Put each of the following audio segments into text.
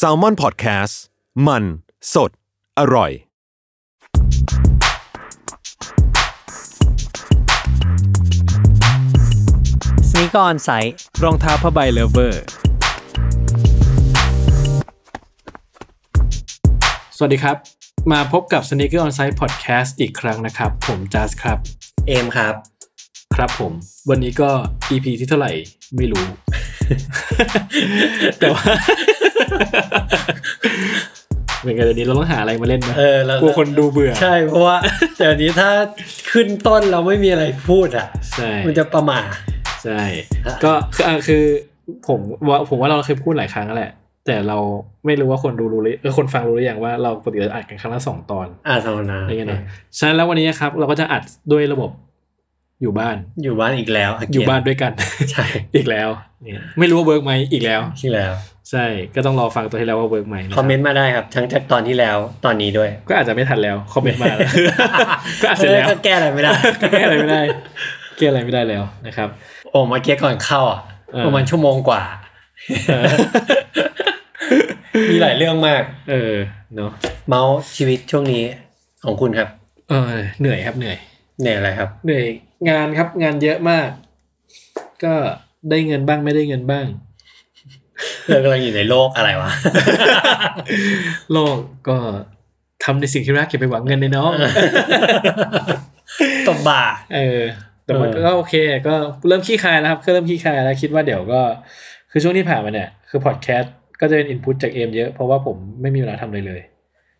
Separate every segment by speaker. Speaker 1: s a l m o n PODCAST มันสดอร่อย
Speaker 2: สนิกออนไซต์
Speaker 3: รองเท้าผ้าใบเลเวอร์ สวัสดีครับ มาพบกับ Sneaker On Site Podcast อีกครั้งนะครับ ผมจัสครับ
Speaker 2: เอมครับ
Speaker 3: ครับผม วันนี้ก็ EP ที่เท่าไหร่ไม่รู้ แต่ว่า เป็นไงเดี๋ยวนี้เราต้องหาอะไรมาเล่นนะ
Speaker 2: เออเรา
Speaker 3: กลัวคนดูเบื่อ
Speaker 2: ใช่เพราะว่า แต่อันนี้ถ้าขึ้นต้นเราไม่มีอะไรพูดอ่ะ
Speaker 3: ใช่
Speaker 2: มันจะประหมาท
Speaker 3: ใช่ ก็คืออ่ะคือผมว่าผมว่าเราเคยพูดหลายครั้งแล้วแหละ แต่เราไม่รู้ว่าคนดูรู้หรือเออคนฟังรู้หรือยังว่าเราปกติเราอัดกันครั้งละสองตอน
Speaker 2: อ่าสมนา
Speaker 3: อะไรเงี้ยนะฉะนั้นแล้ววันนี้ครับ เราก็จะอัดด้วยระบบอยู่บ้าน
Speaker 2: อยู่บ้านอีกแล้วะเกีรติ
Speaker 3: อยู่บ้านด้วยกัน
Speaker 2: ใช่
Speaker 3: อีกแล้วเนี่ยไม่รู้ว่าเวิร์กไหมอีกแล้ว
Speaker 2: ที่แล้ว
Speaker 3: ใช่ก็ต้องรอฟังตัวที่แล้วว่าเวิร์กไหมนะ
Speaker 2: ค
Speaker 3: ค
Speaker 2: อ
Speaker 3: รั
Speaker 2: ม
Speaker 3: บ
Speaker 2: เมนต์มาได้ครับ ทั้งจากตอนที่แล้วตอนนี้ด้วย
Speaker 3: ก็อาจจะไม่ทันแล้วคอมเมนต์มา แล้ว ก็อัดเสร็จแล้ว
Speaker 2: ออก็แก้อะไรไม่ได้
Speaker 3: ก็แก้อะไรไม่ได้แก้อะไรไม่ได้แล้วนะครับ
Speaker 2: โอ้เมาเกี้ก่อนเข้าอ่ะ
Speaker 3: เออ
Speaker 2: ประมาณชั่วโมงกว่า
Speaker 3: เออ
Speaker 2: มีหลายเรื่องมาก
Speaker 3: เออเนาะ
Speaker 2: เมาส์ชีวิตช่วงนี้ของคุณครับ
Speaker 3: เออเหนื่อยครับเหนื่อย
Speaker 2: เนี่ยอะไรครับ
Speaker 3: เหนื่อยงานครับงานเยอะมาก ก็ได้เงินบ้างไม่ได้เงินบ้าง
Speaker 2: เรากำลังอยู่ในโลกอะไรวะ
Speaker 3: โลกก็ทำในสิ่งที่รักอย่าไปหวังเงินเลยเนาะ
Speaker 2: ตบบ่า
Speaker 3: เออ แต่มัน
Speaker 2: เออ
Speaker 3: ก็โอเค ก็เริ่มขี้คายแล้วครับก็เริ่มขี้คายแล้วคิดว่าเดี๋ยวก็ คือช่วงที่ผ่านมาเนี่ย คือพอดแคสต์ก็จะเป็นอินพุตจากเอมเยอะ เพราะว่าผมไม่มีเวลาทำอะไรเลย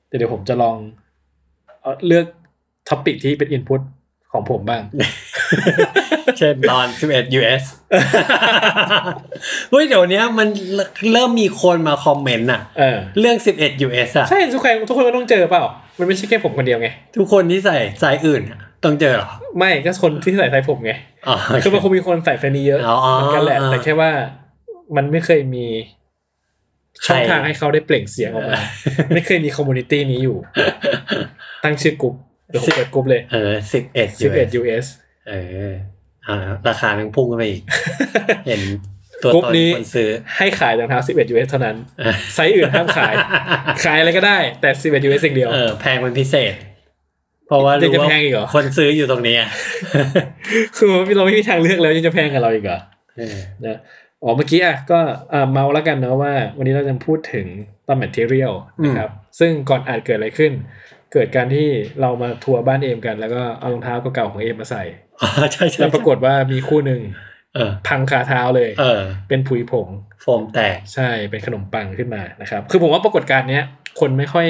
Speaker 3: แต่เดี๋ยวผมจะลองเอ่อเลือกท็อปิกที่เป็นอินพุตของผมบ้าง
Speaker 2: เช่นตอน 11 US เฮ้ยเดี๋ยวเนี้ยมันเริ่มมีคนมาคอมเมนต์อะ
Speaker 3: เออ
Speaker 2: เรื่อง 11 US อะ
Speaker 3: ใช่ทุกคนทุกคนก็ต้องเจอเปล่า มันไม่ใช่แค่ผมคนเดียวไง
Speaker 2: ทุกคนที่ใส่สายอื่นอะต้องเจอเหรอ
Speaker 3: ไม่ก็คนที่ใส่ไทยผมไง
Speaker 2: อ๋อ
Speaker 3: คือมันคงมีคนใส่แฟนนี้เยอะเ
Speaker 2: อ๋อ
Speaker 3: หมือนกันแหละ
Speaker 2: อ๋อ
Speaker 3: แต่แค่ว่ามันไม่เคยมี
Speaker 2: ใคร
Speaker 3: ช่องทางให้เขาได้เปล่งเสียงออกมา ไม่เคยมีคอมมูนิตี้นี้อยู่ ตั้งชื่อกลุ่มเดี๋ยวผมเปิดกลุ่มเลย
Speaker 2: เออ 11 US
Speaker 3: 11 US
Speaker 2: เออเอาละราคามันพุ่งขึ้นไปอี ก เห็นตัว
Speaker 3: กรุ๊ป
Speaker 2: ตน
Speaker 3: นี้
Speaker 2: คนซื้อ
Speaker 3: ให้ขายรองเท้า11 US เท่านั้น
Speaker 2: เออ
Speaker 3: ไซส์อื่นห้ามขาย ขายอะไรก็ได้ แต่ 11 US อย่างเดียว
Speaker 2: เออแพงเป็นพิเศษ เพราะว่า
Speaker 3: ยังจะ
Speaker 2: รู้ว่า
Speaker 3: แพงอีกเหรอ
Speaker 2: คนซื้ออยู่ตรงนี้อะ
Speaker 3: คือเราไม่มีทางเลือกแล้วยังจะแพงกับเราอีกเหรอ
Speaker 2: เออ
Speaker 3: นะอ๋อเมื่อกี้อ่ะก็อ่าเมาแล้วกันเนอะว่า วันนี้เราจะพูดถึงตอนแมทเทอเรียลนะครับ ซึ่งก่อนอาจเกิดอะไรขึ้น เกิดการที่เรามาทัวร์บ้านเอมกัน แล้วก็เอารองเท้าเก่าๆของเอมมาใส่
Speaker 2: อ๋อใช่ใช่
Speaker 3: แล้วปรากฏว่ามีคู่หนึ่ง
Speaker 2: เออ
Speaker 3: พังคาเท้าเลย
Speaker 2: เออ
Speaker 3: เป็นผุยผง
Speaker 2: โฟมแตก
Speaker 3: ใช่เป็นขนมปังขึ้นมานะครับ คือผมว่าปรากฏการณ์เนี้ย คนไม่ค่อย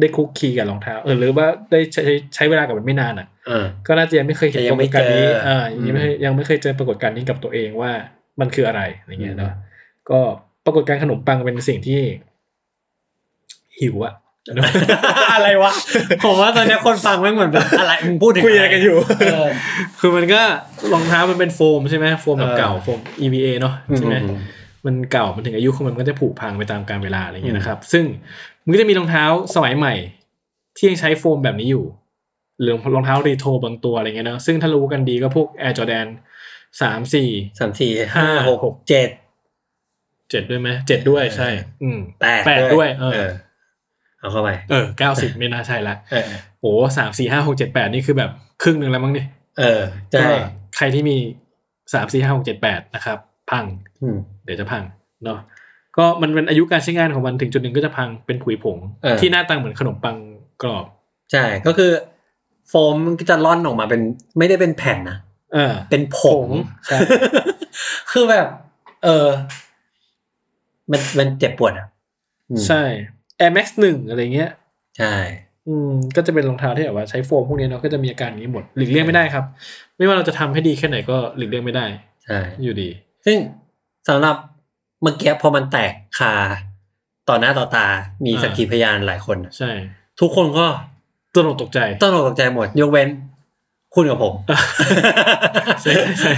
Speaker 3: ได้คุกคีกับรองเท้าเออหรือว่าได้ใช้ใช้เวลากับมันไม่นานอ่ะ
Speaker 2: เออ
Speaker 3: ก็น่าจะยังไม่เคยเห็น
Speaker 2: แต่ยัง
Speaker 3: ปราก
Speaker 2: ไม่
Speaker 3: ฏการณ์นี้
Speaker 2: เจออ่
Speaker 3: อ่ายังไม่เคยยังไม่เคยเจอปรากฏการณ์นี้กับตัวเองว่ามันคืออะไรอย่างเงี้ยเนาะ ก็ปรากฏการณ์ขนมปังเป็นสิ่งที่ หิวอะ
Speaker 2: อะไรวะ ผมว่าตอนเนี้ยคนฟังไม่งเหมือนแบบอะไรมึงพูดถึง
Speaker 3: คุยอะไรกันอยู่
Speaker 2: เออ
Speaker 3: คือมันก็รองเท้ามันเป็นโฟมใช่ไหมโฟมแบบเก่าโฟม EVA เนาะใช่ไหม
Speaker 2: อืม
Speaker 3: มันเก่ามันถึงอายุของมันมันก็จะผุพังไปตามกาลเวลาอะไรอย่างเงี้ยนะครับ ซึ่งมันก็จะมีรองเท้าสมัยใหม่ ที่ยังใช้โฟมแบบนี้อยู่หรือรองเท้ารีโทรบางตัวอะไรเงี้ยเนาะซึ่งถ้ารู้กันดีก็พวก Air Jordan สามสี่
Speaker 2: สามสี่ห้าหก
Speaker 3: หก
Speaker 2: เจ็ด
Speaker 3: เจ็ดด้วยไหมเจ็ดด้วยใช่ อืม
Speaker 2: แปด
Speaker 3: แปดด้วยเออ
Speaker 2: เอาเข้าไป
Speaker 3: เออเก้าสิบไม่น่าใช่ละ
Speaker 2: เออ
Speaker 3: โอ้สามสี่ห้าหกเจ็ดแปดนี่คือแบบครึ่งหนึ่งแล้วมั้งเนี่ย
Speaker 2: เออ
Speaker 3: ก็
Speaker 2: ใช่
Speaker 3: ใครที่มีสามสี่ห้าหกเจ็ดแปดนะครับ พัง
Speaker 2: อืม
Speaker 3: เดี๋ยวจะพังเนาะก็มันเป็นอายุการใช้งานของมันถึงจุดหนึ่งก็จะพังเป็นขุยผง
Speaker 2: เออ
Speaker 3: ที่หน้าตาเหมือนขนมปังกรอบ
Speaker 2: ใช่ ก็คือ โฟมมันก็จะร่อนออกมาเป็นไม่ได้เป็นแผ่นนะ
Speaker 3: เออ
Speaker 2: เป็นผง
Speaker 3: ผงใช่
Speaker 2: คือแบบ เออ มันมันเจ็บปวดอ่ะอืม
Speaker 3: ใช่ Air Max หนึ่งอะไรเงี้ย
Speaker 2: ใช่
Speaker 3: อืมก็จะเป็นรองเท้าที่แบบว่าใช้โฟมพวกนี้เนาะก็จะมีอาการอย่างนี้หมดหลีกเลี่ยงไม่ได้ครับ ไม่ว่าเราจะทำให้ดีแค่ไหนก็หลีกเลี่ยงไม่ได้
Speaker 2: ใช่
Speaker 3: อยู่ดี
Speaker 2: ซึ่งสำหรับ เมื่อกี้พอมันแตกคาต่อหน้าต่อตา มี
Speaker 3: อ่า
Speaker 2: สักขีพยานหลายคนอะ
Speaker 3: ใช่
Speaker 2: ทุกคนก็
Speaker 3: ตลกตกใจ
Speaker 2: ตลกตกใจหมด ยกเว้นคุณกับผม
Speaker 3: ใช่ใช่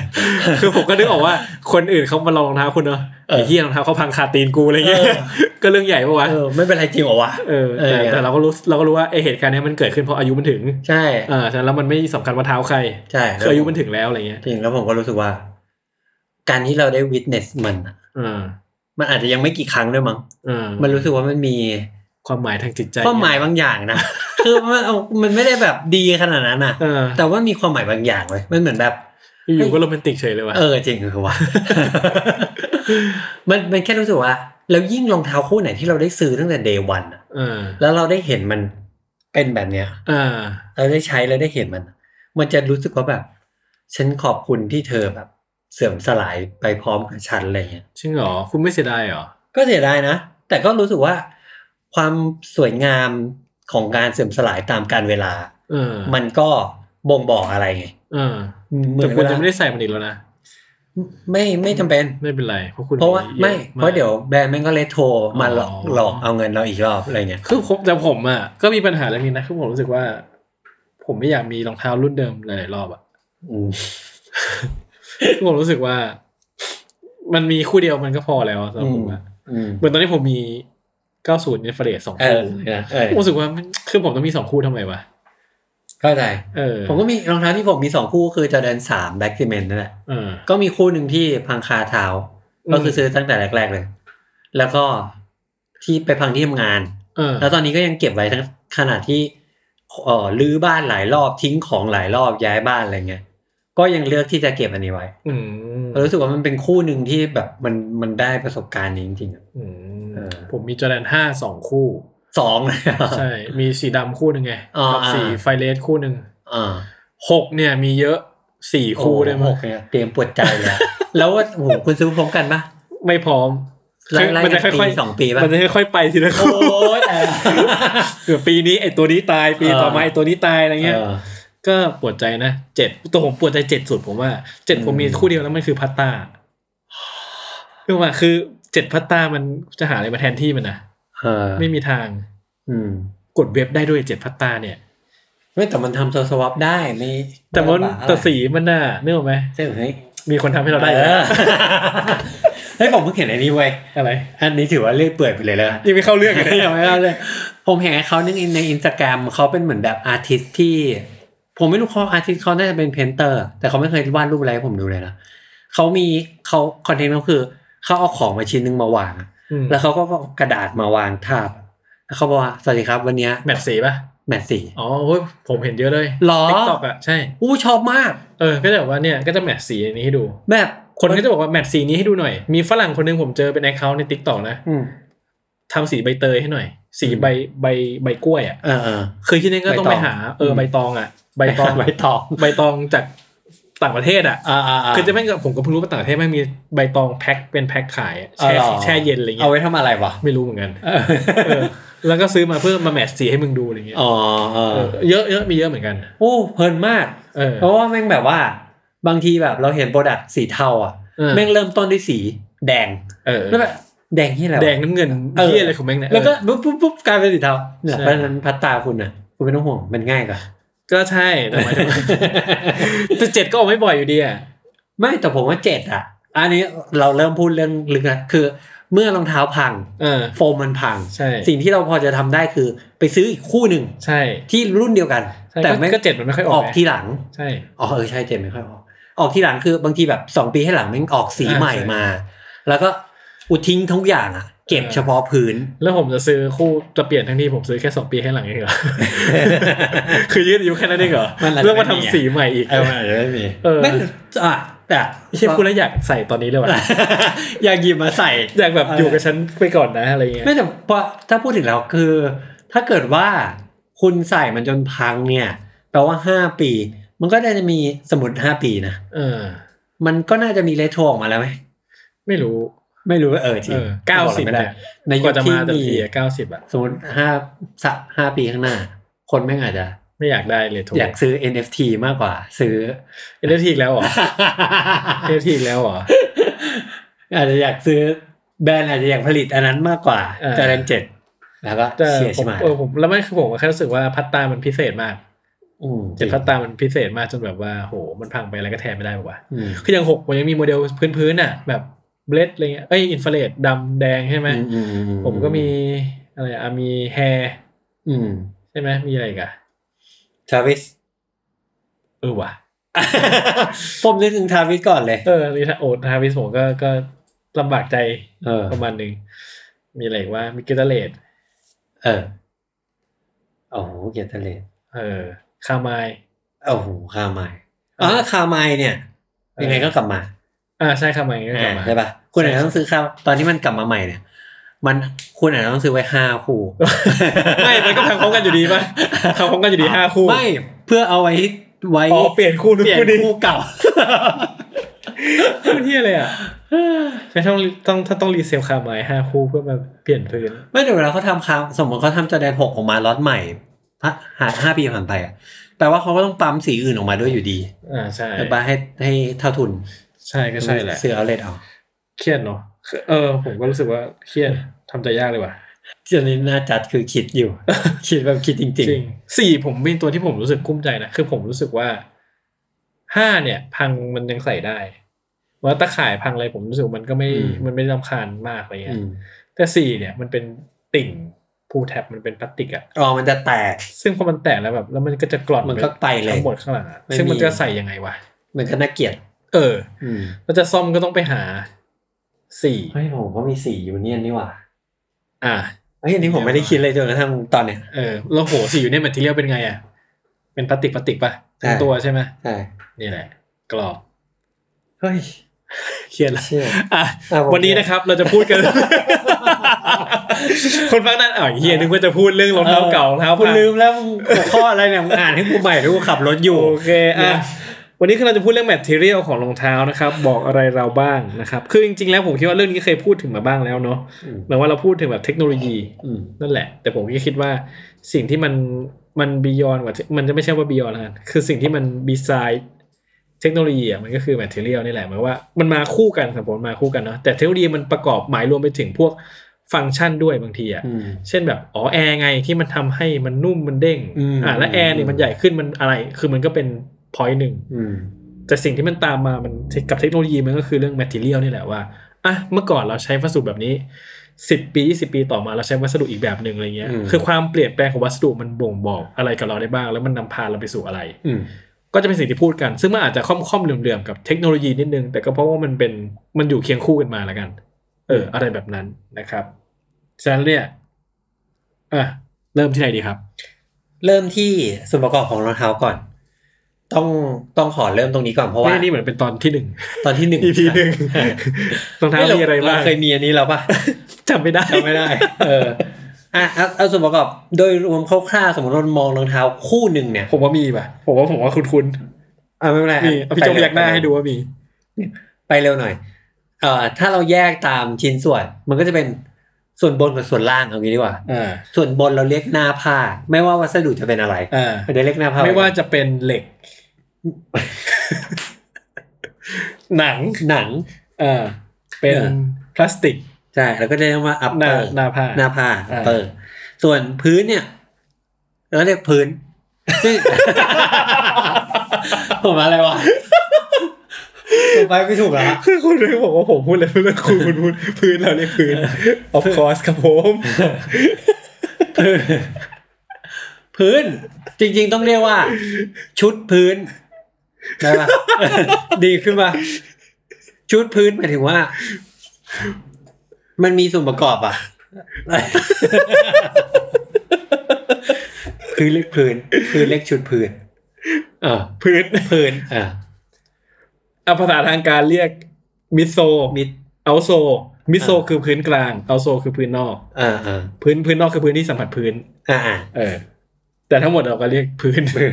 Speaker 3: คือผมก็นึกออกว่าคนอื่นเขามาลองรองเท้าคุณเนอะ
Speaker 2: เออ
Speaker 3: ไอ้เหี้ยรองเท้าเขาพังคาตีนกูอะไรเงี้ย
Speaker 2: เออ
Speaker 3: ก็เรื่องใหญ่ปะวะ
Speaker 2: เออไม่เป็นไรจริงเหรอวะ
Speaker 3: เออแต่
Speaker 2: เออ
Speaker 3: แต่เราก็รู้เราก็รู้ว่าไอเหตุการณ์เนี้ยมันเกิดขึ้นเพราะอายุมันถึง
Speaker 2: ใช่
Speaker 3: เออฉะนั้นแล้วมันไม่สำคัญว่าเท้าใคร
Speaker 2: ใช่
Speaker 3: คืออายุมันถึงแล้วอะไรเงี้ย
Speaker 2: จริงแล้วผมก็รู้สึกว่า การที่เราได้ witness มันอะ
Speaker 3: เออ
Speaker 2: มันอาจจะยังไม่กี่ครั้งด้วยมั้ง
Speaker 3: เออ
Speaker 2: มันรู้สึกว่ามันมี
Speaker 3: ความหมายทางจิตใจ
Speaker 2: ความหมายบางอย่างนะ คือมันเอามันไม่ได้แบบดีขนาดนั้นนะ
Speaker 3: เออ
Speaker 2: แต่ว่ามีความหมายบางอย่างเว้ยมันเหมือนแบบ
Speaker 3: อยู่ๆก็โรแมนติกเฉยเลยว่ะ
Speaker 2: เออจริงคือว่า มันมันแค่รู้สึกว่า แล้วยิ่งรองเท้าคู่ไหนที่เราได้ซื้อตั้งแต่ day one อะ
Speaker 3: เออ
Speaker 2: แล้วเราได้เห็นมันเป็นแบบเนี้ย
Speaker 3: เออ
Speaker 2: เราได้ใช้แล้วได้เห็นมัน มันจะรู้สึกว่าแบบ ฉันขอบคุณที่เธอแบบ เสื่อมสลายไปพร้อมกับฉันอะไรเงี้ย
Speaker 3: จริงเหรอคุณไม่เสียดายเหรอ
Speaker 2: ก็เสียดายนะ แต่ก็รู้สึกว่า ความสวยงามของการเสื่อมสลายตามการเวลา
Speaker 3: เออ
Speaker 2: มันก็บ่งบอกอะไรไง
Speaker 3: เออ
Speaker 2: เหมื
Speaker 3: แต่
Speaker 2: อน
Speaker 3: คุ
Speaker 2: เว
Speaker 3: ณ
Speaker 2: ลา
Speaker 3: ยังไม่ได้ใส่มันอีกแล้วนะ
Speaker 2: ไม่ไม่จำเป็น
Speaker 3: ไม่เป็นไรเพราะคุณ
Speaker 2: เพราะว่า
Speaker 3: เย
Speaker 2: ไม่
Speaker 3: อก
Speaker 2: เพราะเดี๋ยวแบรนด์แม่งก็เลทโทรมาหลอก
Speaker 3: อ๋อ
Speaker 2: หลอกเอาเงินเราอีกรอบอะไรเงี้ย
Speaker 3: คือผมแต่ผมอ่ะก็มีปัญหาเรื่องนี้นะคือผมรู้สึกว่า ผมไม่อยากมีรองเท้ารุ่นเดิมหลายๆรอบอ่ะ
Speaker 2: อืม
Speaker 3: คือผมรู้สึกว่า มันมีคู่เดียวมันก็พอแล้วสำหรับผมอะ
Speaker 2: อืม
Speaker 3: เหมือนตอนนี้ผมมี 90อินฟราเรดสอง
Speaker 2: เอ
Speaker 3: คู่
Speaker 2: อนะเออ
Speaker 3: ผมรู้สึกว่ามันคือผมต้องมีสองคู่ทำไมวะ
Speaker 2: เข้าใจ
Speaker 3: เออ
Speaker 2: ผมก็มีรองเท้าที่ผมมีสองคู่คือจอแดนสามแบ็กซิเมนนั่นแหละ
Speaker 3: เออ
Speaker 2: ก็มีคู่หนึ่งที่พังคาเท้า
Speaker 3: อืม
Speaker 2: ก็คือซื้อตั้งแต่แรก ๆเลย แล้วก็ที่ไปพังที่ทำงาน
Speaker 3: เออ
Speaker 2: แล้วตอนนี้ก็ยังเก็บไว้ทั้งขนาดที่เอ่อรื้อบ้านหลายรอบทิ้งของหลายรอบย้ายบ้านอะไรเงี้ย ก็ยังเลือกที่จะเก็บอันนี้ไว้
Speaker 3: อืม
Speaker 2: รู้สึกว่ามันเป็นคู่หนึ่งที่แบบมันมันได้ประสบการณ์นี้จริงๆอะ
Speaker 3: อืม
Speaker 2: เออ
Speaker 3: ผมมีจอแดนห้าสองคู่
Speaker 2: สองเลยอะ
Speaker 3: ใช่ มีสีดำคู่หนึ่งไง
Speaker 2: อ๋อ
Speaker 3: กับสี
Speaker 2: อ่า
Speaker 3: ไฟเลสคู่หนึ่ง
Speaker 2: อ่า
Speaker 3: หกเนี่ย มีเยอะสี่คู่ได้ไหม
Speaker 2: โอ้โหเนี่ยเตรียมปวดใจเลย อะแล้วว่าโอ้โหคุณซื้อพร้อมกันปะ
Speaker 3: ไม่พร้อม
Speaker 2: ไล่ไล่
Speaker 3: มัน
Speaker 2: กั
Speaker 3: จะ
Speaker 2: น
Speaker 3: ค่อยๆ
Speaker 2: ปีสองปีปะ
Speaker 3: มันจะค่อยๆไปทีละ
Speaker 2: โอ้
Speaker 3: คู่
Speaker 2: ยแต่
Speaker 3: เกือปีนี้ไอตัวนี้ตายปี
Speaker 2: เออ
Speaker 3: ต่อมาไอตัวนี้ต ายอะไรเงี้ย
Speaker 2: เออ
Speaker 3: ก็ปวดใจนะเจ็ดตัวผมปวดใจเจ็ดสุดผมว่าเจ็ด
Speaker 2: อืม
Speaker 3: ผมมีคู่เดียวแล้วมันคือพัตตาคือว่าคือเจ็ดพัตตามันจะหาอะไรมาแทนที่มันนะ
Speaker 2: เออ
Speaker 3: ไม่มีทาง
Speaker 2: อืม
Speaker 3: กดเว็บได้ด้วยเจ็ดพัตตาเนี่ย
Speaker 2: ไม่แต่มันทำโซสวอปได้ไม่
Speaker 3: แต่มัน
Speaker 2: ไลำบากอะไร
Speaker 3: แต่สีมันน่ะนึกออกไหม
Speaker 2: ใช่ไหม
Speaker 3: มีคนทำให้เราได้
Speaker 2: เออเฮ้ยผมเพิ่งเห็นอันนี้เว้ย
Speaker 3: อะไร
Speaker 2: อันนี้ถือว่าเลื่อยเปื่อยไปเลยแล้ว
Speaker 3: ยังไม่เข้าเรื่องเลย
Speaker 2: ยังไม่เล่าเลยผมเห็นเขานึงในอินสตาแกรมเขาเป็นเหมือนแบบอาร์ติสที่ ผมไม่รู้เขาอาร์ติสเขาน่าจะเป็นเพนเตอร์ แต่เขาไม่เคยวาดรูปอะไรให้ผมดูเลยนะเขามีเขาคอนเทนต์เขาคือเขาเอาของมาชิ้นหนึงมาวางอะ
Speaker 3: อืม
Speaker 2: แล้วเขาก็เอากระดาษมาวางทาบแล้วเขาบอกว่าสวัสดีครับ วันเนี้ย
Speaker 3: แมทสีป่ะ
Speaker 2: แมทสี
Speaker 3: อ๋อโอ้ยผมเห็นเยอะเลย
Speaker 2: หรอ
Speaker 3: ติ๊กต็อกอ่ะใช่
Speaker 2: อู้ชอบมาก
Speaker 3: เออก็จะแบบว่าเนี่ยก็จะแมทสีอันนี้ให้ดู
Speaker 2: แบบ
Speaker 3: คนก็จะบอกว่าแมทสีนี้ให้ดูหน่อย มีฝรั่งคนหนึงผมเจอเป็นแอคเคาท์ในติ๊กต็อกนะ
Speaker 2: อืม
Speaker 3: ทำสีใบเตยให้หน่อย สีใบใบใบกล้วยอ่ะ
Speaker 2: เออเออ
Speaker 3: คือที่นี่ก็ต้อง
Speaker 2: ใบตอง
Speaker 3: ไปหาเออ
Speaker 2: ม
Speaker 3: ใบตองอ่ะ ใบตอง
Speaker 2: ใบตอง
Speaker 3: ใบตองจากต่างประเทศอ่ะ
Speaker 2: อ่าๆๆ
Speaker 3: คือจะแม่งกับผมก็เพิ่งรู้ว่าต่างประเทศแม่งมีใบตองแพ็คเป็นแพ็คขายอะแช่
Speaker 2: อ๋อหรอ
Speaker 3: แช่เย็นอะไรเงี้
Speaker 2: เอา
Speaker 3: ย
Speaker 2: ไว้ทำอะไรวะ
Speaker 3: ไม่รู้เหมือนกันเออแล้วก็ซื้อมาเพื่อมาแมทสีให้มึงดูอะไรเงี้ย
Speaker 2: อ๋อเอ
Speaker 3: เอ
Speaker 2: อ
Speaker 3: อเยอะเยอะมีเยอะเหมือนกัน
Speaker 2: โอ้เพลินมาก
Speaker 3: เออ
Speaker 2: เพราะว่าแม่งแบบว่า บางทีแบบเราเห็นโปรดักต์สีเทาอ่ะ
Speaker 3: เออ
Speaker 2: แม่งเริ่มต้นด้วยสีแดง
Speaker 3: เออ
Speaker 2: แล้วแบบแดงที่อะไรวะ
Speaker 3: แดงน้ำเงิน
Speaker 2: เออ
Speaker 3: เยี่ยอะไรของแม่งเนี่ย
Speaker 2: แล้วก็
Speaker 3: เออ
Speaker 2: ปุ๊บปุ๊บปุ๊บกลายเป็นสีเทาเนี่ย
Speaker 3: ใช่
Speaker 2: เพราะฉะนั้นพัตตาคุณอ่ะคุณไม่ต้องห่วงมันง่ายกว่า
Speaker 3: ก็ใช่แต่หมายถึงว่า แต่เจ็ดก็ออกไม่บ่อยอยู่ดีอ่ะ
Speaker 2: ไม่แต่ผมว่าเจ็ดอ่ะ อันนี้เราเริ่มพูดเรื่องลึกนะคือ เมื่อรองเท้าพัง
Speaker 3: เออ
Speaker 2: โฟมมันพัง
Speaker 3: ใช่
Speaker 2: สิ่งที่เราพอจะทำได้คือ ไปซื้ออีกคู่หนึ่ง
Speaker 3: ใช่
Speaker 2: ที่รุ่นเดียวกัน
Speaker 3: ใช่
Speaker 2: แต่
Speaker 3: ก็
Speaker 2: แม่ง
Speaker 3: ก็เจ็ดมันไม่ค่อยอ
Speaker 2: อ
Speaker 3: อ
Speaker 2: อก ก
Speaker 3: ไง
Speaker 2: ทีหลัง
Speaker 3: ใช่
Speaker 2: อ๋อเออใช่เจนไม่ค่อยออกออกทีหลังคือบางทีแบบสองปีให้หลังแม่งออกสี
Speaker 3: อ่า
Speaker 2: ใหม่
Speaker 3: ใช่
Speaker 2: มา แล้วก็อุทิ้งทุกอย่างอ่ะ เก็บ
Speaker 3: เออ
Speaker 2: เฉพาะพื้น
Speaker 3: แล้วผมจะซื้อคู่จะเปลี่ยนทั้งที่ผมซื้อแค่สองปีให้หลังเองเหรอ คือยืดอายุแค่นั้นเองเหรอ
Speaker 2: มันอาจจะ
Speaker 3: เรื่องมาทำสีใหม่อีก
Speaker 2: เออไม่ไม่มี
Speaker 3: เออ
Speaker 2: ไม่อ่ะแต่
Speaker 3: ไม่ใช่พูดแล้วอยากใส่ตอนนี้เลยว่ะ
Speaker 2: อย ากหยิบมาใส่
Speaker 3: อยากแบบ
Speaker 2: เออ
Speaker 3: อ
Speaker 2: อ
Speaker 3: ยู่กับฉันไปก่อนนะอะไรเงี้ย
Speaker 2: ไม่แต่พอถ้าพูดถึงแล้วคือ ถ้าเกิดว่าคุณใส่มันจนพังเนี่ยแปลว่าห้าปี มันก็น่าจะมีสมมุดห้าปีนะ
Speaker 3: เออ
Speaker 2: มันก็น่าจะมีเลโทรออกมาแล้วไหม
Speaker 3: ไม่รู้
Speaker 2: ไม่รู้ว่าเออจริ
Speaker 3: เอง อเก้าสิบ
Speaker 2: ไม่ได้
Speaker 3: เนี่ย
Speaker 2: ในยุค
Speaker 3: กว่าจะ
Speaker 2: ที่
Speaker 3: มาแต่
Speaker 2: มี
Speaker 3: ละทีเก้าสิบอะ
Speaker 2: สมมติห้าสักห้าปีข้างหน้า คนแม่งอาจจะ
Speaker 3: ไม่อยากได้เลยโถูก
Speaker 2: อยากซื้อ NFT มากกว่า ซื้อ
Speaker 3: เอ เลทีกแล้วเหรอเอเลทีกแล้วเหรอ
Speaker 2: อาจจะอยากซื้อ แบรนด์อาจจะอยากผลิตอันนั้นมากกว่า
Speaker 3: เออ
Speaker 2: จาแรนเจ็ดแล้วก็
Speaker 3: แต่
Speaker 2: เชียร์
Speaker 3: ผ
Speaker 2: ใช่
Speaker 3: ม
Speaker 2: ไหม
Speaker 3: เออผมแล้วไม่คือผมแค่รู้สึกว่าพัตตามันพิเศษมาก
Speaker 2: อืมจ
Speaker 3: เจ็
Speaker 2: ริ
Speaker 3: ด
Speaker 2: ง
Speaker 3: พัตตามันพิเศษมากจนแบบว่าโหมันพังไปอะไรก็แทนไม่ได้แบบว่า
Speaker 2: อืม
Speaker 3: คืออย่างหกมันยังมีโมเดลพื้นๆน่ะ แบบเบลดอะไรเงี้ยเอ้ยอินฟลเลตดำแดงใช่ไหม
Speaker 2: อือือื
Speaker 3: ผมก็มีอะไรอ่ะมีแฮร์
Speaker 2: อืม
Speaker 3: ใช่ไหมมีอะไรอีกัน
Speaker 2: ทาวิส
Speaker 3: เออว่ะ
Speaker 2: ผมนึกถึงทาวิสก่อนเลย
Speaker 3: เออลิทาโอทาวิสผมก็ก็ลำบากใจ
Speaker 2: เออ
Speaker 3: ประมาณหนึ่งมีอะไรอีกว่ามีเกตเลต
Speaker 2: เออโอ้โหเกียรติเลส
Speaker 3: เออคามาย
Speaker 2: โอ้โหคาไมายอ๋อคาไมายเนี่ย
Speaker 3: เออ
Speaker 2: ยังไงก็กลับมา
Speaker 3: อ่าใช่คามายก็กลับมา
Speaker 2: ใช่ปะคุณอาจจะต้องซื้อข้าวตอนที่มันกลับมาใหม่เนี่ย มันคุณอาจจะต้องซื้อไว้ห้าคู่
Speaker 3: ไม่มันก็พังพร้อมกันอยู่ดีปะพังพร้อมกันอยู่ดีห้าคู่
Speaker 2: ไม่เพื่อเอาไว้ไว้
Speaker 3: อ๋อเปลี่ยนคู่นึง
Speaker 2: เปลี่ยน
Speaker 3: คู่นี้
Speaker 2: คู่ เก่า
Speaker 3: คู่ที่อะไรอ่ะใช่ต้องต้องถ้าต้องรีเซลคามายห้าคู่เพื่อมาเปลี่ยนพื้น
Speaker 2: ไม่เดี๋ยวเวลาเขาทำคาสมมติเขาทำจอแดนหกออกมาล็อตใหม่ห้าห้าปีผ่านไปอะแปลว่าเขาก็ต้องปั๊มสีอื่นออกมาด้วยอยู่ดี
Speaker 3: อ่าใช่
Speaker 2: แต่ปาให้ให้เท่าทุน
Speaker 3: ใช่ก็ใช่แหละ
Speaker 2: ซื้อเอาเลทเอา
Speaker 3: เครียดเนาะเออ ผมก็รู้สึกว่าเครียดทำใจยากเลยว่ะ
Speaker 2: เจนนี้น่าจัดคือคิด อยู่ คิดแบบคิดจริง
Speaker 3: จริงสี่ผมเป็นตัวที่ผมรู้สึกกุ้มใจนะ คือผมรู้สึกว่าห้าเนี่ย พังมันยังใส่ได้ว่าตะข่ายพังอะไรผมรู้สึกมันก็ไม่
Speaker 2: อืม
Speaker 3: มันไม่ลำคาญมากอะไร
Speaker 2: ๆ
Speaker 3: เงี้
Speaker 2: อื
Speaker 3: ย
Speaker 2: ม
Speaker 3: แต่สี่เนี่ยมันเป็นติ่งพูแท็บมันเป็นพลาสติกอะ
Speaker 2: อ๋อมันจะแตก
Speaker 3: ซึ่งพอมันแตกแล้วแบบ แล้วมันก็จะกร่อน
Speaker 2: มันก็ไปเลย
Speaker 3: ทั้งหมดข้างหลังอะ
Speaker 2: ไม่
Speaker 3: ซึ่งมัน
Speaker 2: มี
Speaker 3: จะใส่ยังไงวะ
Speaker 2: มันก็น่าเกลียด
Speaker 3: เออแล้วจะซ่อมก็ต้องไปหาสี่
Speaker 2: เฮ้ยผมก็มีสียูเนียนนี่หว่า
Speaker 3: อ่า
Speaker 2: เฮ้ยอันนี้ผมไม่ได้คิดเลยจนกระทั่งตอนเนี้ย
Speaker 3: เออแล้วโหสี่อยู่เนี่ยมันทีเรียเป็นไงอะเป็นพลาสติกพลาสติกป่ะทั้ง
Speaker 2: ใช่
Speaker 3: ตัวใช่ไหม
Speaker 2: ใช่
Speaker 3: นี่แหละ กรอบ
Speaker 2: เฮ้ย
Speaker 3: เครียดละ
Speaker 2: เชี่ย
Speaker 3: อ่ะ
Speaker 2: อ่ะผม
Speaker 3: วันนี้นะครับเราจะพูดกัน คนฟังนั่นอ่ะเฮียนึกว่าจะพูดเรื่องรองเท้าเก่ารองเท้า
Speaker 2: คุ
Speaker 3: พั
Speaker 2: ณ
Speaker 3: ง
Speaker 2: ลืมแล้วมึงหัวข้ออะไรเนี่ยมึงอ่านให้กูใหม่ด้วยกูขับรถอยู่
Speaker 3: โอเคอ่ะ
Speaker 2: นะ
Speaker 3: วันนี้คือเราจะพูดเรื่องแมทเทียลของรองเท้านะครับ บอกอะไรเราบ้างนะครับ คือจริงๆแล้วผมคิดว่าเรื่องนี้เคยพูดถึงมาบ้างแล้วเนาะ
Speaker 2: อืม
Speaker 3: หมายว่าเราพูดถึงแบบเทคโนโลยี
Speaker 2: อืม
Speaker 3: นั่นแหละ แต่ผมก็คิดว่าสิ่งที่มันมันบียอนกว่ามันจะไม่ใช่ว่าบียอนแล้วกันคือสิ่งที่มันบีไซน์เทคโนโลยีอ่ะมันก็คือแมทเทียลนี่แหละหมายว่ามันมาคู่กันสมมติมาคู่กันเนาะแต่เทคโนโลยีมันประกอบหมายรวมไปถึงพวกฟังก์ชันด้วยบางทีอ่ะ
Speaker 2: อืม
Speaker 3: เช่นแบบอ๋อแอร์ไงที่มันทำให้มันนุ่มมันเด้ง
Speaker 2: อืม
Speaker 3: แล้วแอร์เนี่ยมันใหญ่ขึ้นมันอะไร คือมันก็เป็น point หนึ่ง
Speaker 2: อืม
Speaker 3: แต่สิ่งที่มันตามมามันกับเทคโนโลยีมันก็คือเรื่อง material นี่แหละว่าอ่ะเมื่อก่อนเราใช้วัสดุแบบนี้สิบปียี่สิบปีต่อมาเราใช้วัสดุอีกแบบหนึ่งอะไรเงี้ยคือความเปลี่ยนแปลงของวัสดุมันบ่งบอกอะไรกับเราได้บ้าง แล้วมันนำพาเราไปสู่อะไร
Speaker 2: อืม
Speaker 3: ก็จะเป็นสิ่งที่พูดกัน ซึ่งมันอาจจะค่อมๆเหลื่อมๆกับเทคโนโลยีนิดนึง แต่ก็เพราะว่ามันเป็นมันอยู่เคียงคู่กันมาแล้วกัน เออ อะไรแบบนั้นนะครับฉะนั้นเนี่ยอ่ะเริ่มที่ไหนดีครับ
Speaker 2: เริ่มที่ส่วนประกอบของรองเท้าก่อน ต้องต้องขอเริ่มตรงนี้ก่อนเพราะว่า
Speaker 3: ไม่นี่เหมือนเป็นตอนที่ หนึ่ง
Speaker 2: ตอนที่หนึ่ง
Speaker 3: EP หนึ่ง รองเท้ามีอะไรบ้าง
Speaker 2: เเคยมีอันนี้แล้วปะ
Speaker 3: จำไม่ได้
Speaker 2: จำไม่ได้ เออ อ่ะเอาเอาส่วนประกอบโดยรวมคร่าวๆสมมติเรามองรองเท้าคู่หนึ่งเนี่ย
Speaker 3: ผมว่ามีป่ะ ผมว่าผมว่าคุณคุณ
Speaker 2: อ่ะไม่เป็นไร
Speaker 3: มีเอาพี่โจ
Speaker 2: ไปเร็ว
Speaker 3: ยักหน้าให้ดูว่ามี
Speaker 2: ไปเร็วหน่อย เอ่อ ถ้าเราแยกตามชิ้นส่วน มันก็จะเป็นส่วนบนกับส่วนล่างเอางี้ดีกว่า
Speaker 3: อ่า
Speaker 2: ส่วนบนเราเรียกหน้าผ้า ไม่ว่าวัสดุจะเป็นอะไร
Speaker 3: อ่า
Speaker 2: เราจะเรียกหน้าผ้า
Speaker 3: ไม่ว่าจะเป็นเหล็ก หนัง
Speaker 2: หนัง
Speaker 3: อ่า เป็น
Speaker 2: เออ
Speaker 3: พลาสติก
Speaker 2: ใช่แล้วก็เรียกว่าอัป
Speaker 3: ห
Speaker 2: เป
Speaker 3: น้า
Speaker 2: อร์
Speaker 3: หน้าผ้า
Speaker 2: หน้าผ้า
Speaker 3: อ่า
Speaker 2: เปอร์ส่วนพื้นเนี่ยเราเรียกพื้น ซึ่ง ผมอะไรวะผมไปไม่ถูกแล้ว
Speaker 3: คือคุณเลยบอกว่าผมพูดเลยเรื่องคุณคุณพูด พื้นเราเรียกพื้น of course ครับผม
Speaker 2: พื้นพื้นจริง ๆ ต้องเรียกว่า ชุดพื้นได้ ปะ ดีขึ้นปะชุดพื้นหมายถึงว่า มันมีส่วนประกอบอะ พื้นเล็กพื้นพื้นเล็กชุดพื้น
Speaker 3: อ่าพื้น
Speaker 2: พื้นอ่า
Speaker 3: เอาภาษาทางการเรียกมิโซ
Speaker 2: มิด
Speaker 3: เอาโซมิโซคือพื้นกลางเอาโซคือพื้นนอก
Speaker 2: อ่าอ่า
Speaker 3: พื้นพื้นนอกคือพื้นที่สัมผัสพื้น
Speaker 2: อ่าอ่า
Speaker 3: เออ แต่ทั้งหมดเราก็เรียก พื้ น
Speaker 2: พื้น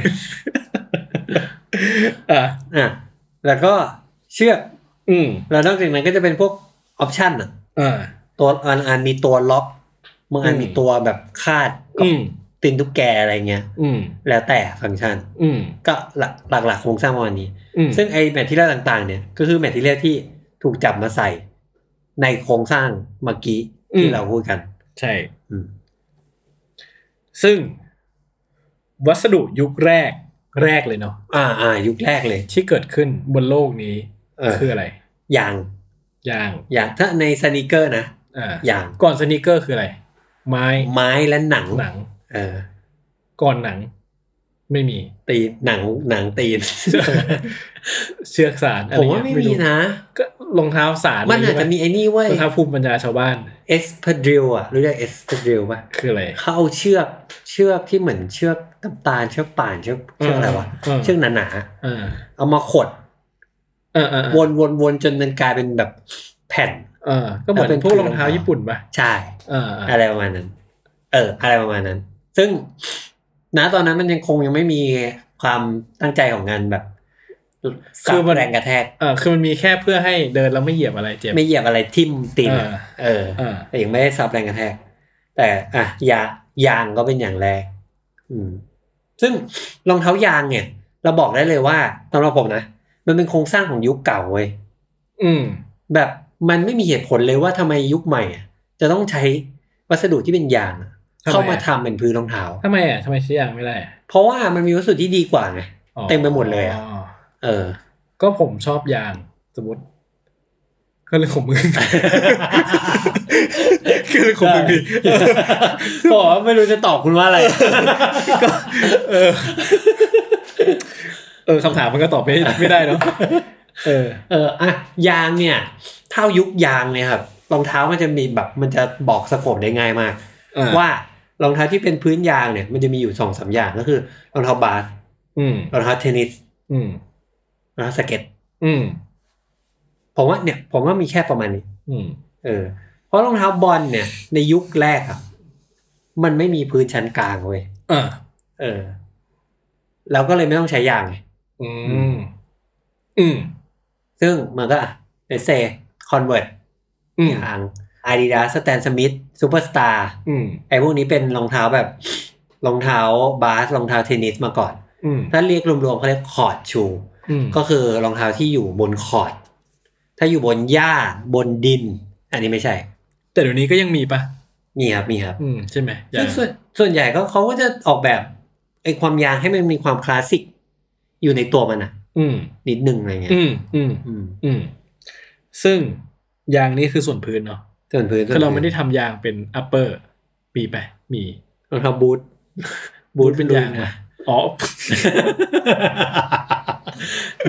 Speaker 3: อ่ะ
Speaker 2: อ่าแล้วก็เชือก
Speaker 3: อืม
Speaker 2: แล้วนอกจากนั้นก็จะเป็นพวกออปชั่นอะ
Speaker 3: อ่า
Speaker 2: ตัวอันอันมีตัวล็อกบางอัน
Speaker 3: อืม
Speaker 2: มีตัวแบบคาดกับ
Speaker 3: อืม
Speaker 2: ตีนตุ๊กแกอะไรเงี้ย
Speaker 3: อืม
Speaker 2: แล้วแต่ฟังก์ชัน
Speaker 3: อืม
Speaker 2: ก็หลักหลักหลักโครงสร้างประมาณนี้
Speaker 3: อืม
Speaker 2: ซึ่งไอแมทเทียลต่างๆ เนี่ย ก็คือแมทเทียลที่ถูกจับมาใส่ ในโครงสร้างเมื่อกี้
Speaker 3: อืม
Speaker 2: ที่เราพูดกัน
Speaker 3: ใช่
Speaker 2: อืม
Speaker 3: ซึ่งวัสดุยุคแรกแรกเลยเนาะ
Speaker 2: อ่าอ่ายุคแรกเลย
Speaker 3: ที่เกิดขึ้นบนโลกนี้
Speaker 2: เออ
Speaker 3: คืออะไร
Speaker 2: ยาง
Speaker 3: ยาง
Speaker 2: ยางถ้าในสนิเกอร์นะ
Speaker 3: อ่าย
Speaker 2: าง
Speaker 3: ก่อนสนิเกอร์คืออะไร ไม้
Speaker 2: ไม้และหนัง
Speaker 3: หนัง
Speaker 2: เออ
Speaker 3: ก่อนหนัง ไม่ มี
Speaker 2: ตีนหนังหนังตีน
Speaker 3: เชือกสาร อะไร
Speaker 2: ผม
Speaker 3: เงี้
Speaker 2: ว่าย ไม่
Speaker 3: รู้
Speaker 2: มีนะ
Speaker 3: ก็รองเท้าสาร
Speaker 2: มันอาจจะมีไอ้นี่เว้ย
Speaker 3: รองเท้าภูมิปัญญาชาวบ้าน
Speaker 2: เอสพดริลอะรู้จักเอสพดริลป่ะ
Speaker 3: คืออะไร
Speaker 2: เขาเอาเชือกเชือกที่เหมือนเชือกน้ำตาลเชือกป่านเชือกเชือกอะไรวะ
Speaker 3: อืม
Speaker 2: เชือกหนา
Speaker 3: อ่า
Speaker 2: ๆเอามาขด
Speaker 3: อ่าอ่า
Speaker 2: วนวนวนจนมันกลายเป็นแบบแผ่น
Speaker 3: อ่าก็เหมือนพวกรองเท้าญี่ปุ่นปะ
Speaker 2: ใช่
Speaker 3: อ่า
Speaker 2: อะไรประมาณนั้น เออ อะไรประมาณนั้น ซึ่งณตอนนั้นมันยังคงยังไม่มีความตั้งใจของงานแบบแรงกระแทก
Speaker 3: อ่าคือมันมีแค่เพื่อให้เดินแล้วไม่เหยียบอะไรเจ็บ
Speaker 2: ไม่เหยียบอะไรทิ่มตีนอะ
Speaker 3: อ่า
Speaker 2: เออ
Speaker 3: อ่า
Speaker 2: แต่ยังไม่ได้ซับแรงกระแทก แต่อ่ะยายางก็เป็นอย่างแรก อืม ซึ่งรองเท้ายางเนี่ย เราบอกได้เลยว่าสำหรับผมนะ มันเป็นโครงสร้างของยุคเก่าเว้ย
Speaker 3: อืม
Speaker 2: แบบมันไม่มีเหตุผลเลยว่าทำไมยุคใหม่อะจะต้องใช้วัสดุที่เป็นยางอะ
Speaker 3: ทำไมอะ
Speaker 2: เข้ามาทำเป็นพื้นรองเท้า
Speaker 3: ทำไมอ่ะทำไมใช้ยางไม่ได้อะ
Speaker 2: เพราะว่ามันมีวัสดุที่ดีกว่าไง
Speaker 3: อ๋อ
Speaker 2: เต็มไปหมดเลยอะ เอ อ
Speaker 3: ก็ผมชอบยางสมมติก็เลยของมึง ก็เลยของมึงดิ
Speaker 2: บอกว่าไม่รู้จะตอบคุณว่าอะไร
Speaker 3: เออ เออคำถามมันก็ตอบไม่ไม่ได้เนาะเออ
Speaker 2: เอออะยางเนี่ยเท่ายุคยางเนี่ยครับรองเท้ามันจะมีแบบมันจะบอกสโคปได้ง่ายมาก
Speaker 3: อ่า
Speaker 2: ว่ารองเท้าที่เป็นพื้นยางเนี่ย มันจะมีอยู่สองสามอย่างก็คือรองเท้าบาส
Speaker 3: อืม
Speaker 2: รองเท้าเทนนิส
Speaker 3: อืม
Speaker 2: รองเท้าสเก็ต
Speaker 3: อืม
Speaker 2: ผมว่าเนี่ย ผมว่ามีแค่ประมาณนี้
Speaker 3: อืม
Speaker 2: เออเพราะรองเท้าบอลเนี่ย ในยุคแรกอะมันไม่มีพื้นชั้นกลางเว้ย
Speaker 3: อ่า
Speaker 2: เออ แล้วก็เลยไม่ต้องใช้ยางไง
Speaker 3: อืม อืม
Speaker 2: ซึ่งมันก็เอเซคอนเวิร์ต
Speaker 3: อืม
Speaker 2: ยางอาดิดาสแตนสมิธซูเปอร์สตาร์
Speaker 3: อืม
Speaker 2: ไอ้พวกนี้เป็นรองเท้าแบบรองเท้าบาสรองเท้าเทนนิสมาก่อน
Speaker 3: อืม
Speaker 2: ถ้าเรียกรวมๆเขาเรียกคอร์ดชู
Speaker 3: อืม
Speaker 2: ก็คือรองเท้าที่อยู่บนคอร์ดถ้าอยู่บนหญ้าบนดิน อันนี้ไม่ใช่
Speaker 3: แต่เดี๋ยวนี้ก็ยังมีปะ
Speaker 2: มีครับมีครับ
Speaker 3: อืม ใช่ไหมยา
Speaker 2: ซึ่ง
Speaker 3: ง
Speaker 2: ส่วนส่วนใหญ่ก็เขาก็จะออกแบบไอความยางให้มันมีความคลาสสิก อยู่ในตัวมันอะ
Speaker 3: อืม
Speaker 2: นิดนึงอะไรเงี้ย
Speaker 3: อืม อืม
Speaker 2: อืม
Speaker 3: อืม ซึ่งยางนี่คือส่วนพื้นเนาะ
Speaker 2: ส่วนพื้นส่วน
Speaker 3: ถ้า
Speaker 2: พื้น
Speaker 3: เราไม่ได้ทำยางเป็นอัปเปอร์ มีไหมมี
Speaker 2: รองเท้าบูท
Speaker 3: บูทเป็นยาง
Speaker 2: อะ
Speaker 3: อะอ๋อ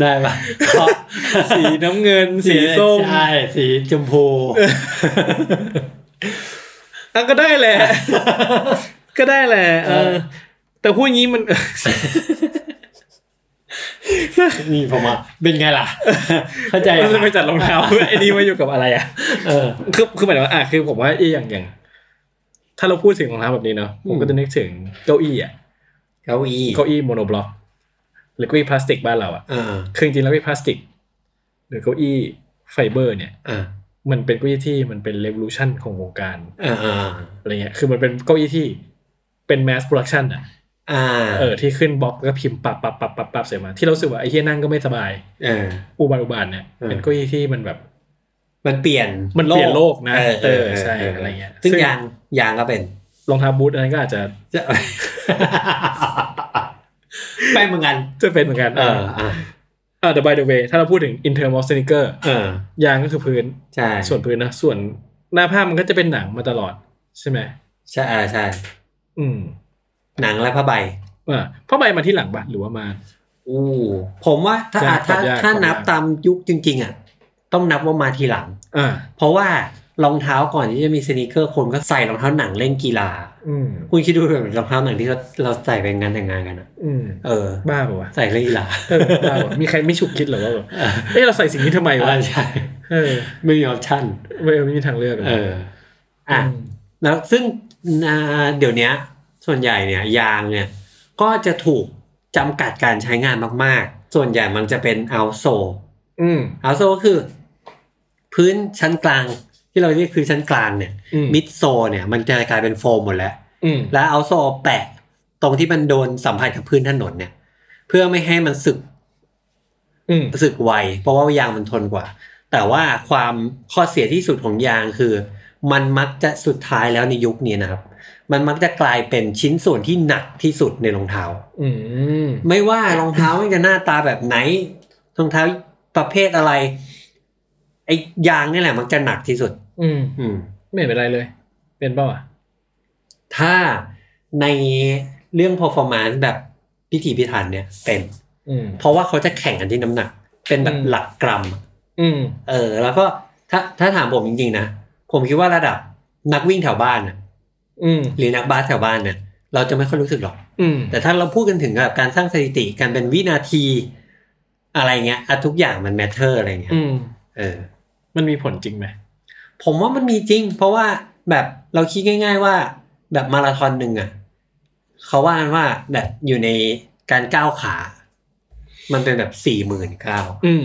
Speaker 2: ได้ปะครับ
Speaker 3: สีน้ำเงิน สีส้ม
Speaker 2: ใช่สีชมพู
Speaker 3: อันก็ได้ แหละ ก็ได้แหละ เออ แต่พูดอย่างนี้มัน
Speaker 2: นี่ผมอ่ะเป็นไง ล่ะ เข้าใจ
Speaker 3: เราจะไปจัดรองเท้า ไอ้นี่มาอยู่กับอะไรอ่ะ
Speaker 2: เออ
Speaker 3: คือคือหมายถึงว่าอ่ะคือผมว่าไอ้อย่างอย่าง ถ้าเราพูดถึงรองเท้าแบบนี้เนาะผมก็
Speaker 2: อืม
Speaker 3: จะนึกถึงเก้าอี้อ่ะ
Speaker 2: เก้าอี้
Speaker 3: เก้าอี้โมโนบล็อกหรือเก้าอี้พลาสติกบ้านเราอ่ะ
Speaker 2: อ่า
Speaker 3: คือจริงๆแล้วเก้าอี้พลาสติก หรือเก้าอี้ไฟเบอร์ เนี่ย
Speaker 2: อ่า
Speaker 3: มันเป็นเก้าอี้ที่มันเป็นเร v วลูชันของวงการ
Speaker 2: อ่าอ่า
Speaker 3: อะไรเงี้ยคือมันเป็นเก้าอี้ที่เป็นแมสโปรดักชันอ่ะ
Speaker 2: อ่า
Speaker 3: เออที่ขึ้นบล็อกแล้วก็พิมพ์ปับปับปับปับปับเสร็จมา ที่เรารู้สึกว่าไอ้เฮียนั่งก็ไม่สบาย
Speaker 2: เออ
Speaker 3: อุบาทอุบาทเนี่ย
Speaker 2: อืม
Speaker 3: เป็นเก้าอี้ที่มันแบบ
Speaker 2: มันเปลี่ยน
Speaker 3: มันเปลี่ยนโลกนะ
Speaker 2: เออเออ
Speaker 3: เออใช่อะไรเงี้ย
Speaker 2: ซึ่ง
Speaker 3: ซึ่ง
Speaker 2: ยางยางก็เป็น
Speaker 3: รองเท้าบูทอันนั้นก็อาจจะ
Speaker 2: จะ ไปเหมือนกัน
Speaker 3: จะเป็นเหมือนกัน
Speaker 2: เอออ่ะ
Speaker 3: อ่า the by the way ถ้าเราพูดถึง in term of sneaker
Speaker 2: เออ
Speaker 3: ยางก็คือพื้น
Speaker 2: ใช่
Speaker 3: ส่วนพื้นนะ ส่วนหน้าผ้ามันก็จะเป็นหนังมาตลอดใช่ไหม
Speaker 2: ใช่อ่าใช่
Speaker 3: อืม
Speaker 2: หนังและผ้าใบ
Speaker 3: อ่าผ้าใบมาที่หลังบ้านหรือว่ามา
Speaker 2: อู้ ผมว่าถ้า
Speaker 3: จะ
Speaker 2: อ่ะถ้า
Speaker 3: จะยาก
Speaker 2: ถ้า
Speaker 3: จะยาก
Speaker 2: นับตามยุคจริง ๆ อ่ะ ต้องนับว่ามาทีหลัง
Speaker 3: อ่า
Speaker 2: เพราะว่ารองเท้าก่อนที่จะมีสนิเกอร์คนก็ใส่รองเท้าหนังเล่นกีฬา
Speaker 3: อืม
Speaker 2: คุณคิดดูแบบรองเท้าหนังที่เราเราใส่ไปงานแต่งงานกันอ่ะ
Speaker 3: อืม
Speaker 2: เออ
Speaker 3: บ้าปะวะ
Speaker 2: ใส่เล่นกีฬา
Speaker 3: เออบ้าปะมีใครไม่ฉุกคิดเหรอว่าแบบ
Speaker 2: อ่ะ
Speaker 3: เอ้เราใส่สิ่งนี้ทำไมวะ
Speaker 2: อ่าใช่
Speaker 3: เออ
Speaker 2: ไม่มีออปชั่น
Speaker 3: ไม่ไม่มีทางเลือก
Speaker 2: เอ
Speaker 3: เลย
Speaker 2: อ อ่ะ
Speaker 3: ม
Speaker 2: แล้วซึ่งอ่าเดี๋ยวเนี้ย ส่วนใหญ่เนี่ยยางเนี่ย ก็จะถูกจำกัดการใช้งานมากๆ ส่วนใหญ่มันจะเป็นเอาโซ
Speaker 3: อืม
Speaker 2: เอาโซก็คือ พื้นชั้นกลาง ที่เราเรียกคือชั้นกลางเนี่ย
Speaker 3: อืม
Speaker 2: มิดโซเนี่ย มันจะกลายเป็นโฟมหมดแล้ว
Speaker 3: อืม
Speaker 2: แล้วเอาโซแปะตรงที่มันโดนสัมผัสกับพื้นถนนเนี่ย เพื่อไม่ให้มันสึก
Speaker 3: อืม
Speaker 2: สึกไวเพราะว่ายางมันทนกว่า แ แต่ว่าความข้อเสียที่สุดของยางคือ มันมักจะสุดท้ายแล้วในยุคนี้นะครับ มันมักจะกลายเป็นชิ้นส่วนที่หนักที่สุดในรองเท้า
Speaker 3: อืม
Speaker 2: ไม่ว่ารองเท้ามันจะหน้าตาแบบไหนรองเท้าประเภทอะไร ไอ้ยางนี่แหละ มักจะหนักที่สุด
Speaker 3: อืม
Speaker 2: อืม
Speaker 3: ไม่เห็นเป็นไรเลย เป็นเปล่าอ่ะ
Speaker 2: ถ้าในเรื่อง performance แบบพิถีพิถันเนี่ยเป็น
Speaker 3: อืม
Speaker 2: เพราะว่าเขาจะแข่งกันที่น้ำหนัก เป็นแบบ
Speaker 3: อืม
Speaker 2: หลักกรัมอะ
Speaker 3: อืม
Speaker 2: เออ แล้วก็ถ้าถ้าถามผมจริงๆนะ ผมคิดว่าระดับนักวิ่งแถวบ้านน่ะ
Speaker 3: อืม
Speaker 2: หรือนักบาสแถวบ้านเนี่ยเราจะไม่ค่อยรู้สึกหรอก
Speaker 3: อืม
Speaker 2: แต่ถ้าเราพูดกันถึงแบบการสร้างสถิติการเป็นวินาทีอะไรเงี้ยอะทุกอย่างมัน matter อะไรเงี้ย
Speaker 3: อืม
Speaker 2: เออ
Speaker 3: มันมีผลจริงไหม
Speaker 2: ผมว่ามันมีจริง เพราะว่าแบบเราคิดง่าย ๆ ว่าแบบมาราธอนหนึ่งอ่ะเขาว่ากันว่าแบบอยู่ในการก้าวขา มันเป็นแบบสี่หมื่นก้าว
Speaker 3: อืม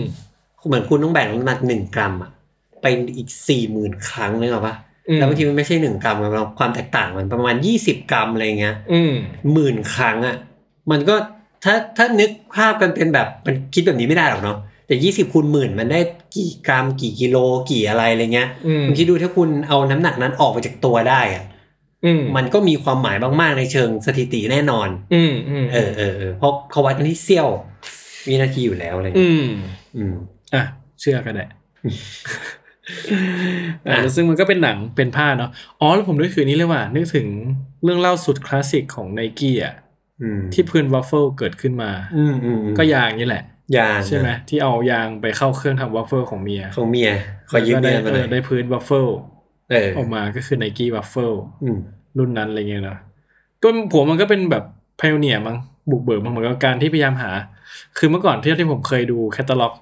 Speaker 2: เหมือนคุณต้องแบ่งน้ำหนักหนึ่งกรัมอ่ะไปอีกสี่หมื่นครั้งนึกออกปะ
Speaker 3: อืม
Speaker 2: แล้วบางทีมันไม่ใช่หนึ่งกรัมมันความแตกต่างมันประมาณยี่สิบกรัมอะไรเงี้ย
Speaker 3: อืม
Speaker 2: หมื่นครั้งอ่ะมันก็ถ้าถ้านึกภาพกันเป็นแบบมันคิดแบบนี้ไม่ได้หรอกเนาะแต่ยี่สิบคูณหมื่นมันได้กี่กรัม กี่กิโลกี่อะไรอะไรเงี้ย
Speaker 3: อืม
Speaker 2: คุณคิดดูถ้าคุณเอาน้ำหนักนั้นออกไปจากตัวได้อะ
Speaker 3: อืม
Speaker 2: มันก็มีความหมายมากๆในเชิงสถิติแน่นอน
Speaker 3: อืมอืม
Speaker 2: เออเออเออเพราะเขาวัดกันที่เซี่ยววินาทีอยู่แล้วอะไรอย่าง
Speaker 3: อื
Speaker 2: เงี้ย
Speaker 3: ม
Speaker 2: อืม
Speaker 3: อ่ะ เชื่อก็ได้อ่ะ
Speaker 2: อ่ะ
Speaker 3: แล้วซึ่งมันก็เป็นหนังเป็นผ้าเนาะอ๋อแล้วผมนึกถึงนี้เลยว่า นึกถึงเรื่องเล่าสุดคลาสสิกของไนกี้อ่ะ
Speaker 2: อืม
Speaker 3: ที่พื้นวัฟเฟิลเกิดขึ้นมา
Speaker 2: อืมอืมอืม
Speaker 3: ก็ยางนี่แหละ
Speaker 2: ยาง
Speaker 3: ใช่ไหมที่เอายางไปเข้าเครื่องทำวัฟเฟิลของเมีย
Speaker 2: ของเมียขอยืม
Speaker 3: แล้วก็
Speaker 2: เมียมาห
Speaker 3: ได้เอ
Speaker 2: น่
Speaker 3: อ
Speaker 2: อย
Speaker 3: ได้พื้นวัฟเฟิล
Speaker 2: เออ
Speaker 3: ออกมาก็คือไนกี้วัฟเฟิล
Speaker 2: อืม
Speaker 3: รุ่นนั้นอะไรเงี้ยนะก็ผมมันก็เป็นแบบพ i o เนียมั้งบุกเบิกมั้งเหมือนกับการที่พยายามหา คือเมื่อก่อนที่ที่ผมเคยดูแคตตาล็อก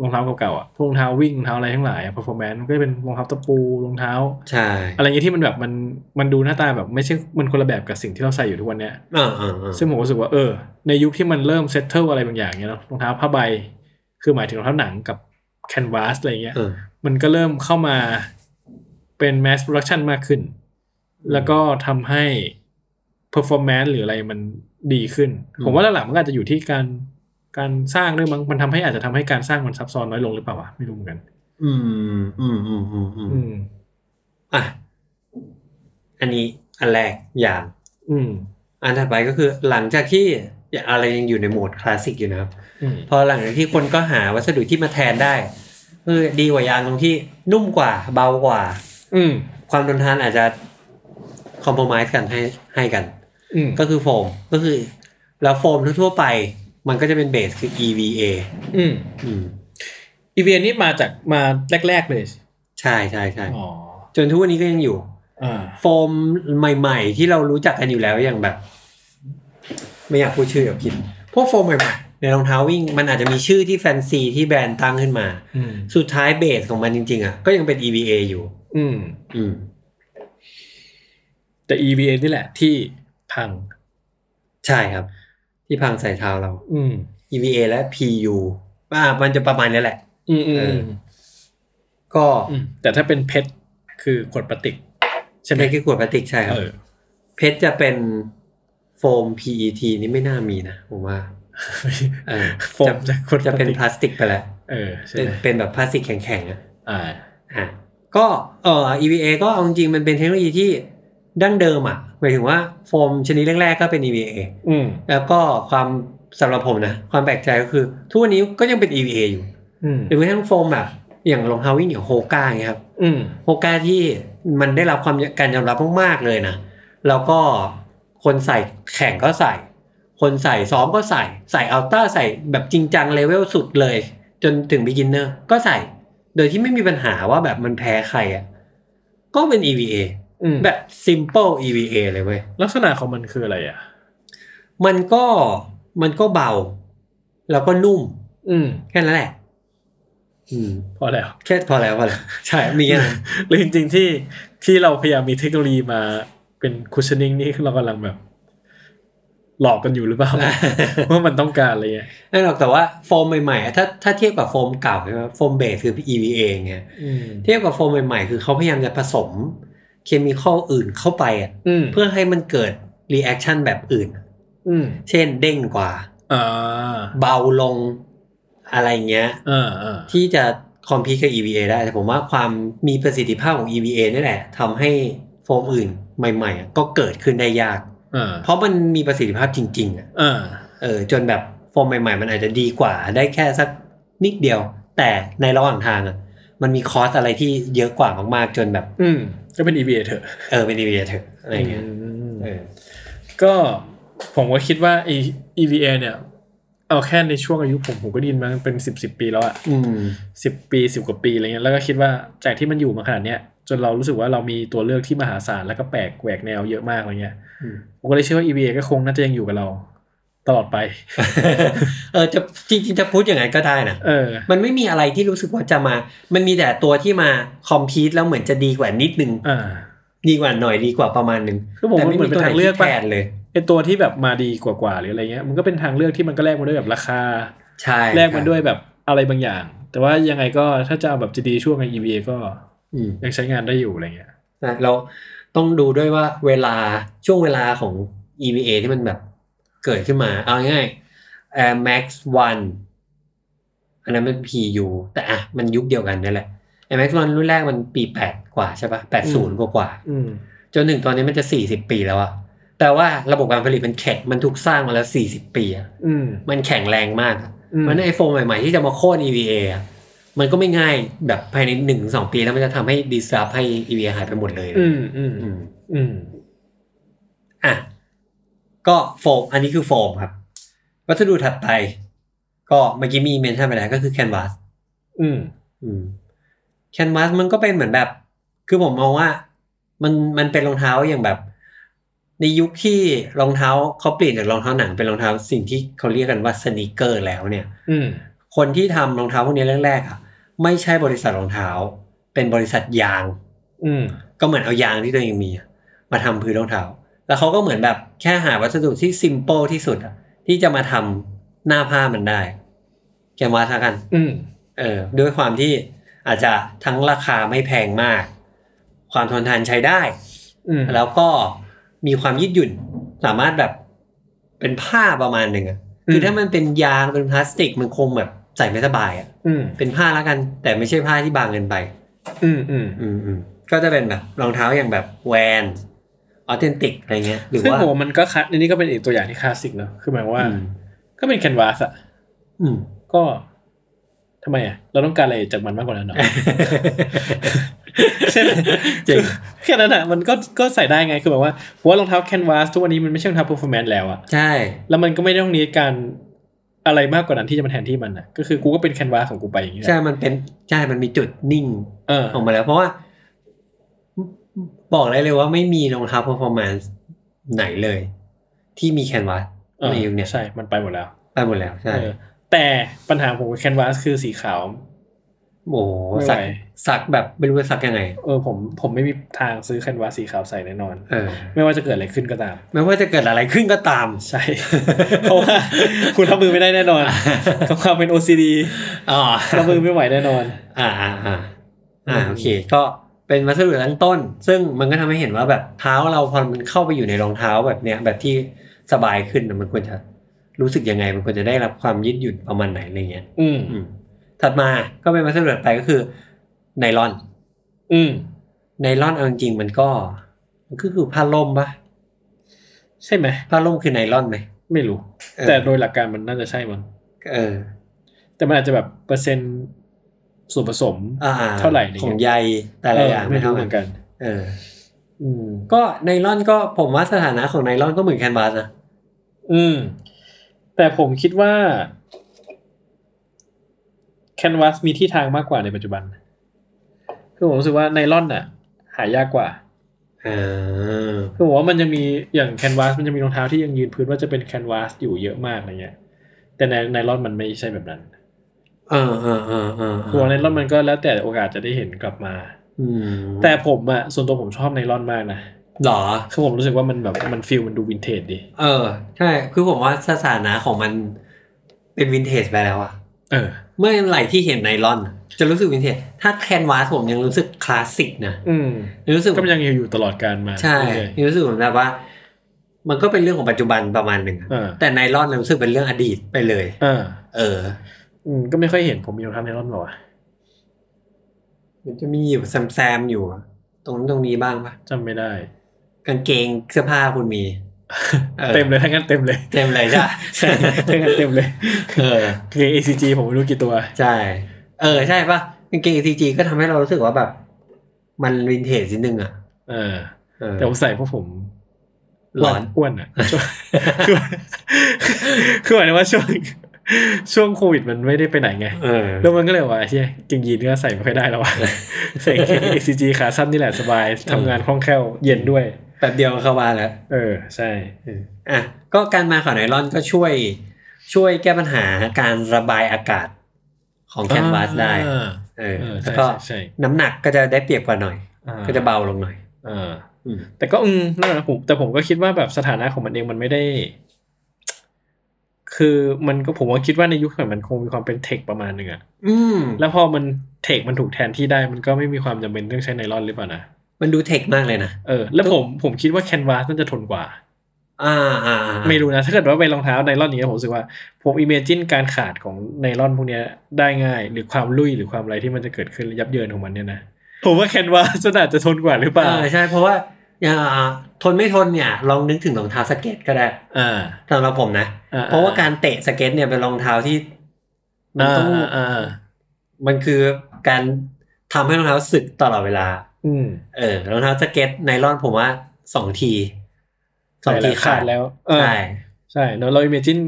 Speaker 3: รองเท้าเก่าๆอ่ะพวกรองเท้าวิ่งรองเท้าอะไรทั้งหลายอะ performance มันก็จะเป็นรองเท้าตะปูรองเท้า
Speaker 2: ใช่
Speaker 3: อะไรเงี้ยที่มันแบบมันมันดูหน้าตาแบบไม่ใช่มันคนละแบบกับสิ่งที่เราใส่อยู่ทุกวันเนี้ย
Speaker 2: อ่าอ่าอ่า
Speaker 3: ซึ่งผมก็รู้สึกว่าเออ ในยุคที่มันเริ่มเซตเทิลอะไรบางอย่างเงี้ยเนาะรองเท้าผ้าใบ คือหมายถึงรองเท้าหนังกับแคนวาสอะไรเงี้ย
Speaker 2: เออ
Speaker 3: มันก็เริ่มเข้ามาเป็น mass production มากขึ้น แล้วก็ทำให้ performance หรืออะไรมันดีขึ้น
Speaker 2: อืม
Speaker 3: ผมว่าหลักๆมันก็อาจจะอยู่ที่การการสร้างด้วยมั้งมันทำให้อาจจะทำให้การสร้างมันซับซ้อนน้อยลงหรือเปล่าวะไม่รู้เหมือนกัน
Speaker 2: อืมอืมอืมอืมอืม
Speaker 3: อืม
Speaker 2: อ่ะอันนี้อันแรกยาง
Speaker 3: อืม
Speaker 2: อันถัดไปก็คือหลังจากที่อะไรยังอยู่ในโหมดคลาสสิกอยู่นะครับ
Speaker 3: อืม
Speaker 2: พอหลังจากที่คนก็หาวัสดุที่มาแทนได้คือดีกว่ายางตรงที่นุ่มกว่าเบากว่า
Speaker 3: อืม
Speaker 2: ความทนทานอาจจะคอมโพมไ s ์กันให้ให้กัน
Speaker 3: อืม
Speaker 2: ก็คือโฟมก็คือ แล้วโฟมทั่วๆไป มันก็จะเป็นเบสคือ EVA
Speaker 3: อืม
Speaker 2: อืม
Speaker 3: อีเวนนี้มาจากมาแรก ๆ เลย
Speaker 2: ใช่ใช่ใช่
Speaker 3: อ๋อ
Speaker 2: จนทุกวันนี้ก็ยังอยู่
Speaker 3: อ่า
Speaker 2: โฟมใหม่ๆ ที่เรารู้จักกันอยู่แล้วอย่างแบบ ไม่อยากพูดชื่อเดี๋ยวคิด พวกโฟมใหม่ๆในรองเท้าวิ่งมันอาจจะมีชื่อที่แฟนซีที่แบรนด์ตั้งขึ้นมา
Speaker 3: อืม
Speaker 2: สุดท้ายเบสของมันจริง ๆ อ่ะ ก็ยังเป็น EVA อยู่
Speaker 3: อืม
Speaker 2: อืม
Speaker 3: แต่ EVA นี่แหละที่พัง
Speaker 2: ใช่ครับ ที่พังใส่เท้าเรา
Speaker 3: อืม
Speaker 2: EVA และ PU อ่ามันจะประมาณนี้แหละ
Speaker 3: อืมอืม
Speaker 2: เอ
Speaker 3: อื
Speaker 2: อ
Speaker 3: ม
Speaker 2: ก็
Speaker 3: อืมแต่ถ้าเป็นเพชรคือขวดพลาสติกใช่ไหม
Speaker 2: เป็นแค่ขวดพลาสติกใช่ครับ
Speaker 3: เออ
Speaker 2: เพชรจะเป็นโฟม PET นี่ไม่น่ามีนะผมว่า เออ
Speaker 3: โฟมจากขวด
Speaker 2: จะเป็นพ
Speaker 3: พลา
Speaker 2: ลา
Speaker 3: สติ
Speaker 2: ส
Speaker 3: ก
Speaker 2: ติกไปแล้ว
Speaker 3: เออใช่
Speaker 2: เป็น
Speaker 3: ไหม
Speaker 2: เป็นแบบพลาสติกแข็งๆอ่ะ
Speaker 3: อ่า
Speaker 2: อ่ะก็เอ่อ EVA ก็เอาจริงๆมันเป็นเทคโนโลยีที่ดั้งเดิมอ่ะหมายถึงว่าโฟมชนิดแรกๆก็เป็น EVA
Speaker 3: อืม
Speaker 2: แล้วก็ความสำหรับผมนะ ความแปลกใจก็คือ ทุกวันนี้ก็ยังเป็น EVA อยู่
Speaker 3: อืม
Speaker 2: หรือแม้กระทั่งโฟมแบบ อย่างรองเท้าวิ่งอย่างโฮก้าไงยครับ
Speaker 3: อืม
Speaker 2: โฮก้าที่มันได้รับความการยอมรับมากๆเลยนะ แล้วก็คนใส่แข่งก็ใส่ คนใส่ซ้อมก็ใส่ ใส่อัลต้าใส่แบบจริงจังเลเวลสุดเลย จนถึงบิ๊กินเนอร์ก็ใส่ โดยที่ไม่มีปัญหาว่าแบบมันแพ้ใครอ่ะก็เป็น EVA
Speaker 3: อืม
Speaker 2: แบบ simple EVA เลยเว้ย
Speaker 3: ลักษณะของมันคืออะไรอ่ะ
Speaker 2: มันก็มันก็เบา แล้วก็นุ่ม
Speaker 3: อืม
Speaker 2: แค่นั้นแหละ อืม
Speaker 3: พอแล้ว
Speaker 2: แค่พอแล้วพอแล้ว ใช่มีแค่นั้น
Speaker 3: หรือจริงๆที่ที่เราพยายามมีเทคโนโลยีมาเป็นคุชช i นิ่งนี่คือเรากำลังแบบ หลอกกันอยู่หรือเป ล่า ว่ามันต้องการอะไรเงี้ย
Speaker 2: ไม่หรอกแต่ว่าโฟมใหม่ๆอะถ้าถ้าเทียบกับโฟมเก่าใช่ไหมโฟมเบสคือ EVA ไง
Speaker 3: อืม
Speaker 2: เทียบกับโฟมใหม่ๆ คือเขาพยายามจะผสมเคมีข้ออื่นเข้าไปอ่ะ
Speaker 3: อืม
Speaker 2: เพื่อให้มันเกิดรีแอคชั่นแบบอื่น
Speaker 3: อืม
Speaker 2: เช่นเด้งกว่า
Speaker 3: อ่า
Speaker 2: เบาลงอะไรเงี้ย
Speaker 3: อ่าอ่า
Speaker 2: ที่จะ คอมพีกับ EVA ได้ แต่ผมว่าความมีประสิทธิภาพของ EVA นี่แหละทำให้โฟมอื่นใหม่ๆอะก็เกิดขึ้นได้ยาก
Speaker 3: อ่า
Speaker 2: เพราะมันมีประสิทธิภาพจริงๆอะ
Speaker 3: อ่า
Speaker 2: เออจนแบบโฟมใหม่ๆ มันอาจจะดีกว่าได้แค่สักนิดเดียว แต่ในระหว่างทางอะมันมีคอสอะไรที่เยอะกว่ามากๆจนแบบ
Speaker 3: อืม ก็เป็น EVA เถอะ
Speaker 2: เออเป็น EVA เถอะอะไรอย่างเงี้ย
Speaker 3: ม
Speaker 2: เออ
Speaker 3: ก็ผมก็คิดว่าไอ้ EVA เนี่ย เอาแค่ในช่วงอายุผมผมก็ไดยินมาเป็นสิบสิบปีแล้วอะ
Speaker 2: อืม
Speaker 3: สิบปีสิบกว่าปีอะไรเงี้ยแล้วก็คิดว่าจากที่มันอยู่มาขนาดเนี้ยจนเรารู้สึกว่าเรามีตัวเลือกที่มหาศาลแล้วก็แปลกแหวกแนวเยอะมากอะไรเงี้ย
Speaker 2: อืม
Speaker 3: ผมก็เลยเชื่อว่า EVA ก็คงน่าจะยังอยู่กับเรา ตลอดไป
Speaker 2: เออจะจริงๆจะพูดอย่างไงก็ได้นะ
Speaker 3: เออ
Speaker 2: มันไม่มีอะไรที่รู้สึกว่าจะมา มันมีแต่ตัวที่มาคอมพีตแล้วเหมือนจะดีกว่านิดนึง
Speaker 3: อ่า
Speaker 2: ดีกว่าหน่อยดีกว่าประมาณนึง
Speaker 3: คือผม
Speaker 2: แต่
Speaker 3: มันเหมือนเป็นทางเลือกปะ
Speaker 2: แทนเลย
Speaker 3: ไอตัวที่แบบมาดีกว่าๆหรืออะไรเงี้ย มันก็เป็นทางเลือกที่มันก็แลกมาด้วยแบบราคา
Speaker 2: ใช่
Speaker 3: แลกมาด้วยแบบอะไรบางอย่าง แต่ว่ายังไงก็ถ้าจะเอาแบบจะดีช่วงไอ EVA ก็
Speaker 2: อืม
Speaker 3: ยังใช้งานได้อยู่อะไรเงี้ย
Speaker 2: นะเราต้องดูด้วยว่าเวลาช่วงเวลาของ EVA ที่มันแบบเกิดขึ้นมา เอาง่ายๆ Air Max 1 อันนั้นมัน PU แต่อ่ะมันยุคเดียวกันนี่แหละ Air Max 1รุ่นแรกมันปี 8 กว่าใช่ปะ80 กว่ากว่าๆ
Speaker 3: อืม
Speaker 2: จนถึงตอนนี้มันจะ 40 ปีแล้วอะแต่ว่าระบบการผลิตมันแข็ง มันถูกสร้างมาแล้ว 40 ปีอะ
Speaker 3: อืม
Speaker 2: มันแข็งแรงมากอะ
Speaker 3: อืม
Speaker 2: มันไอโฟนใหม่ ๆ ที่จะมาโค่น EVA อะมันก็ไม่ง่ายแบบภายในหนึ่งสองปีแล้วมันจะทำให้ดีสรับให้ EVA หายไปหมดเลย
Speaker 3: อืมอืม
Speaker 2: อืม
Speaker 3: อืม
Speaker 2: อ่ะ ก็โฟม อันนี้คือโฟมครับ วัสดุถัดไป ก็เมื่อกี้มีเมนชั่นไปแล้วก็คือแคนวาส
Speaker 3: อืม
Speaker 2: แคนวาสมันก็เป็นเหมือนแบบ คือผมมองว่ามันมันเป็นรองเท้าอย่างแบบ ในยุคที่รองเท้าเขาเปลี่ยนจากรองเท้าหนังเป็นรองเท้าสิ่งที่เขาเรียกกันว่าสน e เกอร์แล้วเนี่ย
Speaker 3: อืม
Speaker 2: คนที่ทำรองเท้าพวกนี้แรกๆอ่ะไม่ใช่บริษัทรองเท้า เป็นบริษัทยาง
Speaker 3: อืม
Speaker 2: ก็เหมือนเอายางที่ตัวเองมีอะมาทำพื้นรองเท้า แล้วเขาก็เหมือนแบบแค่หาวัสดุที่ s ิมเ l ิลที่สุดอะที่จะมาทำหน้าผ้ามันได้แกนวาสละกัน
Speaker 3: อืม
Speaker 2: เออด้วยความที่อาจจะทั้งราคาไม่แพงมาก ความทนทานใช้ได้
Speaker 3: อืม
Speaker 2: แล้วก็มีความยืดหยุ่น สามารถแบบเป็นผ้าประมาณหนึ่งอะคือถ้ามันเป็นยางเป็นพลาสติกมันคงแบบใส่ไม่สบายอะ
Speaker 3: อืม
Speaker 2: เป็นผ้าแล้วกัน แต่ไม่ใช่ผ้าที่บางเกินไป
Speaker 3: อืมอืม
Speaker 2: อืมอืมก็จะเป็นแบบรองเท้าอย่างแบบแวนออเทนติกอะไรเงี้ยหรือ
Speaker 3: ซึ่ง
Speaker 2: ว่า
Speaker 3: ผมว่ามันก็คลาสอันนี้ก็เป็นอีกตัวอย่างที่คลาสสิกเนอะคือหมายว่า
Speaker 2: อืม
Speaker 3: ก็เป็นแคนวาสอะ
Speaker 2: อืม
Speaker 3: ก็ทำไมอะเราต้องการอะไรจากมันมากกว่า นั้นหรอ ใช่ไหม
Speaker 2: จริง
Speaker 3: แค่นั้นอะมันก็ก็ใส่ได้ไงคือแบบว่าผมว่ารองเท้าแคนวาสทุกวันนี้มันไม่ใช่รองเท้าเพอร์ฟอร์แมนซ์แล้วอะ
Speaker 2: ใช่
Speaker 3: แล้วมันก็ไม่ต้องนีการอะไรมากกว่านั้นที่จะมาแทนที่มันอะก็คือกูก็เป็นแคนวาสของกูไปอย่างเงี้ย
Speaker 2: ใช่มันเป็นใช่มันมีจุดนิ่ง
Speaker 3: เออ
Speaker 2: ออกมาแล้วเพราะว่า บอกได้เลยว่าไม่มีรองเท้า performance ไหนเลย ที่มีแคนวาส
Speaker 3: เออ
Speaker 2: ในยุคเนี้ย
Speaker 3: ใช่ มันไปหมดแล้ว
Speaker 2: ไปหมดแล้วใช่
Speaker 3: เออแต่ปัญหาผมกับแคนวาสคือสีขาว
Speaker 2: โอ้โห
Speaker 3: ไม่ไหว
Speaker 2: สักสักแบบไม่รู้จะสักยังไง
Speaker 3: เออผมผมไม่มีทางซื้อแคนวาสสีขาวใส่แน่นอน
Speaker 2: เออ
Speaker 3: ไม่ว่าจะเกิดอะไรขึ้นก็ตาม
Speaker 2: ไม่ว่าจะเกิดอะไรขึ้นก็ตาม
Speaker 3: ใช่ เพราะว่าคุณรับมือไม่ได้แน่นอนกับความเป็น OCD
Speaker 2: อ๋อ
Speaker 3: รับมือไม่ไหวแน่นอน
Speaker 2: อ่าอ่าอ่าอ่าโอเค ก็เป็นวัสดุตั้งต้น ซึ่งมันก็ทำให้เห็นว่าแบบเท้าเราพอมันเข้าไปอยู่ในรองเท้าแบบเนี้ย แบบที่สบายขึ้นน่ะมันควรจะรู้สึกยังไง มันควรจะได้รับความยืดหยุ่นประมาณไหนอะไรเงี้ย
Speaker 3: อืม
Speaker 2: อืมถัดมาก็เป็นวัสดุถัดไปก็คือไนลอน
Speaker 3: อืม
Speaker 2: ไนลอนเอาจริงๆมันก็มันก็คือผ้าล่มปะ
Speaker 3: ใช่ไหม
Speaker 2: ผ้าล่มคือไนลอนไหม
Speaker 3: ไม่รู้
Speaker 2: เออ
Speaker 3: แต่โดยหลักการมันน่าจะใช่มั้ง
Speaker 2: เออ
Speaker 3: แต่มันอาจจะแบบเปอร์เซ็นต์ส่วนผสม
Speaker 2: อ่า
Speaker 3: เท่าไหร่เนี่ย
Speaker 2: ของใยแต่ละอย่าง
Speaker 3: เไม่
Speaker 2: ไม่
Speaker 3: รู้
Speaker 2: เท่ากั
Speaker 3: เหมื
Speaker 2: น
Speaker 3: อนกัน
Speaker 2: เออ
Speaker 3: อืม
Speaker 2: ก็ไนลอนก็ผมว่าสถานะของไนลอนก็เหมือนแคนวาสนะ
Speaker 3: อืม แต่ผมคิดว่าแคนวาสมีที่ทางมากกว่าในปัจจุบัน คือผมรู้สึกว่าไนลอนน่ะ หายากกว่า
Speaker 2: เออ
Speaker 3: คือผมว่ามันยังมีอย่างแคนวาสมันจะมีรองเท้าที่ยังยืนพื้นว่าจะเป็นแคนวาสอยู่เยอะมากอะไรเงี้ย แต่ในไนลอนมันไม่ใช่แบบนั้น
Speaker 2: เออเออเออเออ
Speaker 3: คือไนลอนมันก็แล้วแต่โอกาสจะได้เห็นกลับมา
Speaker 2: อืม
Speaker 3: แต่ผมอะส่วนตัวผมชอบไนลอนมากนะ
Speaker 2: หรอ
Speaker 3: คือผมรู้สึกว่ามันแบบมันฟิลมันดูวินเทจดี
Speaker 2: เออ ใช่ คือผมว่าสถานะของมันเป็นวินเทจไปแล้วอะ
Speaker 3: เออ
Speaker 2: เมื่อไหร่ที่เห็นไนลอนน่ะจะรู้สึกวินเทจ ถ้าแคนวาสผมยังรู้สึกคลาสสิกนะ
Speaker 3: อืม
Speaker 2: รู้สึก
Speaker 3: ก็มันยังอยู่ตลอดการมา
Speaker 2: ใช่
Speaker 3: เรื่อย
Speaker 2: รู้สึกเหมือนแบบว่า มันก็เป็นเรื่องของปัจจุบันประมาณหนึ่งอะ
Speaker 3: ๆอ่า
Speaker 2: แต่ไนลอนเนี่ยรู้สึกเป็นเรื่องอดีตไปเลย
Speaker 3: อ่า
Speaker 2: เออ
Speaker 3: อืมก็ไม่ค่อยเห็นผมมีรองเท้าไนลอนหรอวะ
Speaker 2: มันจะมีอยู่แซมแซมๆอยู่อะตรงนั้นตรงนี้บ้างปะ
Speaker 3: จำไม่ได้
Speaker 2: กางเกงเสื้อผ้าคุณมี เออ
Speaker 3: เต็มเลยทั้งนั้นเต็มเลย
Speaker 2: เต็มเลยจ้ะ
Speaker 3: ใช่ ทั้งนั้นเต็มเลย
Speaker 2: เออ
Speaker 3: เก ACG ผมไม่รู้กี่ตัว
Speaker 2: ใช่ เออ ใช่ปะกางเกง ACG ก็ทำให้เรารู้สึกว่าแบบ มันวินเทจนิดนึงอ่ะ
Speaker 3: เออ
Speaker 2: เออ
Speaker 3: แต่ผมใส่เพราะผม
Speaker 2: หลอน
Speaker 3: อ้วนอ่ะ ช่วงคือคือหมายถึงว่าช่วงช่วงโควิดมันไม่ได้ไปไหนไง
Speaker 2: เออ
Speaker 3: แล้วมันก็เลยว่าไอ้เฮียกางเกงยีนก็ใส่ไม่ค่อยได้แล้ว ว่ะใส่กางเกง ACG ขาสั้นนี่แหละสบายทำงานคล่องแคล่วเย็นด้วย
Speaker 2: แป๊บเดียวเข้าบ้านแล้ว
Speaker 3: เออ ใช่
Speaker 2: อ่ะก็การมาของไนลอนก็ช่วยช่วยแก้ปัญหาการระบายอากาศของแคนวาสได้
Speaker 3: อ่า
Speaker 2: เอ
Speaker 3: เอ
Speaker 2: อ
Speaker 3: อ
Speaker 2: แล้
Speaker 3: ใช่
Speaker 2: วก็
Speaker 3: ใช่ใช่
Speaker 2: น้ำหนักก็จะได้เปรียบกว่าหน่อย
Speaker 3: อ่
Speaker 2: ก็จะเบาลงหน่อย
Speaker 3: อ่า
Speaker 2: อืม
Speaker 3: แต่ก็อืมนั่นแหละผมแต่ผมก็คิดว่าแบบสถานะของมันเองมันไม่ได้ คือมันก็ผมว่าคิดว่าในยุคสมัยมันคงมีความเป็นเทคประมาณหนึ่งอะ
Speaker 2: อืม
Speaker 3: แล้วพอมันเทคมันถูกแทนที่ได้มันก็ไม่มีความจำเป็นต้องใช้ไนลอนหรือเปล่านะ
Speaker 2: มันดูเทคมากเลยนะ
Speaker 3: เออแล้วผมผมคิดว่าแคนวาสน่าจะทนกว่า
Speaker 2: อ่าอ่าอ่า
Speaker 3: ไม่รู้นะ ถ้าเกิดว่าเป็นรองเท้าไนลอนอย่างเงี้ยผมรู้สึกว่า ผมอิมเมจินการขาดของไนลอนพวกเนี้ยได้ง่าย หรือความลุยหรือความอะไรที่มันจะเกิดขึ้นและยับเยินของมันเนี่ยนะผมว่าแคนวาสน่าจะทนกว่าหรือเปล่า
Speaker 2: เออใช่เพราะว่าอ่าทนไม่ทนเนี่ย ลองนึกถึงรองเท้าสเก็ตก็ได้
Speaker 3: อ่า
Speaker 2: สำหรับผมนะ
Speaker 3: อ่า
Speaker 2: เพราะว่าการเตะสเก็ตเนี่ยเป็นรองเท้าที่มัน
Speaker 3: อ่า
Speaker 2: ต้อง
Speaker 3: อ่าอ่า
Speaker 2: มันคือการทำให้รองเท้าสึกตลอดเวลา
Speaker 3: อืม
Speaker 2: เออรองเท้าสเก็ตไนลอนผมว่าสองทีสองที
Speaker 3: ขา
Speaker 2: ขา
Speaker 3: ด
Speaker 2: ด
Speaker 3: แล้วเออ
Speaker 2: ใช่
Speaker 3: ใช่แล้วเราอิมเมจิน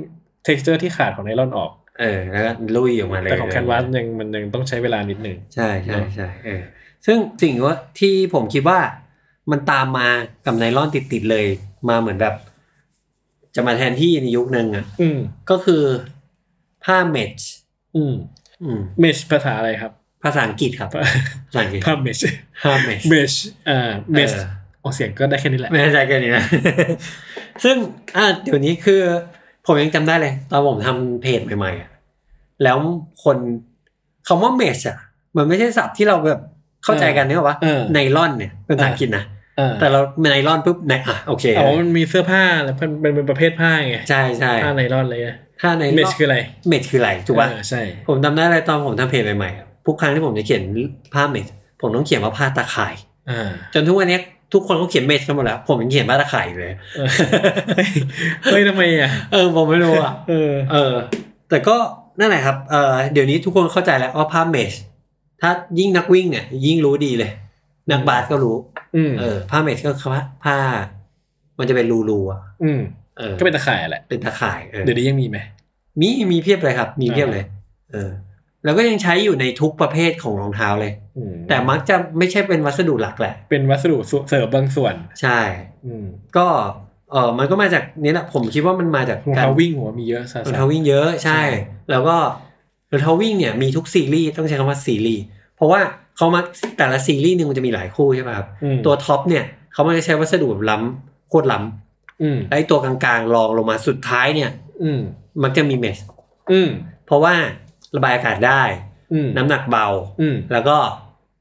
Speaker 3: เท็กซ์เจอร์ที่ขาดของไนลอนออก
Speaker 2: เออ แล้วก็ลุยออกมาเลย
Speaker 3: แต่ของแคนวาสยังมันยังต้องใช้เวลานิดหนึ่ง
Speaker 2: ใช่ใช่ใช่เออซึ่งสิ่งว่าที่ผมคิดว่ามันตามมากับไนลอนติดๆเลย มาเหมือนแบบ จะมาแทนที่ในยุคนึงอ่ะ
Speaker 3: อืม
Speaker 2: ก็คือผ้าเมช
Speaker 3: อืม
Speaker 2: อืม
Speaker 3: เมชภาษาอะไรครับ
Speaker 2: ภาษาอังกฤษครับภาษาอังกฤษ
Speaker 3: ภาพเมช
Speaker 2: ผ้าเมช
Speaker 3: เมชอ่าเมช
Speaker 2: ออ
Speaker 3: ออกเสียงก็ได้แค่นี้แหละ
Speaker 2: ไม่เข้าใจกันนี่นะ ซึ่งอ่ะเดี๋ยวนี้คือ ผมยังจำได้เลย ตอนผมทำเพจใหม่ๆอะแล้วคนคำว่าเมชอ่ะ มันไม่ใช่ศัพท์ที่เราแบบเข้าใจกันนึกออกปะ
Speaker 3: เออ
Speaker 2: ไนลอนเนี่ยเป็นภาษาอังกฤษนะ
Speaker 3: อ่า
Speaker 2: แต่เราไนลอนปุ๊บไนอ่ะโอเค
Speaker 3: อ๋อมันมีเสื้อผ้าแล้วมันเป็นเป็นประเภทผ้าไง
Speaker 2: ใช่ใช่
Speaker 3: ผ้าไนลอนเลย
Speaker 2: ถ้าไนล
Speaker 3: เมช
Speaker 2: อน
Speaker 3: คืออะไร
Speaker 2: เมชคืออะไรถูกป่ะ
Speaker 3: เออใช่
Speaker 2: ผมจำได้เลยตอนผมทำเพจใหม่ๆอะทุกครั้งที่ผมจะเขียนภาพเมชผมต้องเขียนว่าผ้าตาข่าย
Speaker 3: อ่า
Speaker 2: จนทุกวันนี้ทุกคนเขาเขียนเมชกันหมดแล้ว ผมยังเขียนผ้าตาข่ายอยู่เลย
Speaker 3: เออเฮ้ยทำไมอ่ะ
Speaker 2: เออผมไม่รู้อ่ะ
Speaker 3: เออ
Speaker 2: เออแต่ก็นั่นแหละครับเออเดี๋ยวนี้ทุกคนเข้าใจแล้วว่าภาพเมชถ้ายิ่งนักวิ่งเนี่ยยิ่งรู้ดีเลย นักบาสก็รู้
Speaker 3: อืม
Speaker 2: เออผ้าเมชก็คือว่าผ้า มันจะเป็นรูรูๆอ่ะ
Speaker 3: อืม
Speaker 2: เออ
Speaker 3: ก็เป็นตะข่ายแหละ
Speaker 2: เป็นตะข่ายเออ
Speaker 3: เดี๋ยวนี้ยังมีไหม
Speaker 2: มีมีเพียบเลยครับ มีเพียบเลย
Speaker 3: อ่
Speaker 2: เออ แล้วก็ยังใช้อยู่ในทุกประเภทของรองเท้าเลย
Speaker 3: อืม
Speaker 2: แต่มักจะไม่ใช่เป็นวัสดุหลักแหละ
Speaker 3: เป็นวัสดุส่วนเสริมบางส่วน
Speaker 2: ใช่
Speaker 3: อืม
Speaker 2: ก็เออมันก็มาจากนี่แหละผมคิดว่ามันมาจาก
Speaker 3: รอง
Speaker 2: การ
Speaker 3: เท้าวิ่งหัวมีเยอะซะ
Speaker 2: รองเท้าวิ่งเยอะใช่ แล้วก็รองเท้าวิ่งเนี่ยมีทุกซีรีส์ต้องใช้คำว่าซีรีส์เพราะว่าเขามาแต่ละซีรีส์หนึ่งมันจะมีหลายคู่ใช่ป่ะครับ
Speaker 3: อืม
Speaker 2: ตัวท็อปเนี่ยเขาไม่ได้ใช้วัสดุแบบล้ำโคตรล้
Speaker 3: อืม
Speaker 2: ำไอ้ตัวกลางๆรองลงมาสุดท้ายเนี่ย
Speaker 3: อืม
Speaker 2: มันจะมีเมช
Speaker 3: อืม
Speaker 2: เพราะว่าระบายอากาศได้
Speaker 3: อืม
Speaker 2: น้ำหนักเบา
Speaker 3: อืม
Speaker 2: แล้วก็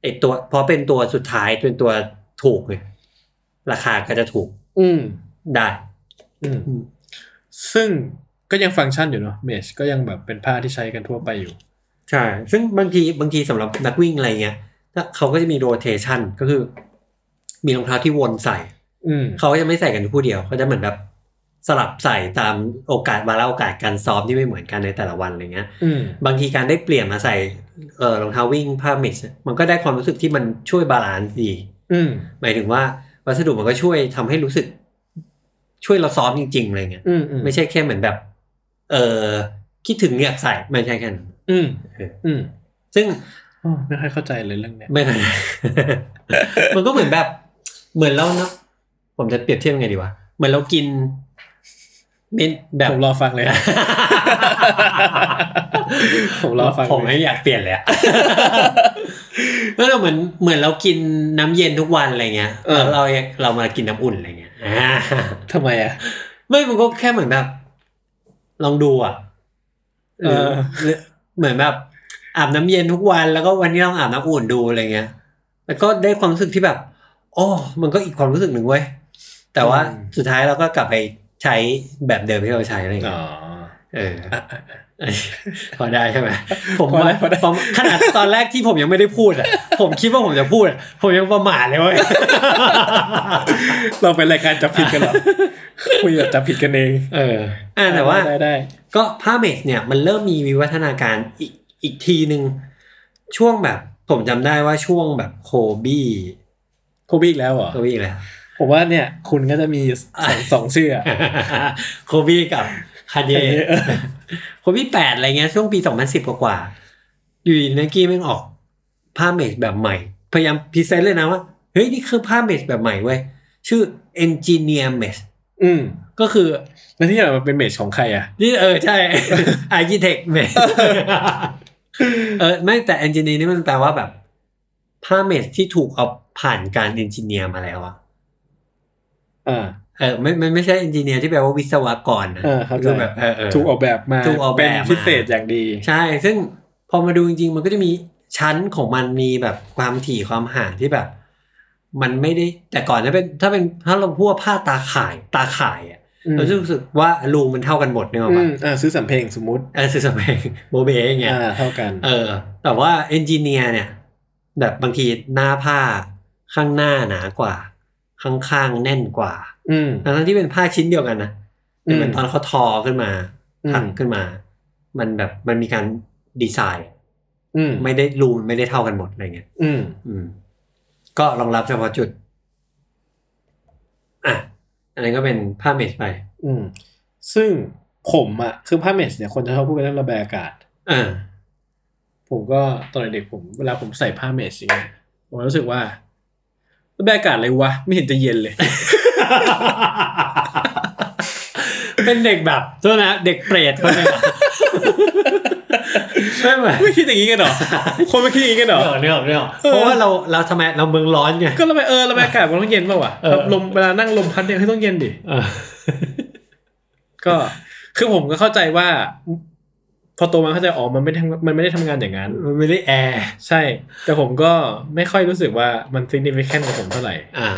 Speaker 2: ไอ้ตัวพอเป็นตัวสุดท้ายเป็นตัวถูกเนี่ยราคาก็จะถูก
Speaker 3: อืม
Speaker 2: ได้
Speaker 3: อืม
Speaker 2: อืม
Speaker 3: ซึ่งก็ยังฟังก์ชันอยู่เนาะเมชก็ยังแบบเป็นผ้าที่ใช้กันทั่วไปอยู่
Speaker 2: ใช่ ซึ่งบางทีบางทีสำหรับนักวิ่งอะไรเงี้ยถ้าเขาก็จะมีโรเทชันก็คือ มีรองเท้าที่วนใส่
Speaker 3: อืม
Speaker 2: เขาก็จะไม่ใส่กันคู่เดียวเขาจะเหมือนแบบสลับใส่ตามโอกาสวาระโอกาสการซ้อมที่ไม่เหมือนกันในแต่ละวันอะไรเงี้ย
Speaker 3: อืม
Speaker 2: บางทีการได้เปลี่ยนมาใส่เออรองเท้าวิ่งผ้าเมชมันก็ได้ความรู้สึกที่มันช่วยบาลานซ์ดี
Speaker 3: อืม
Speaker 2: หมายถึงว่าวัสดุมันก็ช่วยทำให้รู้สึก ช่วยเราซ้อมจริงๆอะไรเงี้ย
Speaker 3: อืมอืม
Speaker 2: ไม่ใช่แค่เหมือนแบบ เออคิดถึงอยากใส่ไม่ใช่แค่นั้น
Speaker 3: อืม อืม
Speaker 2: ซึ่ง
Speaker 3: อ๋อไม่ค่อยเข้าใจเลยเรื่องเนี้ย
Speaker 2: ไม่ไม่ มันก็เหมือนแบบ เหมือนเราเนาะผมจะเปรียบเทียบยังไงดีวะ เหมือนเรากินเมนแบบ
Speaker 3: ผมรอฟังเลยนะ ผมรอฟัง
Speaker 2: ผม
Speaker 3: เลย
Speaker 2: ไม่อยากเปลี่ยนเลยอะ ก็เราเหมือนเหมือนเรากินน้ำเย็นทุกวันอะไรเงี้ย
Speaker 3: เออ
Speaker 2: แล้วเราเรามากินน้ำอุ่นอะไรเงี้ยอ่า
Speaker 3: ทำไมอ่ะ
Speaker 2: ไม่มันก็แค่เหมือนแบบ ลองดูอ่ะหรือ
Speaker 3: เออ
Speaker 2: หรือเหมือนแบบอาบน้ำเย็นทุกวันแล้วก็วันนี้ลองอาบน้ำอุ่นดูอะไรเงี้ย แล้วก็ได้ความรู้สึกที่แบบโอ้มันก็อีกความรู้สึกหนึ่งเว้ยแต่ว่าสุดท้ายเราก็กลับไปใช้แบบเดิมที่เราใช้อะไรเงี้ย
Speaker 3: อ๋อ
Speaker 2: เอ เออพอได้ใช่ไหมผม
Speaker 3: พอได้
Speaker 2: ว่า
Speaker 3: พอได้
Speaker 2: ผมขนาดตอนแรกที่ผมยังไม่ได้พูดอ่ะ ผมคิดว่าผมจะพูดอะผมยังประมาทเลยเว้ย
Speaker 3: เราเป็นรายการจับผิด กันเหรอ คุยแบบจับผิดกัน เอง
Speaker 2: เอออ่ะแต่ว่า
Speaker 3: ได้ได้
Speaker 2: ก็พาเมจเนี่ยมันเริ่มมีวิวัฒนาการอีกอีกทีหนึ่งช่วงแบบ ผมจำได้ว่าช่วงแบบโคบี้
Speaker 3: โคบี้อีกแล้วเหรอ
Speaker 2: โคบี้อีกแล้ว
Speaker 3: ผมว่าเนี่ย คุณก็จะมีสองสองชื่ออะ
Speaker 2: โคบี้กับคาเย
Speaker 3: Kanye เออ
Speaker 2: โคบี้แปดอะไรเงี้ยช่วงปีสองพันสิบกว่าๆอยู่ดีไนกี้แม่งออกผ้าเมจแบบใหม่ พยายามพรีเซนต์เลยนะว่า เฮ้ย นี่คือผ้าเมจแบบใหม่เว้ย ชื่อ engineer mesh
Speaker 3: อืม
Speaker 2: ก็คือ
Speaker 3: แล้วที่ไหนมันเป็นเมจของใครอ่ะ
Speaker 2: นี่เออใช่ architect mesh เออไม่แต่ engineer นี่มันแปลว่าแบบผ้าเมจที่ถูกเอาผ่านการ engineer มาแล้วอะ
Speaker 3: อ่า
Speaker 2: เออไม่ไม่ไม่ใช่เอนจิเนียร์ที่แปลว่าวิศวกรนะ
Speaker 3: เออเข้าใจ
Speaker 2: คือแบบเออเออ
Speaker 3: ถูกออกแบบมา
Speaker 2: ถูกออกแบบ
Speaker 3: เป็น
Speaker 2: มา
Speaker 3: พิเศษอย่างดี
Speaker 2: ใช่ ซึ่งพอมาดูจริงๆ มันก็จะมีชั้นของมันมีแบบความถี่ความห่างที่แบบ มันไม่ได้แต่ก่อนถ้าเป็นถ้าเป็นถ้าเราพูดว่าผ้าตาข่ายตาข่ายอ่ะ
Speaker 3: อืม
Speaker 2: เราจะรู้สึกว่ารูมันเท่ากันหมดเนี่ยหรอ
Speaker 3: อื
Speaker 2: ปะ
Speaker 3: มอ่าซื้อสำเพ็งสมมุติ
Speaker 2: เออสื่อสมัยโบเบอย่างเงี้ย
Speaker 3: อ่า เท่ากัน
Speaker 2: เออ แต่ว่าเอนจิเนียร์เนี่ย แบบบางทีหน้าผ้าข้างหน้าหนากว่า ข้างๆแน่นกว่า
Speaker 3: อืม
Speaker 2: ทั้งๆที่เป็นผ้าชิ้นเดียวกันนะแต่เหมือน
Speaker 3: อืม
Speaker 2: ตอนเขาทอขึ้นมา
Speaker 3: อืม
Speaker 2: ทำขึ้นมา มันแบบมันมีการดีไซน์
Speaker 3: อืม
Speaker 2: ไม่ได้รูมันไม่ได้เท่ากันหมดอะไรเงี้ย
Speaker 3: อืม
Speaker 2: อืม ก็รองรับเฉพาะจุด อ่ะ อันนี้นก็เป็นผ้าเมชไป
Speaker 3: อืม ซึ่งผมอ่ะ คือผ้าเมจเนี่ยคนจะชอบพูดกันเรื่องระบายอากาศ
Speaker 2: เออ
Speaker 3: ผมก็ตอนเด็กๆผมเวลาผมใส่ผ้าเมจอย่างเงี้ยผมรู้สึกว่าระบายอากาศอะไรวะ ไม่เห็นจะเย็น เลย
Speaker 2: เป็นเด็กแบบตัวนะเด็กเปรตคนหนึงอะใช่ไหม
Speaker 3: ไม่คิดอย่างนี้กันเหรอ คนไม่คิดอย่างนี้กันเหรอ
Speaker 2: เรื่องเรื่องเรื่องเพราะว่าเราเราทำไมเราเมืองร้อนไง
Speaker 3: ก็ระบายเออระบายอากาศมันต้องเย็นป่าววะ
Speaker 2: เออ
Speaker 3: ลมเวลานั่งลมพัดเนี่ยคือต้องเย็นดิ
Speaker 2: เออ
Speaker 3: ก็คือผมก็เข้าใจว่า พอโตมาเข้าใจอ๋อมันไม่ได้ทำมันไม่ได้ทำงานอย่างนั้น
Speaker 2: มันไม่ได้แอร์
Speaker 3: ใช่ แต่ผมก็ไม่ค่อยรู้สึกว่ามัน significant กับผมเท่าไหร่
Speaker 2: อ่า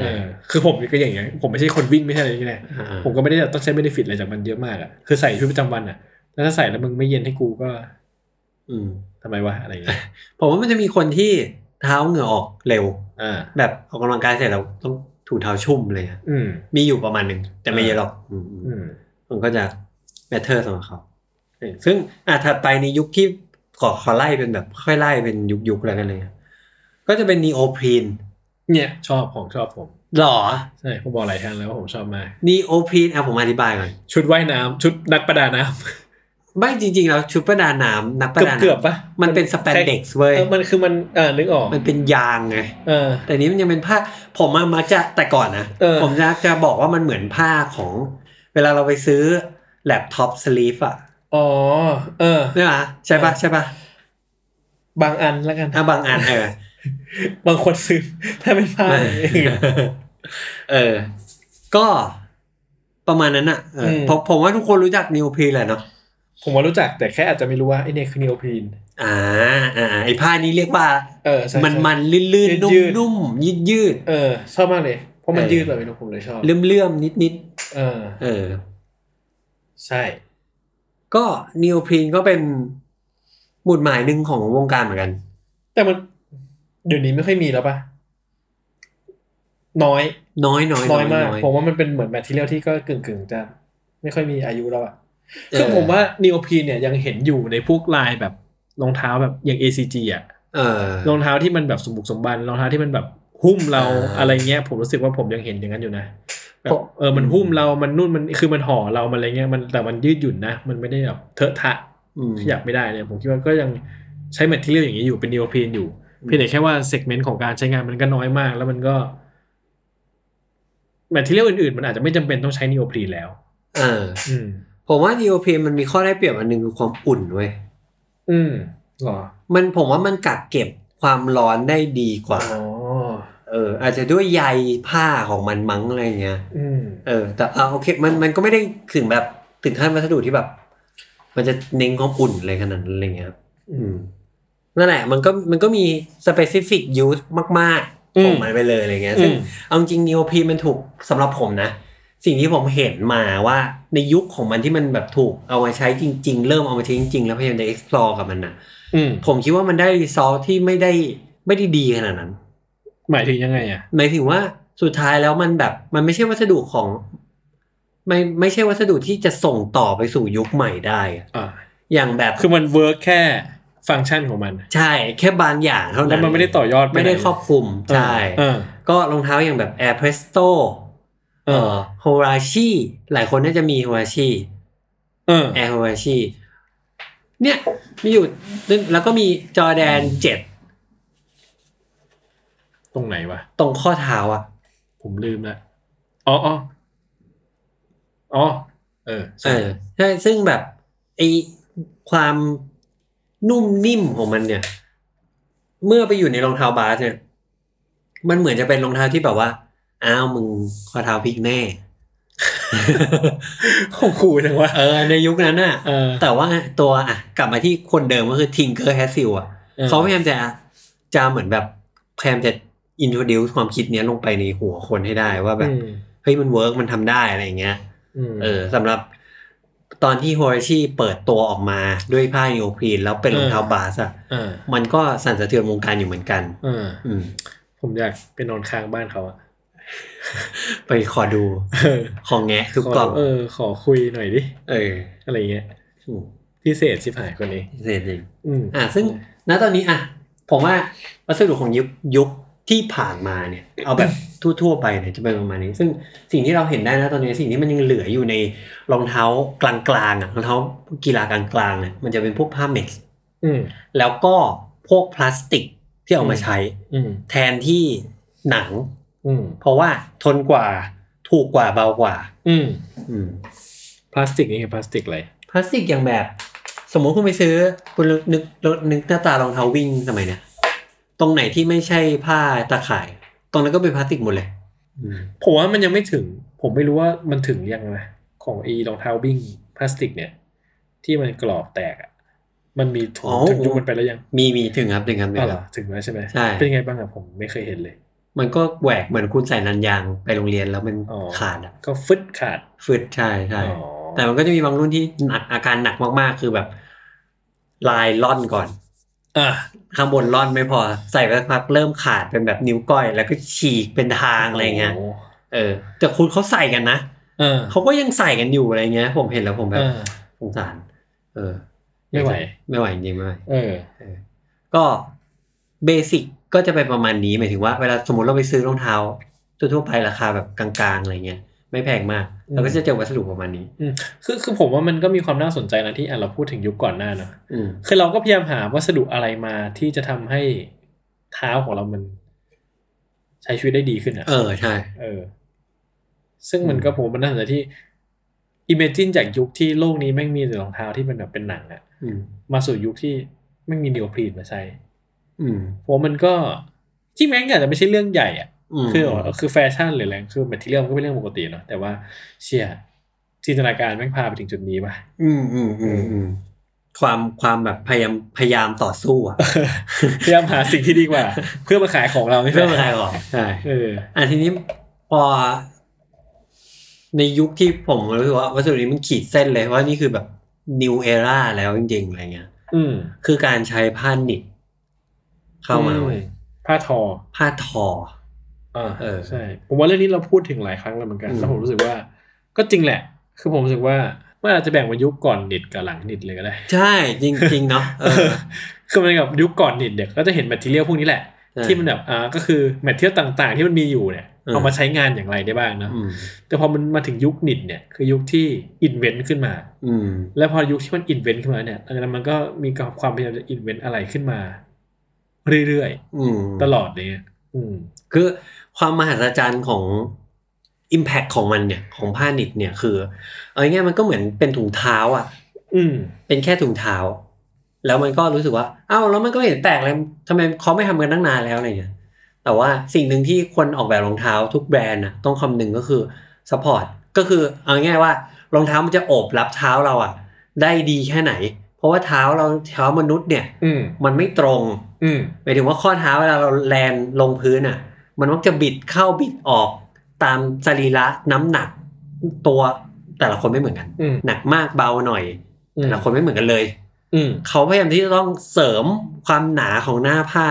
Speaker 3: เออคือผมก็อย่างเงี้ยผมไม่ใช่คนวิ่งไม่ใช่อะไรที่ไหนผมก็ไม่ได้ต้องใช้ benefit อะไรจากมันเยอะมากอะคือใส่ชีวิตประจำวันอะแล้วถ้าใส่แล้วมึงไม่เย็นให้กูก็
Speaker 2: อืม
Speaker 3: ทำไมวะอะไรอย่างเงี้ย
Speaker 2: ผมว่ามันจะมีคนที่เท้าเหงื่อออกเร็ว
Speaker 3: อ่า
Speaker 2: แบบออกกำลังกายเสร็จแล้วต้องถูเท้าชุ่มเลยอะ
Speaker 3: อืม
Speaker 2: มีอยู่ประมาณหนึ่งแต่ไม่เยอะหรอกอืม
Speaker 3: อืม
Speaker 2: มันก็จะแมทเทอร์สำหรับเขาเออซึ่งอ่ะถัดไปในยุคที่ขอขอไล่เป็นแบบค่อยไล่เป็นยุคยุคๆอะไรกันเลยอะก็จะเป็นนีโอพรีน
Speaker 3: เนี่ย ชอบของชอบผม
Speaker 2: หรอ
Speaker 3: ใช่ผมบอกหลายครั้งแล้วว่าผมชอบมาก
Speaker 2: นีโอพรีนอ่ะผมอธิบายก่อน
Speaker 3: ชุดว่ายน้ำชุดนักประดาน้
Speaker 2: ไม่จริง ๆ แล้วชุดประดาน้ำนัก
Speaker 3: ำ
Speaker 2: ประ
Speaker 3: เกือบ
Speaker 2: ดา
Speaker 3: เกือบ
Speaker 2: น้ำ
Speaker 3: ปะ
Speaker 2: มันเป็นสแปนเด็กซ์เว้ย
Speaker 3: เออมันคือมันเออนึกออก
Speaker 2: มันเป็นยางไง
Speaker 3: เออ
Speaker 2: แต่นี้มันยังเป็นผ้าผมอะมักจะแต่ก่อนนะ
Speaker 3: เออ
Speaker 2: ผมจะจะบอกว่ามันเหมือนผ้าของ เวลาเราไปซื้อแล็ปท็อปสลีฟอะ
Speaker 3: อ๋อ เออ
Speaker 2: ใช่ปะใช่ปะใช่ปะ
Speaker 3: บางอันแล้วกัน
Speaker 2: อ่ะบางอันเออบ
Speaker 3: างคนซื้อ ถ้าเป็นผ้า
Speaker 2: ไม่
Speaker 3: อย่างอื่น
Speaker 2: เออ ก็ประมาณนั้นอะเอออ
Speaker 3: ม
Speaker 2: ผมผมว่าทุกคนรู้จักนิวพีแหละเนาะ
Speaker 3: ผมว่ารู้จักแต่แค่อาจจะไม่รู้ว่าไอเนี่ยคือนีโอพรีน
Speaker 2: อ่าอ่าไอผ้านี้เรียกว่า
Speaker 3: เออใช่ใช่
Speaker 2: มันมันๆลื่นๆนุ่ม
Speaker 3: ยืด
Speaker 2: ๆนุ่มยืดยืด
Speaker 3: เออ ชอบมากเลย เพราะมัน
Speaker 2: เออ
Speaker 3: ยืดแบบนี้ผมเลยชอบ
Speaker 2: เลื่อมเลื่อมๆนิดนิด
Speaker 3: เออ
Speaker 2: ๆเออ
Speaker 3: ใช่
Speaker 2: ก็นิวพีก็เป็นหมุดหมายหนึ่งของวงการเหมือนกัน
Speaker 3: แต่มัน เดี๋ยวนี้ไม่ค่อยมีแล้วปะน้อย
Speaker 2: น้อยน้อย
Speaker 3: น้อยมาก
Speaker 2: น้อย
Speaker 3: ผมว่ามันเป็นเหมือนแมทเทียลที่ก็กึ่งกึ่งๆจะ ไม่ค่อยมีอายุแล้วอะ
Speaker 2: เออ
Speaker 3: คือผมว่านีโอพรีนเนี่ยยังเห็นอยู่ในพวกลายแบบรองเท้าแบบอย่าง ACG อะ
Speaker 2: เออ
Speaker 3: รองเท้าที่มันแบบสมบุกสมบันรองเท้าที่มันแบบหุ้มเรา
Speaker 2: อ่า
Speaker 3: อะไรเงี้ย ผมรู้สึกว่าผมยังเห็นอย่างนั้นอยู่นะแบ
Speaker 2: ผ
Speaker 3: บ
Speaker 2: ม
Speaker 3: เออมันหุ้มเรามันนุ่นมันคือมันห่อเรามันอะไรเงี้ยมันแต่มันยืดหยุ่นนะมันไม่ได้แบบเทอะทะ
Speaker 2: อืม
Speaker 3: ขยับไม่ได้เนี่ยผมคิดว่าก็ยังใช้แมทเทียลอย่างนี้อยู่เป็นนีโอพีนอยู่
Speaker 2: อืม
Speaker 3: เพียงแต่แค่ว่าเซกเมนต์ของการใช้งานมันก็น้อยมาก แล้วมันก็แมทเทียลอื่นๆ มันอาจจะไม่จำเป็นต้องใช้นีโอพีนแล้ว
Speaker 2: เออ
Speaker 3: อืม
Speaker 2: ผมว่านีโอเพมันมีข้อได้เปรียบอันหนึ่งคือความอุ่นเว้ย
Speaker 3: อืมเหรอ
Speaker 2: มันผมว่ามันกักเก็บความร้อนได้ดีกว่า
Speaker 3: อ๋อ
Speaker 2: เออ อาจจะด้วยใยผ้าของมันมั้งอะไรเงี้ย
Speaker 3: อืม
Speaker 2: เออ แต่อ่ะโอเค มันมันก็ไม่ได้ถึงแบบถึงขั้นวัสดุที่แบบ มันจะเน้นความอุ่นเลยขนาดนั้นอะไรเงี้ยครับ
Speaker 3: อืม
Speaker 2: นั่นแหละ มันก็มันก็มี specific use มากๆของ
Speaker 3: อืม
Speaker 2: มันไปเลยอะไรเงี้ย
Speaker 3: อืม
Speaker 2: ซึ่งเอาจริงนีโอพีมันถูกสำหรับผมนะ สิ่งที่ผมเห็นมาว่าในยุคของมันที่มันแบบถูกเอามาใช้จริง ๆ เริ่มเอามาใช้จริง ๆ แล้วพยายามจะ explore กับมันน่ะ
Speaker 3: อืม
Speaker 2: ผมคิดว่ามันได้รีซอสที่ไม่ได้ไม่ได้ดีขนาดนั้น
Speaker 3: หมายถึงยังไงอ่ะ
Speaker 2: หมายถึงว่าสุดท้ายแล้วมันแบบมันไม่ใช่วัสดุของ ไม่ไม่ใช่วัสดุที่จะส่งต่อไปสู่ยุคใหม่ได้อะ
Speaker 3: อ่า
Speaker 2: อย่างแบบ
Speaker 3: คือมันเวิร์กแค่ฟังก์ชันของมัน
Speaker 2: ใช่แค่บางอย่างเท่า
Speaker 3: แล้
Speaker 2: นั้
Speaker 3: วน มันไม่ได้ต่อยอดปหน
Speaker 2: ไม่ได้ครอบคลุมใช่
Speaker 3: เออ
Speaker 2: ก็รองเท้าอย่างแบบ Air Presto
Speaker 3: เอ
Speaker 2: เอ่
Speaker 3: อ
Speaker 2: อโฮราชีหลายคนน่าจะมีโฮราชี
Speaker 3: เออ
Speaker 2: แอร์โฮราชีเนี่ยมีอยู่นึงแล้วก็มีจอแดนเจ็ด
Speaker 3: ตรงไหนวะ
Speaker 2: ตรงข้อเท้าอ่ะ
Speaker 3: ผมลืมละอ๋ออ๋ออ๋อเออ
Speaker 2: เอ
Speaker 3: ใช่
Speaker 2: อใช่ซึ่งแบบไอความนุ่มนิ่มของมันเนี่ย เมื่อไปอยู่ในรองเท้าบาสเนี่ย มันเหมือนจะเป็นรองเท้าที่แบบว่า อ้าวมึงข้อเท้าพลิก แน่
Speaker 3: ของครูจังวะ
Speaker 2: เออ ในยุคนั้นอ่ะ
Speaker 3: เออ
Speaker 2: แต่ว่าตัวอ่ะกลับมาที่คนเดิมก็คือทิงเกอร์แฮซิลอ่ะ
Speaker 3: เออ
Speaker 2: เขาพยายามจะจะเหมือนแบบพยายามจะอินโทรดิวความคิดเนี้ยลงไปในหัวคนให้ได้ว่าแบบ
Speaker 3: อืม
Speaker 2: เฮ้ยมันเวิร์กมันทำได้อะไรอย่างเงี้ย
Speaker 3: อืม
Speaker 2: เออสำหรับตอนที่โฮราชีเปิดตัวออกมาด้วยผ้านีโอพรีนแล้วเป็นรองเท้า
Speaker 3: เออ
Speaker 2: บาสอ่ะ
Speaker 3: เออ
Speaker 2: มันก็สั่นสะเทือนวงการอยู่เหมือนกัน
Speaker 3: เออ
Speaker 2: อืม
Speaker 3: ผมอยากไปนอนค้างบ้านเขาอะ
Speaker 2: ไปขอดู
Speaker 3: เออ
Speaker 2: ของแงะทุกกล่อง
Speaker 3: ขเออ ขอคุยหน่อยดิ
Speaker 2: เออ
Speaker 3: อะไรเงี้ย
Speaker 2: อืม
Speaker 3: พิเศษชิบหายคนนี้
Speaker 2: เสร็จจริง
Speaker 3: อืม
Speaker 2: อ่ะซึ่งณตอนนี้อ่ะผมว่าวัสดุของยุคยุคที่ผ่านมาเนี่ย เอาแบบ ทั่วๆไปเนี่ยจะเป็นประมาณนี้ ซึ่งสิ่งที่เราเห็นได้นะตอนนี้สิ่งที่มันยังเหลืออยู่ในรองเท้ากลางๆอ่ะรองเท้ากีฬากลางๆเนี่ยมันจะเป็นพวกผ้าเม็ด
Speaker 3: อืม
Speaker 2: แล้วก็พวกพลาสติกที่เอามาใช้
Speaker 3: อืม
Speaker 2: แทนที่หนัง
Speaker 3: อืม
Speaker 2: เพราะว่าทนกว่าถูกกว่าเบากว่า
Speaker 3: อืม
Speaker 2: อืม
Speaker 3: พลาสติกนี่คือพลาสติกอะไร
Speaker 2: พลาสติกอย่างแบบ สมมุติคุณไปซื้อคุณนึกนึกหน้าตารองเท้าวิ่งสมัยเนี้ยตรงไหนที่ไม่ใช่ผ้าตาข่าย ตรงนั้นก็เป็นพลาสติกหมดเลย
Speaker 3: ผมว่ามันยังไม่ถึง ผมไม่รู้ว่ามันถึงยังนะของไอีรองเท้าวิ่งพลาสติกเนี่ย ที่มันกรอบแตกอ่ะมันมีถึงถึงยุคมันไปแล้วยัง
Speaker 2: มีมีถึงครับถึงครับถึ
Speaker 3: อ๋อง เห
Speaker 2: ค
Speaker 3: ร
Speaker 2: รั
Speaker 3: อบ ถึงแล้วใช่ไหม
Speaker 2: ใช่
Speaker 3: เป็นยังไงบ้างอ่ะผมไม่เคยเห็นเลย
Speaker 2: มันก็แหวกเหมือนคุณใส่นันยางไปโรงเรียนแล้วมัน
Speaker 3: อ๋อ
Speaker 2: ขาดอ่ะ
Speaker 3: ก็ฟึดขาด
Speaker 2: ฟืดใช่ใช่
Speaker 3: อ๋อ
Speaker 2: แต่มันก็จะมีบางรุ่นที่หนักอาการหนักมากๆ คือแบบ ลายล่อนก่อน
Speaker 3: อ่ะ
Speaker 2: ข้างบนล่อนไม่พอใส่ไปสักพักเริ่มขาดเป็นแบบนิ้วก้อย แล้วก็ฉีกเป็นทางอะไรเงี้ย
Speaker 3: โ
Speaker 2: เออแต่คุณเขาใส่กันนะ
Speaker 3: เออ
Speaker 2: เขาก็ยังใส่กันอยู่อะไรเงี้ย ผมเห็นแล้วผมแบ
Speaker 3: เอบ อ
Speaker 2: สงสาร เออ
Speaker 3: ไม่ไหว
Speaker 2: ไม่ไหวจริงๆไม่ไหว
Speaker 3: เออ
Speaker 2: เออก็เบสิกก็จะเป็นประมาณนี้หมายถึงว่าเวลาสมมติเราไปซื้อรองเท้าทั่วๆไปราคาแบบกลางๆอะไรเงี้ยไม่แพงมาก
Speaker 3: อืม
Speaker 2: เราก็จะเจอวัสดุประมาณนี้
Speaker 3: คือคือผมว่ามันก็มีความน่าสนใจนะที่อ่ะเราพูดถึงยุคก่อนหน้าเนอะ
Speaker 2: อืม
Speaker 3: คือเราก็พยายามหาวัสดุอะไรมาที่จะทำให้เท้าของเรามัน ใช้ชีวิตได้ดีขึ้นอ่ะ
Speaker 2: เออใช่
Speaker 3: เออ ซึ่งมัน
Speaker 2: อืม
Speaker 3: ก็ผมว่ามันน่าสนใจที่ imagine จากยุคที่โลกนี้แม่งมีแต่รองเท้าที่เป็นแบบเป็นหนังอะ
Speaker 2: อืม
Speaker 3: มาสู่ยุคที่แม่งมีนีโอพรีนมาใช้
Speaker 2: อืม
Speaker 3: ผมว่ามันก็ที่แม่งอาจจะไม่ใช่เรื่องใหญ่อะ
Speaker 2: ม
Speaker 3: คือคือแฟชั่นหรืออะไรคือแมทเทียลมันก็เป็นเรื่องปกติเนาะแต่ว่าเชี่ยจินตนาการแม่งพาไปถึงจุดนี้ป่ะ
Speaker 2: อืมอืมอืมอืมความความแบบพยายามพยายามต่อสู้อะ
Speaker 3: พยายามหาสิ่งที่ดีกว่า เพื่อมาขายของเรานี่แห
Speaker 2: เพื่
Speaker 3: ละ
Speaker 2: อมาทายออกใช่
Speaker 3: เออ
Speaker 2: อ่ะทีนี้พอในยุคที่ผมรู้สึกว่าวัสดุนี้มันขีดเส้นเลยว่านี่คือแบบ new era แล้วจริงๆอะไรเงี้ย
Speaker 3: อืม
Speaker 2: คือการใช้ผ้าหนิบเข้ามาเว้ย
Speaker 3: อืผ้าทอ
Speaker 2: ผ้าทอ
Speaker 3: อ่า
Speaker 2: เออ
Speaker 3: ใช่ ผมว่าเรื่องนี้เราพูดถึงหลายครั้งแล้วเหมือนกัน
Speaker 2: อืม
Speaker 3: แล้วผมรู้สึกว่า ก็จริงแหละ คือผมรู้สึกว่ามันอาจจะแบ่งเป็นยุคก่อนนิดกับหลังนิดเลยก็ได้
Speaker 2: ใช่ จริง ๆ เนาะเออ
Speaker 3: คือมันกับยุคก่อนนิดเนี่ยก็จะเห็นแมทเทียลพวกนี้แหละ
Speaker 2: ใช่
Speaker 3: ที่มันแบบอ่าก็คือแมทเทียลต่างๆ ที่มันมีอยู่เนี่ย
Speaker 2: อืม
Speaker 3: เอามาใช้งานอย่างไรได้บ้างเนอะ
Speaker 2: อืม
Speaker 3: แต่พอมันมาถึงยุคนิดเนี่ยคือยุคที่อินเวนต์ขึ้นมา
Speaker 2: อืม
Speaker 3: แล้วพอยุคที่มันอินเวนต์ขึ้นมาเนี่ยหลังจากนั้นมันก็มีความพยายามจะอินเวนต์อะไรขึ้นมา เรื่อย
Speaker 2: อืม
Speaker 3: ๆตลอดเนี่ยอืม
Speaker 2: คือความมหัศจรรย์ของ impact ของมันเนี่ย ของผ้าหนิบเนี่ยคือ เอาง่ายๆมันก็เหมือนเป็นถุงเท้าอ่ะ
Speaker 3: อืม
Speaker 2: เป็นแค่ถุงเท้า แล้วมันก็รู้สึกว่า เอ้า แล้วมันก็ไม่เห็นแปลกเลยทำไมเขาไม่ทำกันตั้งนานแล้วอะไรเงี้ย แต่ว่าสิ่งหนึ่งที่คนออกแบบรองเท้าทุกแบรนด์นะต้องคำนึงก็คือสปอร์ต ก็คือเอาง่ายๆว่ารองเท้ามันจะโอบรับเท้าเราอะได้ดีแค่ไหน เพราะว่าเท้าเราเท้ามนุษย์เนี่ย
Speaker 3: อืม
Speaker 2: มันไม่ตรง
Speaker 3: อืม
Speaker 2: หมายถึงว่าข้อเท้าเวลาเราแลนลงพื้นอะมันมักจะบิดเข้าบิดออกตามสรีระน้ำหนัก ตัวแต่ละคนไม่เหมือนกัน
Speaker 3: อืม
Speaker 2: หนักมากเบาหน่อย
Speaker 3: อืม
Speaker 2: แต่ละคนไม่เหมือนกันเลย
Speaker 3: อืม
Speaker 2: เขาพยายามที่จะต้องเสริมความหนาของหน้าผ้า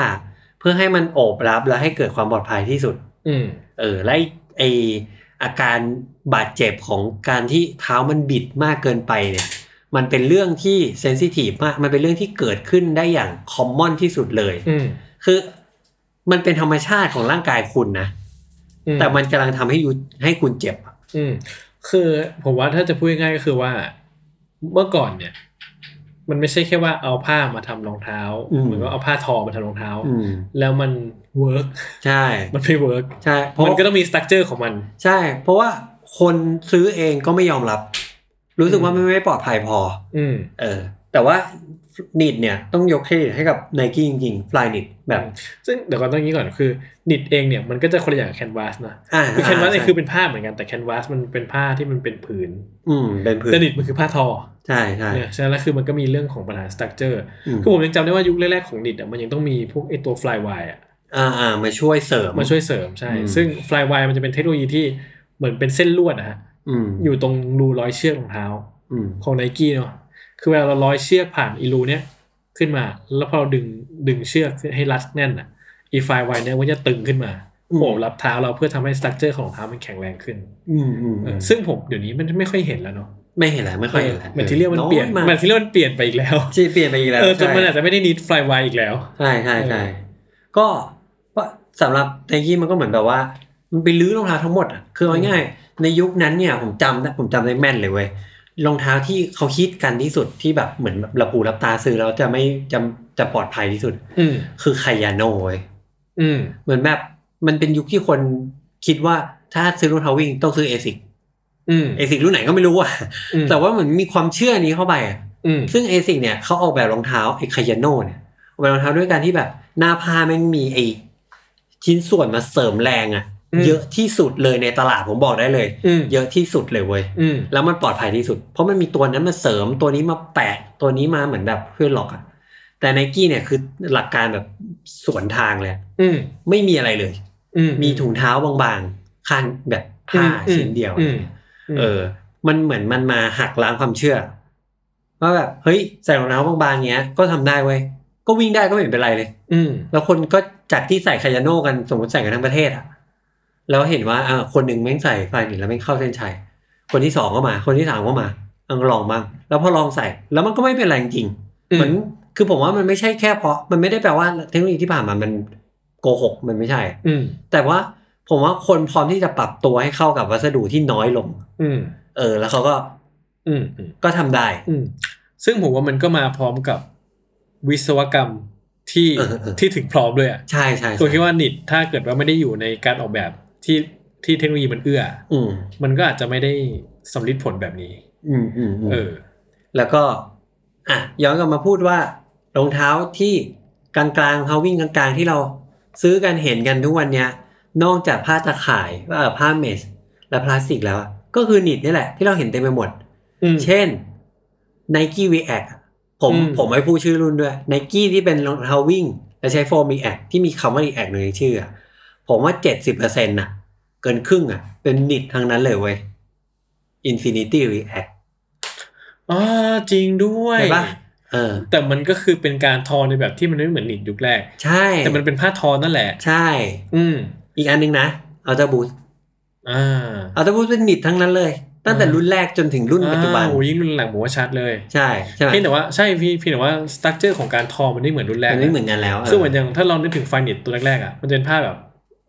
Speaker 2: เพื่อให้มันโอบรับและให้เกิดความปลอดภัยที่สุด
Speaker 3: อืม
Speaker 2: เออไล่ไออาการบาดเจ็บของการที่เท้ามันบิดมากเกินไปเนี่ย มันเป็นเรื่องที่เซนซิทีฟมาก มันเป็นเรื่องที่เกิดขึ้นได้อย่างคอมมอนที่สุดเลย
Speaker 3: อืม
Speaker 2: คือมันเป็นธรรมชาติของร่างกายคุณนะ
Speaker 3: อืม
Speaker 2: แต่มันกำลังทำให้ยูให้คุณเจ็บอะ
Speaker 3: อืมคือผมว่าถ้าจะพูดง่ายๆก็คือว่าเมื่อก่อนเนี่ย มันไม่ใช่แค่ว่าเอาผ้ามาทำรองเท้าเหมือนว่าเอาผ้าทอมาทำรองเท้า
Speaker 2: อืม
Speaker 3: แล้วมันเวิร์ก
Speaker 2: ใช่
Speaker 3: มันไม่เวิร์ก
Speaker 2: ใช่เพราะ
Speaker 3: มันก็ต้องมีสตั๊กเจอร์ของมัน
Speaker 2: ใช่ เพราะว่าคนซื้อเองก็ไม่ยอมรับ รู้สึกว่า
Speaker 3: อืม
Speaker 2: มันไม่ปลอดภัยพอ
Speaker 3: อืม
Speaker 2: เออ แต่ว่านิดเนี่ยต้องยกเครดิตให้กับไนกี้จริงๆฟลายนิดแบบ
Speaker 3: ซึ่งเดี๋ยวก่อนต้องนี้ก่อนคือนิดเองเนี่ยมันก็จะคนละอย่างกับแคนวาสนะ
Speaker 2: อ่า
Speaker 3: คือแคนวาสเอง
Speaker 2: ใช่
Speaker 3: คือเป็นผ้าเหมือนกันแต่แคนวาสมันเป็นผ้าที่มันเป็นผืน
Speaker 2: อืมเป็นพื้น
Speaker 3: แต่นิดมันคือผ้าทอ
Speaker 2: ใช่ใช่
Speaker 3: เนี่ยฉะนั้นแล้วคือมันก็มีเรื่องของปัญหาสตั๊กเจอร์
Speaker 2: ม
Speaker 3: คือผมยังจำได้ว่ายุคแรกๆของนิดอ่ะมันยังต้องมีพวกไอตัวฟลายวายอ่ะ
Speaker 2: อ่าอ่ามาช่วยเสริม
Speaker 3: มาช่วยเสริมใช่
Speaker 2: อืม
Speaker 3: ซึ่ง Flywire มันจะเป็นเทคโนโลยีที่เหมือนเป็นเส้นลวดนะฮะ
Speaker 2: อืม
Speaker 3: อยู่ตรงรูร้อยเชือกรองเท้า
Speaker 2: อืม
Speaker 3: ของไนกี้เนาะ คือเวลาเราร้อยเชือกผ่านอีรูเนี้ยขึ้นมา แล้วพอเราดึงดึงเชือกให้รัดแน่นอ่ะ อีไฟไวเนี้ยมันจะตึงขึ้นมาโอบรับเท้าเราเพื่อทำให้สตั๊กเจอร์ของรองเท้ามันแข็งแรงขึ้น
Speaker 2: อืมอืม
Speaker 3: เอ
Speaker 2: อื
Speaker 3: อ
Speaker 2: ม
Speaker 3: ซึ่งผมเดี๋ยวนี้มันไม่ค่อยเห็นแล้วเนาะ
Speaker 2: ไม่เห็นแล้วไม่ค่อยเห็นแล้ว
Speaker 3: แมทเทียลมันเปลี่ยน
Speaker 2: มา
Speaker 3: แมทเทียลมันเปลี่ยนไปอีกแล้ว
Speaker 2: จีเปลี่ยนไปอีกแล้ว
Speaker 3: เออจน
Speaker 2: ใช่
Speaker 3: มันอาจจะไม่ได้นิดไฟไวอีกแล้ว
Speaker 2: ใช่ใช่ใช่
Speaker 3: เออ
Speaker 2: ก็ก็สำหรับไนกี้มันก็เหมือนแบบว่า มันไปรื้อรองเท้าทั้งหมดอ่ะคือเอาง่ายๆในยุคนั้นเนี่ยผมจำนะผมจำได้แม่นเลยเว้ยรองเท้าที่เขาคิดกันที่สุดที่แบบเหมือนแบบระปูรับตาซื้อแล้วจะไม่จะจะปลอดภัยที่สุด
Speaker 3: อืม
Speaker 2: คือไคยาโนเว้ย
Speaker 3: อืม
Speaker 2: เหมือนแบบมันเป็นยุคที่คนคิดว่าถ้าซื้อรองเท้าวิ่งต้องซื้อเอซิก
Speaker 3: อืม
Speaker 2: เอซิกรุ่นไหนก็ไม่รู้อะ
Speaker 3: อืม
Speaker 2: แต่ว่าเหมือนมีความเชื่อนี้เข้าไปอะ
Speaker 3: อืม
Speaker 2: ซึ่งเอซิกเนี่ยเขาออกแบบรองเท้าไอคายาโนเนี่ยออกแบบรองเท้าด้วยการที่แบบหน้าผ้าแม่งมีไอชิ้นส่วนมาเสริมแรงอะเยอะที่สุดเลยในตลาดผมบอกได้เลย
Speaker 3: อืม
Speaker 2: เยอะที่สุดเลยเว้ย
Speaker 3: อืม
Speaker 2: แล้วมันปลอดภัยที่สุด เพราะมันมีตัวนั้นมาเสริมตัวนี้มาแปะตัวนี้มาเหมือนแบบเพื่อหลอกอะแต่ไนกี้เนี่ยคือหลักการแบบสวนทางเลยอะ
Speaker 3: อืม
Speaker 2: ไม่มีอะไรเลย
Speaker 3: อื
Speaker 2: มีถุงเท้าบางๆข้างแบบผ้า
Speaker 3: อืม
Speaker 2: ชิ้นเดียว
Speaker 3: อืม
Speaker 2: เออ มันเหมือนมันมาหักล้างความเชื่อว่าแบบเฮ้ยใส่รองเท้าบางๆเงี้ยก็ทำได้เว้ยก็วิ่งได้ก็ไม่เห็นเป็นไรเลย
Speaker 3: อืม
Speaker 2: แล้วคนก็จากที่ใส่คายาโน่กันสมมติใส่กันทั้งประเทศอะแล้วเห็นว่าอ่าคนหนึ่งแม่งใส่ไฟหนึ่งแล้วแม่งเข้าเส้นชัยคนที่สองก็มา คนที่สามก็มาลองลองบ้างแล้วพอลองใส่ แล้วมันก็ไม่เป็นไรจริง
Speaker 3: อืม
Speaker 2: เหมือนคือผมว่ามันไม่ใช่แค่เพราะมันไม่ได้แปลว่าเทคโนโลยีที่ผ่านมามันโกหกมันไม่ใช่
Speaker 3: อืม
Speaker 2: แต่ว่าผมว่าคนพร้อมที่จะปรับตัวให้เข้ากับวัสดุที่น้อยลง
Speaker 3: อืม
Speaker 2: เออ แล้วเขาก็
Speaker 3: อืม อืม
Speaker 2: ก็ทำได้
Speaker 3: อืม ซึ่งผมว่ามันก็มาพร้อมกับวิศวกรรมที่
Speaker 2: เออเออ
Speaker 3: ที่ถึงพร้อมด้วยอ่ะ
Speaker 2: ใช่ใช่ใช่
Speaker 3: ตัวคิดว่านิดถ้าเกิดว่าไม่ได้อยู่ในการออกแบบที่ที่เทคโนโลยีมันเอื้อ
Speaker 2: อืม
Speaker 3: มันก็อาจจะไม่ได้สำลิดผลแบบนี้
Speaker 2: อืมอืมอืม
Speaker 3: เออ
Speaker 2: แล้วก็ อ่ะย้อนกลับมาพูดว่ารองเท้าที่กลางกลางๆเท้าวิ่งกลางๆ ที่เราซื้อกันเห็นกันทุกวันเนี้ยนอกจากผ้าตะข่ายเอ่อผ้าเมส และพลาสติกแล้วอะก็คือหนิดนี่แหละ ที่เราเห็นเต็มไปหมด
Speaker 3: อืม
Speaker 2: เช่น Nike v a c ผม
Speaker 3: อืม
Speaker 2: ผมไม่พูดชื่อรุ่นด้วย Nike ที่เป็นรองเท้าวิ่ง และใช้โฟม r e a c t ที่มีคำว่า r e a c t ในชื่ออะผมว่า 70%น่ะ เกินครึ่งอ่ะ เป็นนิดทั้งนั้นเลยเว้ย Infinity React
Speaker 3: อ๋อจริงด้วย
Speaker 2: ใช่ปะเออ
Speaker 3: แต่มันก็คือเป็นการทอในแบบที่มันไม่เหมือนนิดยุคแรก
Speaker 2: ใช่
Speaker 3: แต่มันเป็นผ้าทอนั่นแหละ
Speaker 2: ใช่
Speaker 3: อืม
Speaker 2: อีกอันนึงนะ a อ t ต r b o o t
Speaker 3: อ่า
Speaker 2: a อ t ต r b o o t เป็นนิดทั้งนั้นเลย ตั้งแต่
Speaker 3: อ่ารุ่
Speaker 2: รุ่นแรกจนถึงรุ่นปัจจุบัน
Speaker 3: อ่าโอ้ยยิ่งรุ่นหลังผมว่าชัดเลย
Speaker 2: ใช่ใช่ไหม
Speaker 3: เพียงแต่ว่าใช่พี่เพียงแต่ว่าสตั๊กเจอร์ของการทอมันไม่เหมือนรุ่นแรก
Speaker 2: มันไม่เหมือนกันแล้ว
Speaker 3: ซึ่งเหมือนอย่างถ้าเรานึกถึงไฟนิตตัวแรกๆอ่ะมันจะเป็นผ้าแบบ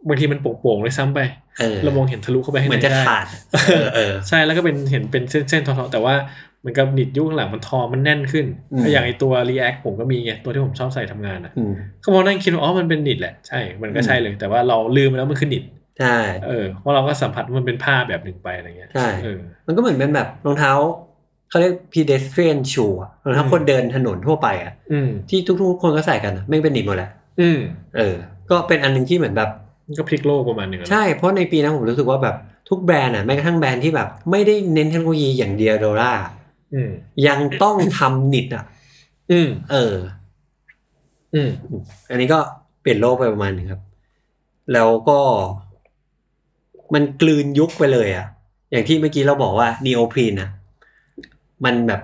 Speaker 3: บางทีมันโป่งๆเลยซ้ำไป
Speaker 2: เออ
Speaker 3: เรามองเห็นทะลุเข้าไปให้
Speaker 2: เหมือนจะ
Speaker 3: ได้
Speaker 2: ขาดเออเออ
Speaker 3: ใช่แล้วก็เป็นเห็นเป็นเส้นๆทอๆแต่ว่าเหมือนกับนิดยุคหลังมันทอมันแน่นขึ้น
Speaker 2: อืม
Speaker 3: อย่างไอตัว React ผมก็มีไงตัวที่ผมชอบใส่ทำงานอ่ะ
Speaker 2: อืม
Speaker 3: ก็มองนั่งคิดว่าอ๋อมันเป็นนิดแหละใช่มันก็ใช่เลย แต่ว่าเราลืมไปแล้วมันคือนิด
Speaker 2: ใช่
Speaker 3: เออเพราะเราก็สัมผัสว่ามันเป็นผ้าแบบหนึ่งไปอะไรเงี้ย
Speaker 2: ใช่
Speaker 3: เออ
Speaker 2: มันก็เหมือนเป็นแบบรองเท้าเขาเรียก pedestrian shoe อะรองเท้า
Speaker 3: อืม
Speaker 2: คนเดินถนนทั่วไปอะ
Speaker 3: อืม
Speaker 2: ที่ทุกๆคนก็ใส่กันอะไม่งเป็นหนีบหมดแหละ
Speaker 3: อืม
Speaker 2: เออ ก็เป็นอันหนึงที่เหมือนแบบ
Speaker 3: มันก็พลิกโลกประมาณหนึ่งอะนะ
Speaker 2: ใช่เพราะในปีนั้นผมรู้สึกว่าแบบทุกแบรนด์อะแม้กระทั่งแบรนด์ที่แบบ ไม่ได้เน้นเทคโนโลยีอย่างเดียวโดล่า
Speaker 3: อืม
Speaker 2: ยังต้องทำนิดอะ
Speaker 3: อืม
Speaker 2: เออ
Speaker 3: อืม
Speaker 2: อันนี้ก็เปลี่ยนโลกไปประมาณหนึงครับ แล้วก็ มันกลืนยุคไปเลยอะ อย่างที่เมื่อกี้เราบอกว่านีโอพรีนอะมันแบบ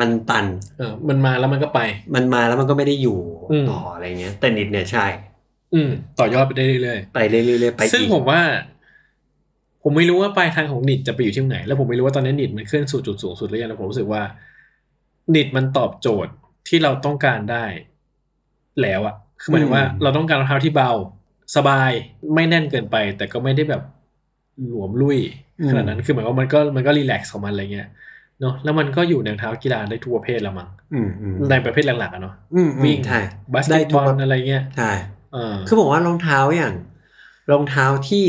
Speaker 2: มันตัน
Speaker 3: เออมันมาแล้วมันก็ไป
Speaker 2: มันมาแล้วมันก็ไม่ได้อยู่
Speaker 3: อืม
Speaker 2: ต่ออะไรเงี้ย แต่นิดเนี่ยใช่
Speaker 3: อืมต่อยอดไปได้เรื่อย
Speaker 2: ไปเรื่อยๆไป
Speaker 3: ๆซึ่ง
Speaker 2: อีก
Speaker 3: ผมว่า ผมไม่รู้ว่าปลายทางของนิดจะไปอยู่ที่ไหน แล้วผมไม่รู้ว่าตอนนี้นิดมันขึ้นสู่จุดสูงสุดหรือยังแต่ผมรู้สึกว่านิดมันตอบโจทย์ที่เราต้องการได้ แล้วอะคือหมายถึงว่า เราต้องการรองเท้าที่เบา สบายไม่แน่นเกินไป แต่ก็ไม่ได้แบบหลวมลุยขนาดนั้นคือหมายความว่ามันก็มันก็รีแลกซ์ของมันอะไรเงี้ยเนาะแล้วมันก็อยู่ในรองเท้ากีฬาได้ทุกประเภทละมั้ง
Speaker 2: อืมอืม
Speaker 3: ในประเภทหลักๆอะเนาะ
Speaker 2: อืม
Speaker 3: วิ่ง
Speaker 2: ใช่
Speaker 3: บาสเก
Speaker 2: ได้
Speaker 3: ต
Speaker 2: ทุ
Speaker 3: บอก ลอะไรเงี้ย
Speaker 2: ใช่
Speaker 3: เออ
Speaker 2: คือผมว่ารองเท้าอย่าง รองเท้าที่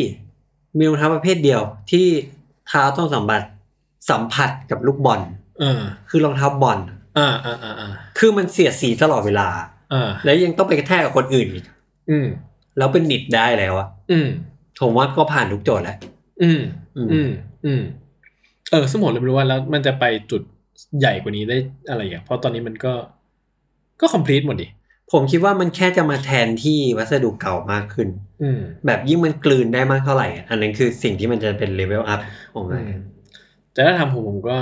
Speaker 2: มีรองเท้าประเภทเดียว ที่เท้าต้องสัมผัสสัมผัสกับลูกบอล
Speaker 3: เออ
Speaker 2: คือรองเท้าบอล
Speaker 3: อ่าอ่าอ่าอ่า
Speaker 2: คือมันเสียดสีตลอดเวลา
Speaker 3: อ่า
Speaker 2: แล้วยังต้องไปกระแทกกับคนอื่นอีก
Speaker 3: อืม
Speaker 2: แล้วเป็นหนิดได้แล้วอะ
Speaker 3: อืม
Speaker 2: ผมว่าก็ผ่านทุกโจทย์แล้ว
Speaker 3: อืม
Speaker 2: อืม
Speaker 3: อืม อืม เออ สมมติเลยไม่รู้ว่าแล้วมันจะไปจุดใหญ่กว่านี้ได้อะไรอย่างเพราะตอนนี้มันก็ ก็ complete หมดดิ
Speaker 2: ผมคิดว่ามันแค่จะมาแทนที่วัสดุเก่ามากขึ้น
Speaker 3: อืม
Speaker 2: แบบยิ่งมันกลืนได้มากเท่าไหร่อะอันนั้นคือสิ่งที่มันจะเป็นเลเวลอัพของมัน
Speaker 3: แต่ถ้าทำผมผมก็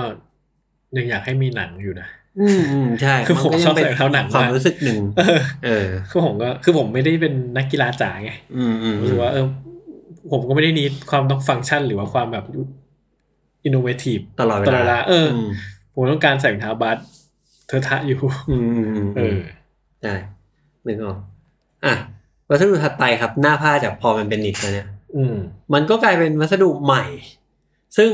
Speaker 3: ยังอยากให้มีหนังอยู่นะ
Speaker 2: อืมอืมใช่
Speaker 3: คือผม
Speaker 2: ก็ยั
Speaker 3: ชอบใส่รองเท้าหนัง
Speaker 2: ความ
Speaker 3: มาก
Speaker 2: รู้สึกหนึ่ง
Speaker 3: เออ
Speaker 2: เออ
Speaker 3: คือผมก็ คือผมไม่ได้เป็นนักกีฬาจ๋าไง
Speaker 2: อืมอืม
Speaker 3: รู้สึกว่า เออ ผมก็ไม่ได้นีความต้องฟังก์ชันหรือว่าความแบบ innovative
Speaker 2: ตลอดเว
Speaker 3: ตลอดเวลา
Speaker 2: ลา
Speaker 3: เอออื
Speaker 2: ม
Speaker 3: ผมต้องการใส่รองเท้าบาสเทอะทะอยู่
Speaker 2: อืมอืมอืม
Speaker 3: เออ
Speaker 2: ได้นึกออกอ่ะวัสดุถัดไปครับ หน้าผ้าจากพอมันเป็นนิดแล้วเนี่ย
Speaker 3: อืม
Speaker 2: มันก็กลายเป็นวัสดุใหม่ ซึ่ง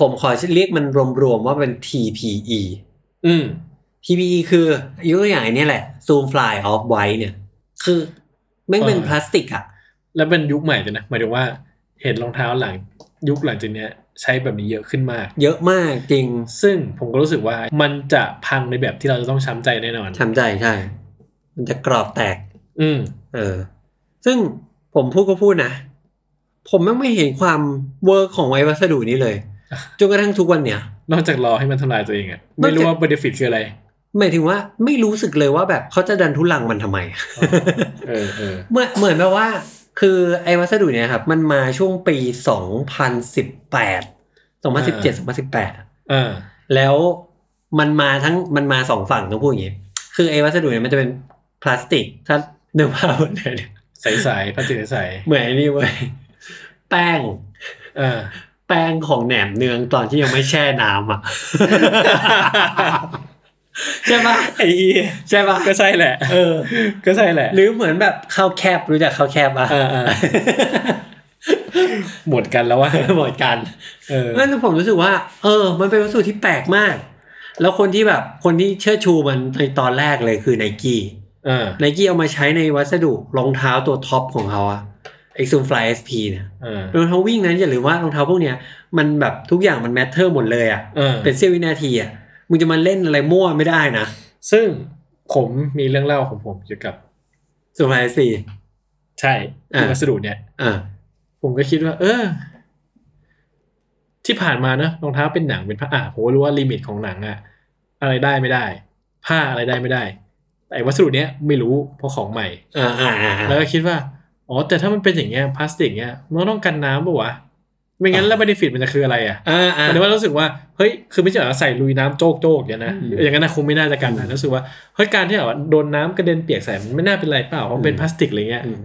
Speaker 2: ผมขอเรียกมันรวมๆว่าเป็น TPE
Speaker 3: อืม
Speaker 2: TPE คือยกตัวอย่างไอ้เนี่ยแหละ Zoom Fly Off White เนี่ย คือไม่งเป็น
Speaker 3: เออ
Speaker 2: พลาสติกอะ
Speaker 3: แล้วเป็นยุคใหม่ด้วยนะหมายถึงว่าเห็นรองเท้าหลังยุคหลังจากเนี้ยใช้แบบนี้เยอะขึ้นมาก
Speaker 2: เยอะมากจริง
Speaker 3: ซึ่งผมก็รู้สึกว่ามันจะพังในแบบที่เราจะต้องช้ำใจแน่นอน
Speaker 2: ช้ำใจใช่ มันจะกรอบแตก
Speaker 3: อืม
Speaker 2: เออ ซึ่งผมพูดก็พูดนะ ผมแม่งไม่เห็นความเวิร์กของไอ้วัสดุนี้เลย จนกระทั่งทุกวันเนี่ย
Speaker 3: นอกจากรอให้มันทำลายตัวเองอะไม่รู้ว่าเบนฟิตคือ อะไร
Speaker 2: หมายถึงว่าไม่รู้สึกเลยว่าแบบเขาจะดันทุลังมันทำไม
Speaker 3: เออเออ
Speaker 2: เหมือนเหมือนแบบว่า คือไอ้วัสดุเนี่ยครับ มันมาช่วงปี 2018 2017 2018อะ
Speaker 3: อ่า
Speaker 2: แล้วมันมาทั้งมันมาสองฝั่งต้องพูดอย่างนี้คือไอ้วัสดุเนี่ยมันจะเป็นพลาสติก ถ้าเนื้อผ้าพ หมดเลยเนี่ย
Speaker 3: ใสๆพลาสติกใส
Speaker 2: เหมือนไอ้นี่เว้ยแป้ง
Speaker 3: ๆอ่า
Speaker 2: แป้งของแหนมเนืองตอนที่ยังไม่แช่น้ำอ่ะ ใช่ปะ
Speaker 3: ไอ้เหี้ย
Speaker 2: ใช่ปะ
Speaker 3: ก็ใช่แหละ
Speaker 2: เออ
Speaker 3: ก็ใช่แหละ
Speaker 2: หรือเหมือนแบบข้าวแคบรู้จักข้าวแคบปะ
Speaker 3: อ่าอ่าหมดกันแล้ววะ
Speaker 2: หมดกัน
Speaker 3: เออ
Speaker 2: นั่นผมรู้สึกว่า เออ มันเป็นวัสดุที่แปลกมาก แล้วคนที่แบบคนที่เชิดชูมันในตอนแรกเลยคือไนกี้
Speaker 3: อ่า
Speaker 2: ไนกี้เอามาใช้ในวัสดุรองเท้าตัวท็อปของเขาอะเอ็กซ์ซูมฟลายเอสพีเนี่ย
Speaker 3: อ่าร
Speaker 2: องเท้าวิ่งนั้นอย่าลืมว่ารองเท้าพวกเนี้ยมันแบบทุกอย่างมันแมทเทอร์หมดเลยอะ
Speaker 3: อ่า
Speaker 2: เป็นเสี้ยววินาทีอะมึงจะมาเล่นอะไรมั่วไม่ได้นะ
Speaker 3: ซึ่งผมมีเรื่องเล่าของผมเกี่ยวกับ
Speaker 2: ซูมฟลายเอสพี
Speaker 3: ใช่
Speaker 2: อ่า
Speaker 3: วัสดุเนี่ย
Speaker 2: อ่า
Speaker 3: ผมก็คิดว่า เออ ที่ผ่านมานะรองเท้าเป็นหนังเป็นผ้าอ่ะผมก็รู้ว่าลิมิตของหนังอะอะไรได้ไม่ได้ ผ้าอะไรได้ไม่ได้ แต่ไอ้วัสดุเนี้ยไม่รู้เพราะของใหม่
Speaker 2: อ่าอ่าอ่า
Speaker 3: แล้วก็คิดว่าอ๋อแต่ถ้ามันเป็นอย่างเงี้ยพลาสติกเนี้ยมันก็ต้องกันน้ำปะวะไม่งั้นแล้วบริฟิตมันจะคืออะไรอะ
Speaker 2: อ่าอ่า
Speaker 3: แต่ว่ารู้สึกว่าเฮ้ยคือไม่ใช่แบบใส่ลุยน้ำโจกโจกอย่างนั้นนะ
Speaker 2: อืม
Speaker 3: อย่างนั้นนะคงไม่น่าจะกันนะรู้สึกว่าเฮ้ยการที่แบบว่าโดนน้ำกระเด็นเปียกใส่มันไม่น่าเป็นไรเปล่าเพราะมันเป็น
Speaker 2: อืม
Speaker 3: พลาสติกอะไรเงี้ย
Speaker 2: อืม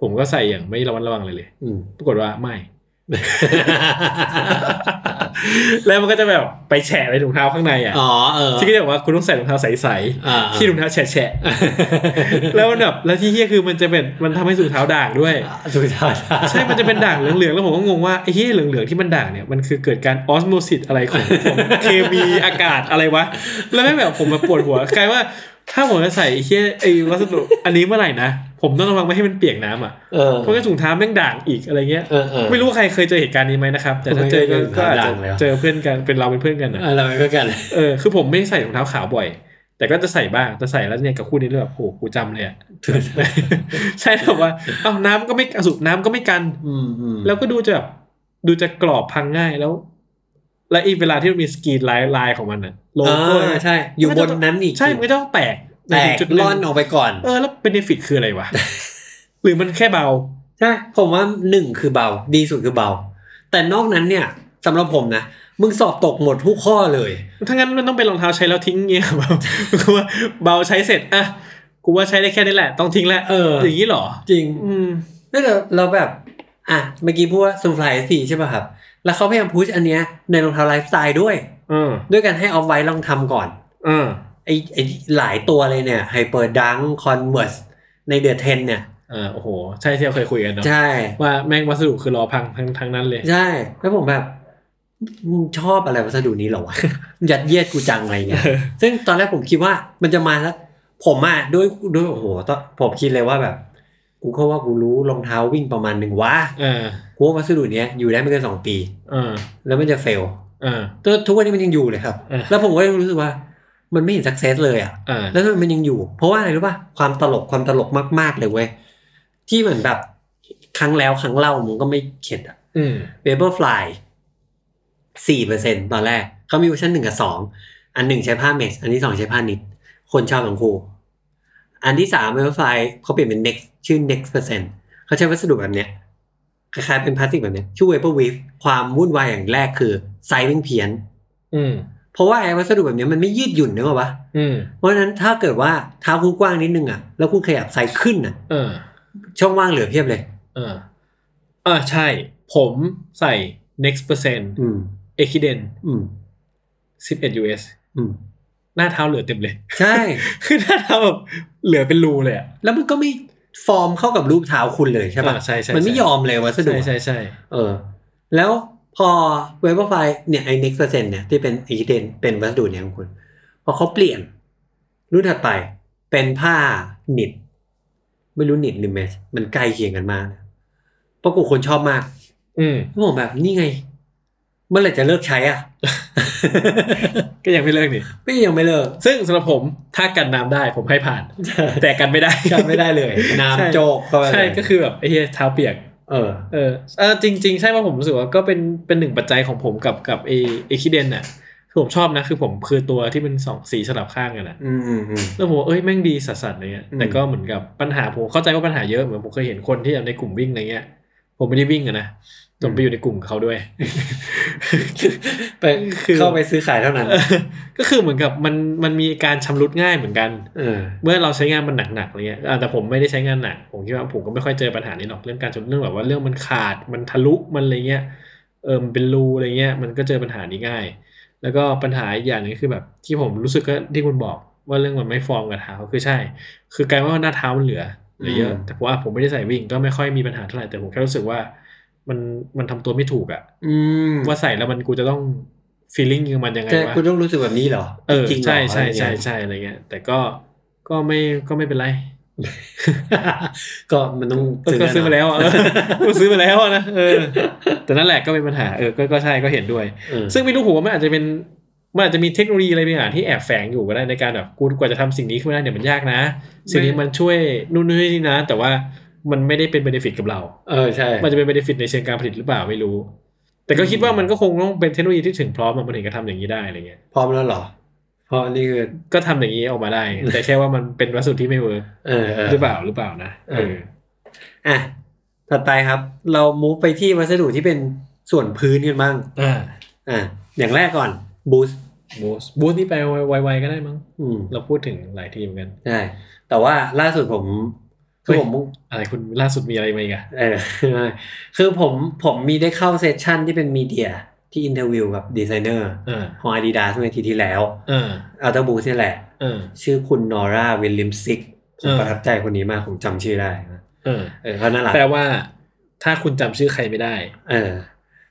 Speaker 3: ผมก็ใส่อย่างไม่ระมัดระวังเลยเลย
Speaker 2: อืม
Speaker 3: ปรากฏว่าไม่ แล้วมันก็จะแบบไปแฉะไปถุงเท้าข้างในอ่ะ
Speaker 2: อ๋อเออ
Speaker 3: ที่ก็จะบอกว่าคุณต้องใส่รองเท้าใส
Speaker 2: อ่า
Speaker 3: ๆขี้ถุงเท้าแฉะ ๆแล้วมันแบบแล้วที่เฮี้ยคือมันจะเป็นมันทำให้ถุงเท้าด่างด้วย
Speaker 2: ถูกต้อง
Speaker 3: ใช่มันจะเป็นด่างเหลืองๆแล้วผมก็งงว่าไอ้เฮี้ยเหลืองๆที่มันด่างเนี่ยมันคือเกิดการออสโมซิสอะไรของ ของเคมีอากาศอะไรวะ แล้วไม่งแบบผมมาปวดหัวกลายว่าถ้าผมจะใส่ไอ้เฮี้ยไอ้วัสดุอันนี้เมื่อไหร่นะผมต้องระวังไม่ให้มันเปียกน้ำอ่ะ
Speaker 2: เออ
Speaker 3: เพราะงั้นถุงเท้าแม่งด่างอีกอะไรเงี้ย
Speaker 2: เออเออ
Speaker 3: ไม่รู้ว่าใครเคยเจอเหตุการณ์นี้ไหมนะครับ แต่ถ้าเจอก็
Speaker 2: ผมไม่เคย
Speaker 3: ก็อาจ
Speaker 2: ดั
Speaker 3: จะ
Speaker 2: งแล้ว
Speaker 3: เจอเพื่อนกันเป็นเราเป็นเพื่อนกันนะ
Speaker 2: อะไรไปก็กัน
Speaker 3: เออคือผมไม่ใส่รองเท้าขาวบ่อย แต่ก็จะใส่บ้างแต่ใส่แล้วเนี่ยกับคู่นี้เลยแบบโหกูจำเลยอะ ใช่แบบว่าเอ้าน้ำก็ไม่สูบน้ำก็ไม่กัน
Speaker 2: อืมอืม
Speaker 3: แล้วก็ดูจะแบบดูจะกรอบพังง่ายแล้ว และอีกเวลาที่มันมีสกรีนลายลายของมันอะโล
Speaker 2: อ่
Speaker 3: โก้
Speaker 2: าใช่ อยู่บนนั้นอีก
Speaker 3: ใช่มันก็ต้องแตก
Speaker 2: แต
Speaker 3: ใน
Speaker 2: ก
Speaker 3: จุดหง
Speaker 2: ล่อนออกไปก่อน
Speaker 3: เออแล้วเบนฟิตคืออะไรวะ หรือมันแค่เบา
Speaker 2: ใช่ ผมว่าหนึ่งคือเบา ดีสุดคือเบา แต่นอกนั้นเนี่ย สำหรับผมนะ มึงสอบตกหมดทุกข้อเลย
Speaker 3: ถ้างั้นมันต้องเป็นรองเท้าใช้แล้วทิ้งเงี้ยแบบ กูว่าเบาใช้เสร็จอ่ะกูว่าใช้ได้แค่นี้แหละ ต้องทิ้งแล้ว
Speaker 2: เออ
Speaker 3: อย่างนี้เหรอ
Speaker 2: จริง
Speaker 3: อืม
Speaker 2: นั่นเราเราแบบอ่ะเมื่อกี้พูดว่าสงสัยสีใช่ป่ะครับ แล้วเขาพยายามพุชอันเนี้ยในรองเท้าไลฟ์สไตล์ด้วย
Speaker 3: เออ
Speaker 2: ด้วยการให้เอาไว้ลองทำก่อน
Speaker 3: เออ
Speaker 2: ไอไอหลายตัวเลยเนี่ยไฮเปอร์ดังคอนเวอร์สในเดอะเทนเนี่ย
Speaker 3: อ่าโอ้โห ใช่ที่เราเคยคุยกันเนาะ
Speaker 2: ใช่
Speaker 3: ว่าแม่งวัสดุคือรอพังทั้งทั้งนั้นเลย
Speaker 2: ใช่ แล้วผมแบบมึงชอบอะไรวัสดุนี้เหรอวะ ยัดเยียดกูจังอะไร เงี้ย
Speaker 3: เออ
Speaker 2: ซึ่งตอนแรกผมคิดว่ามันจะมาแล้ว ผมอ่ะด้วยด้วยโอ้โหตอนผมคิดเลยว่าแบบ กูก็ว่ากูรู้รองเท้าวิ่งประมาณหนึ่งว่า
Speaker 3: เออ
Speaker 2: กูว่าวัสดุเนี้ยอยู่ได้ไม่เกินสองปี
Speaker 3: เออ
Speaker 2: แล้วมันจะเฟล
Speaker 3: เออ
Speaker 2: แต่ทุกวันนี้มันยังอยู่เลยครับ
Speaker 3: เออ
Speaker 2: แล้วผมก็ยังรู้สึกว่า มันไม่เห็นสักเซสเลยอ่ะ
Speaker 3: อ่า
Speaker 2: แล้วทำไมมันยังอยู่ เพราะว่าอะไรรู้ป่ะ ความตลกความตลกมาก ๆ เลยเว้ย ที่เหมือนแบบครั้งแล้วครั้งเล่ามึงก็ไม่เข็ดอ่ะ
Speaker 3: อืม
Speaker 2: เบเบอร์ฟลายสี่เปอร์เซ็นตอนแรก เขามีเวอร์ชันหนึ่งกับสอง อันหนึ่งใช้ผ้าเมส อันที่สองใช้ผ้านิด คนชอบทั้งคู่ อันที่สามเบเบอร์ฟลายเขาเปลี่ยนเป็น next ชื่อ next percent เขาใช้วัสดุแบบเนี้ย คล้ายๆเป็นพลาสติกแบบเนี้ย ชื่อ vapor weave ความวุ่นวายอย่างแรกคือไซส์มันเพี้ยน
Speaker 3: อืม
Speaker 2: เพราะว่าไอ้วัสดุแบบเนี้ยมันไม่ยืดหยุ่นนึกออกปะ
Speaker 3: อืม
Speaker 2: เพราะฉะนั้นถ้าเกิดว่าเท้าคุณกว้างนิดนึงอ่ะ แล้วคุณขยับไซส์ขึ้นอ่ะ
Speaker 3: เออ
Speaker 2: ช่องว่างเหลือเพียบเลย
Speaker 3: เอออ่าใช่ ผมใส่ next percent
Speaker 2: อืม
Speaker 3: equiden
Speaker 2: อืม
Speaker 3: 11 us
Speaker 2: อืม
Speaker 3: หน้าเท้าเหลือเต็มเลย
Speaker 2: ใช่
Speaker 3: คือหน้าเท้าแบบเหลือเป็นรูเลยอ่ะ
Speaker 2: แล้วมันก็ไม่ฟอร์มเข้ากับรูปเท้าคุณเลยใช่ปะ
Speaker 3: อ่าใช่ใช่
Speaker 2: มันไม่ยอมเลยวัสดุ
Speaker 3: ใช่
Speaker 2: อะ
Speaker 3: ใช่ใช่
Speaker 2: เออ แล้วพอเวเบอร์ไฟเนี่ยไอ้ next percent เนี่ยที่เป็นอีกเดนเป็นวัสดุเนี่ยของคุณ พอเขาเปลี่ยน รุ่นถัดไปเป็นผ้าหนิด ไม่รู้หนิดหรือเมชมันใกล้เคียงกันมากนะปรากฏคนชอบมาก
Speaker 3: อืม
Speaker 2: ผมแบบนี่ไง เมื่อไหร่จะเลิกใช้อ่ะ
Speaker 3: ก็ยังไม่เลิกนี่
Speaker 2: ไม่ยังไม่เลิก
Speaker 3: ซึ่งสำหรับผมถ้ากันน้ำได้ผมให้ผ่าน แต่กันไม่ได้
Speaker 2: กันไม่ได้เลย
Speaker 3: ใช่
Speaker 2: น้ำโจกเข้าไปเลย
Speaker 3: ใช่ก็คือแบบไอ้เหี้ยเท้าเปียก
Speaker 2: เออ
Speaker 3: เออเออจริง ๆ ใช่ว่าผมรู้สึกว่าก็เป็นเป็นหนึ่งปัจจัยของผมกับกับเอเอคิเดนน่ะคือผมชอบนะ คือผมคือตัวที่เป็นสองสีสลับข้างกันนะ
Speaker 2: อืมอืมอืม
Speaker 3: แล้วผมว่าเอ้ยแม่งดีสัสๆอะไรเงี้ย
Speaker 2: อืม
Speaker 3: แต่ก็เหมือนกับปัญหาผมเข้าใจว่าปัญหาเยอะเหมือนผมเคยเห็นคนที่อยู่ในกลุ่มวิ่งอะไรเงี้ย ผมไม่ได้วิ่งอะนะผมไปอยู่ในกลุ่มกับเขาด้วย
Speaker 2: ไปเข้าไปซื้อขายเท่านั้น
Speaker 3: เออ ก็คือเหมือนกับมันมันมีการชำรุดง่ายเหมือนกัน
Speaker 2: เออ
Speaker 3: เมื่อเราใช้งานมันหนักๆอะไรเงี้ยอ่าแต่ผมไม่ได้ใช้งานหนัก ผมคิดว่าผมก็ไม่ค่อยเจอปัญหานี้หรอกเรื่องการชนเรื่องแบบว่าเรื่องมันขาดมันทะลุมันอะไรเงี้ย เออมันเป็นรูอะไรเงี้ยมันก็เจอปัญหานี้ง่าย แล้วก็ปัญหาอีกอย่างหนึงคือแบบที่ผมรู้สึกก็ที่คุณบอกว่าเรื่องมันไม่ฟอร์มกับเท้าคือใช่ คือกลายว่าหน้าเท้ามันเหลือเหลือเยอะ
Speaker 2: อืม
Speaker 3: แต่ว่าผมไม่ได้ใส่วิ่งก็ไม่ค่อยมีปัญหาเท่าไหร่แต่ผมแค่รู้สึกว่ามันมันทำตัวไม่ถูกอะ
Speaker 2: อืม
Speaker 3: ว่าใส่แล้วมันกูจะต้อง feeling กับมันยังไง
Speaker 2: แต่
Speaker 3: วะ
Speaker 2: คุณต้องรู้สึกแบบนี้เหรอ
Speaker 3: เออ
Speaker 2: จริงๆเหรอ
Speaker 3: ใช่ใช่
Speaker 2: อะไรเงี้ย
Speaker 3: ใช่ใช่อะไรเงี้ย แต่ก็ก็ไม่ก็ไม่เป็นไร
Speaker 2: ก็มันต้อง
Speaker 3: เออก็ซื้อมาแล้ว อะเออก็ซื้อมาแล้วอะนะเออแต่นั่นแหละก็เป็นปัญหาเออก็ก็ใช่ก็เห็นด้วย
Speaker 2: ซึ่
Speaker 3: ซึ่
Speaker 2: ง
Speaker 3: งไม่รู้ผมว่ามันอาจจะเป็นมันอาจจะมีเทคโนโลยีอะไรบางอย่างที่แอบแฝงอยู่ก็ได้ในการแบบกูกว่าจะทำสิ่งนี้ขึ้นมาได้เนี่ยมันยากนะ สิ่งนี้มันช่วยนู่นนี่นะ แต่ว่ามันไม่ได้เป็นเบนฟิตกับเรา
Speaker 2: เออใช่
Speaker 3: มันจะเป็นเบนฟิตในเชิงการผลิตหรือเปล่าไม่รู้ แต่ก็คิดว่ามันก็คงต้องเป็นเทคโนโลยีที่ถึงพร้อมอะมันถึงจะทำอย่างนี้ได้อะไรเงี้ย
Speaker 2: พร้อมแล้วเหรอพอนี่คือ
Speaker 3: ก็ทำอย่างนี้ออกมาได้ แต่แค่ว่ามันเป็นวัสดุที่ไม่เวิร์ก
Speaker 2: เออเออ
Speaker 3: หรือเปล่าหรือเปล่านะ
Speaker 2: เออ อ่ะถัดไปครับ เรามูฟไปที่วัสดุที่เป็นส่วนพื้นกันบ้าง
Speaker 3: อ่า
Speaker 2: อ่ะอย่างแรกก่อนบูส
Speaker 3: บูสบูสนี่ไปไวๆก็ได้มั้ง
Speaker 2: อืม
Speaker 3: เราพูดถึงหลายทีมกัน
Speaker 2: ใช่แต่ว่าล่าสุดผม
Speaker 3: เฮ้
Speaker 2: คือย ผม
Speaker 3: อะไรคุณล่าสุดมีอะไรมาอีกอะ
Speaker 2: เอ อ คือผมผมมีได้เข้าเซสชันที่เป็นมีเดียที่อินเทอร์วิวกับดีไซเนอร์
Speaker 3: อ่า
Speaker 2: ของ Adidas เมื่ออาทีที่แล้ว
Speaker 3: อ่า
Speaker 2: อัลเทอร์บูสนี่แหละ
Speaker 3: อ่า
Speaker 2: ชื่อคุณนอร่าวิลลิมซิกผม
Speaker 3: เออ
Speaker 2: ประทับใจคนนี้มาก ผมจำชื่อได้นะ
Speaker 3: อ่า
Speaker 2: เออเขาน่ารัก
Speaker 3: แปลว่า ถ้าคุณจำชื่อใครไม่ได้
Speaker 2: เออ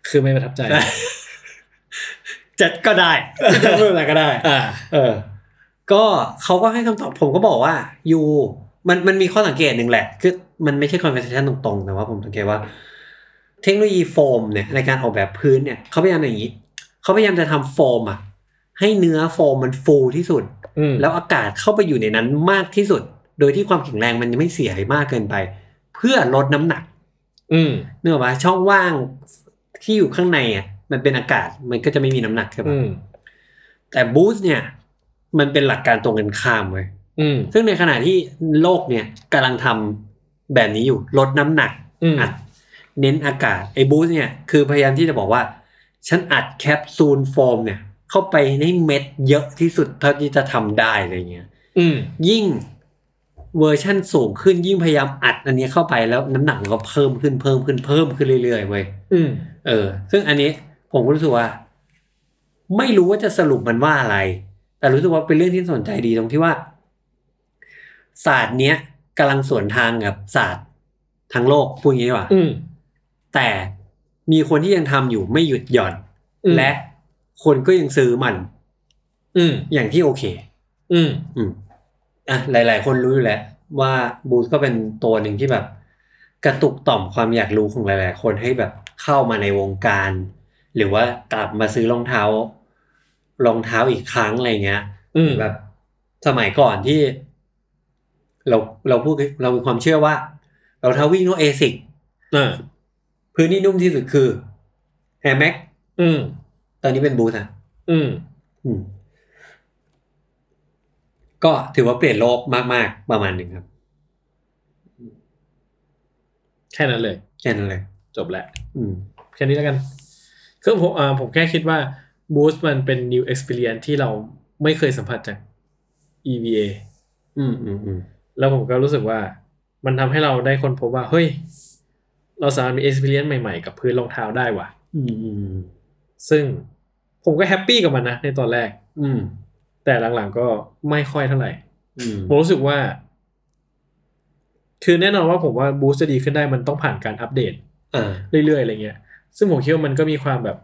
Speaker 3: คือไม่ประทับใจ
Speaker 2: จัดก็ได้จะพูดอะไรก็ได้
Speaker 3: อ่า
Speaker 2: เออ ก็เขาก็ให้คำตอบผมก็บอกว่ายูมันมันมีข้อสังเกตหนึ่งแหละ คือมันไม่ใช่ conversation ตรงๆ แต่ว่าผมสังเกตว่า เทคโนโลยีโฟมเนี่ยในการออกแบบพื้นเนี่ยเขาพยายามอย่างนี้เขาพยายามจะทำโฟมอ่ะ ให้เนื้อโฟมมันฟูที่สุด
Speaker 3: อืม
Speaker 2: แล้วอากาศเข้าไปอยู่ในนั้นมากที่สุด โดยที่ความแข็งแรงมันยังไม่เสียมากเกินไป เพื่อลดน้ำหนัก
Speaker 3: อืม
Speaker 2: เนื้ออกปะช่องว่างที่อยู่ข้างในอ่ะมันเป็นอากาศมันก็จะไม่มีน้ำหนักใช่ปะ
Speaker 3: อืม
Speaker 2: แต่บูสเนี่ย มันเป็นหลักการตรงกันข้ามเว้ย
Speaker 3: อืม
Speaker 2: ซึ่งในขณะที่โลกเนี่ยกำลังทำแบบนี้อยู่ ลดน้ำหนัก
Speaker 3: อืม
Speaker 2: อัดเน้นอากาศไอ้บูสเนี่ย คือพยายามที่จะบอกว่า ฉันอัดแคปซูลโฟมเนี่ย เข้าไปในเม็ดเยอะที่สุดเท่าที่จะทำได้อะไรเงี้ย
Speaker 3: อืม
Speaker 2: ยิ่งเวอร์ชั่นสูงขึ้นยิ่งพยายามอัดอันนี้เข้าไปแล้วน้ำหนักมันก็เพิ่มขึ้นเพิ่มขึ้นเพิ่มขึ้นเรื่อยๆเว้ย
Speaker 3: อืม
Speaker 2: เออ ซึ่งอันนี้ผมก็รู้สึกว่า ไม่รู้ว่าจะสรุปมันว่าอะไร แต่รู้สึกว่าเป็นเรื่องที่สนใจดีตรงที่ว่า ศาสตร์เนี้ยกำลังสวนทางกับศาสตร์ทางโลกพูดอย่างนี้ดีกว่า
Speaker 3: อืม
Speaker 2: แต่มีคนที่ยังทำอยู่ไม่หยุดหย่อน
Speaker 3: อืม
Speaker 2: และคนก็ยังซื้อมัน
Speaker 3: อืม
Speaker 2: อย่างที่โอเค
Speaker 3: อืม
Speaker 2: อืมอ่ะหลาย ๆ คนรู้อยู่แล้วว่าบูธก็เป็นตัวหนึ่งที่แบบ กระตุกต่อมความอยากรู้ของหลาย ๆ คนให้แบบเข้ามาในวงการ หรือว่ากลับมาซื้อรองเท้ารองเท้าอีกครั้งอะไรเงี้ย
Speaker 3: อืม
Speaker 2: แบบสมัยก่อนที่ เราเราพูดเรามีความเชื่อว่ารองเท้าวิ่งต้องเอซิก
Speaker 3: อ่า
Speaker 2: พื้นที่นุ่มที่สุดคือ Air Max
Speaker 3: อืม
Speaker 2: ตอนนี้เป็นบูธอะ
Speaker 3: อืม
Speaker 2: อืม ก็ถือว่าเปลี่ยนโลกมากๆ ประมาณหนึ่งครับ
Speaker 3: แค่นั้นเลย
Speaker 2: แค่นั้นเลย
Speaker 3: จบแล้ว
Speaker 2: อืม
Speaker 3: แค่นี้แล้วกัน คือผมอ่าผมแค่คิดว่า Boost มันเป็น new experience ที่เราไม่เคยสัมผัสจาก EVA
Speaker 2: อืมอืมอืม
Speaker 3: แล้วผมก็รู้สึกว่ามันทำให้เราได้คนพบว่า เฮ้ย เราสามารถมี experience ใหม่ๆ กับพื้นรองเท้าได้ว่ะ
Speaker 2: อืมอืม
Speaker 3: ซึ่งผมก็แฮปปี้กับมันนะในตอนแรก
Speaker 2: อืม
Speaker 3: แต่หลังๆก็ไม่ค่อยเท่าไหร่
Speaker 2: อืม
Speaker 3: ผมรู้สึกว่า คือแน่นอนว่าผมว่าบูสต์จะดีขึ้นได้มันต้องผ่านการอัปเดต
Speaker 2: อ่า
Speaker 3: เรื่อยๆอะไรเงี้ย ซึ่งผมคิดว่ามันก็มีความแบบ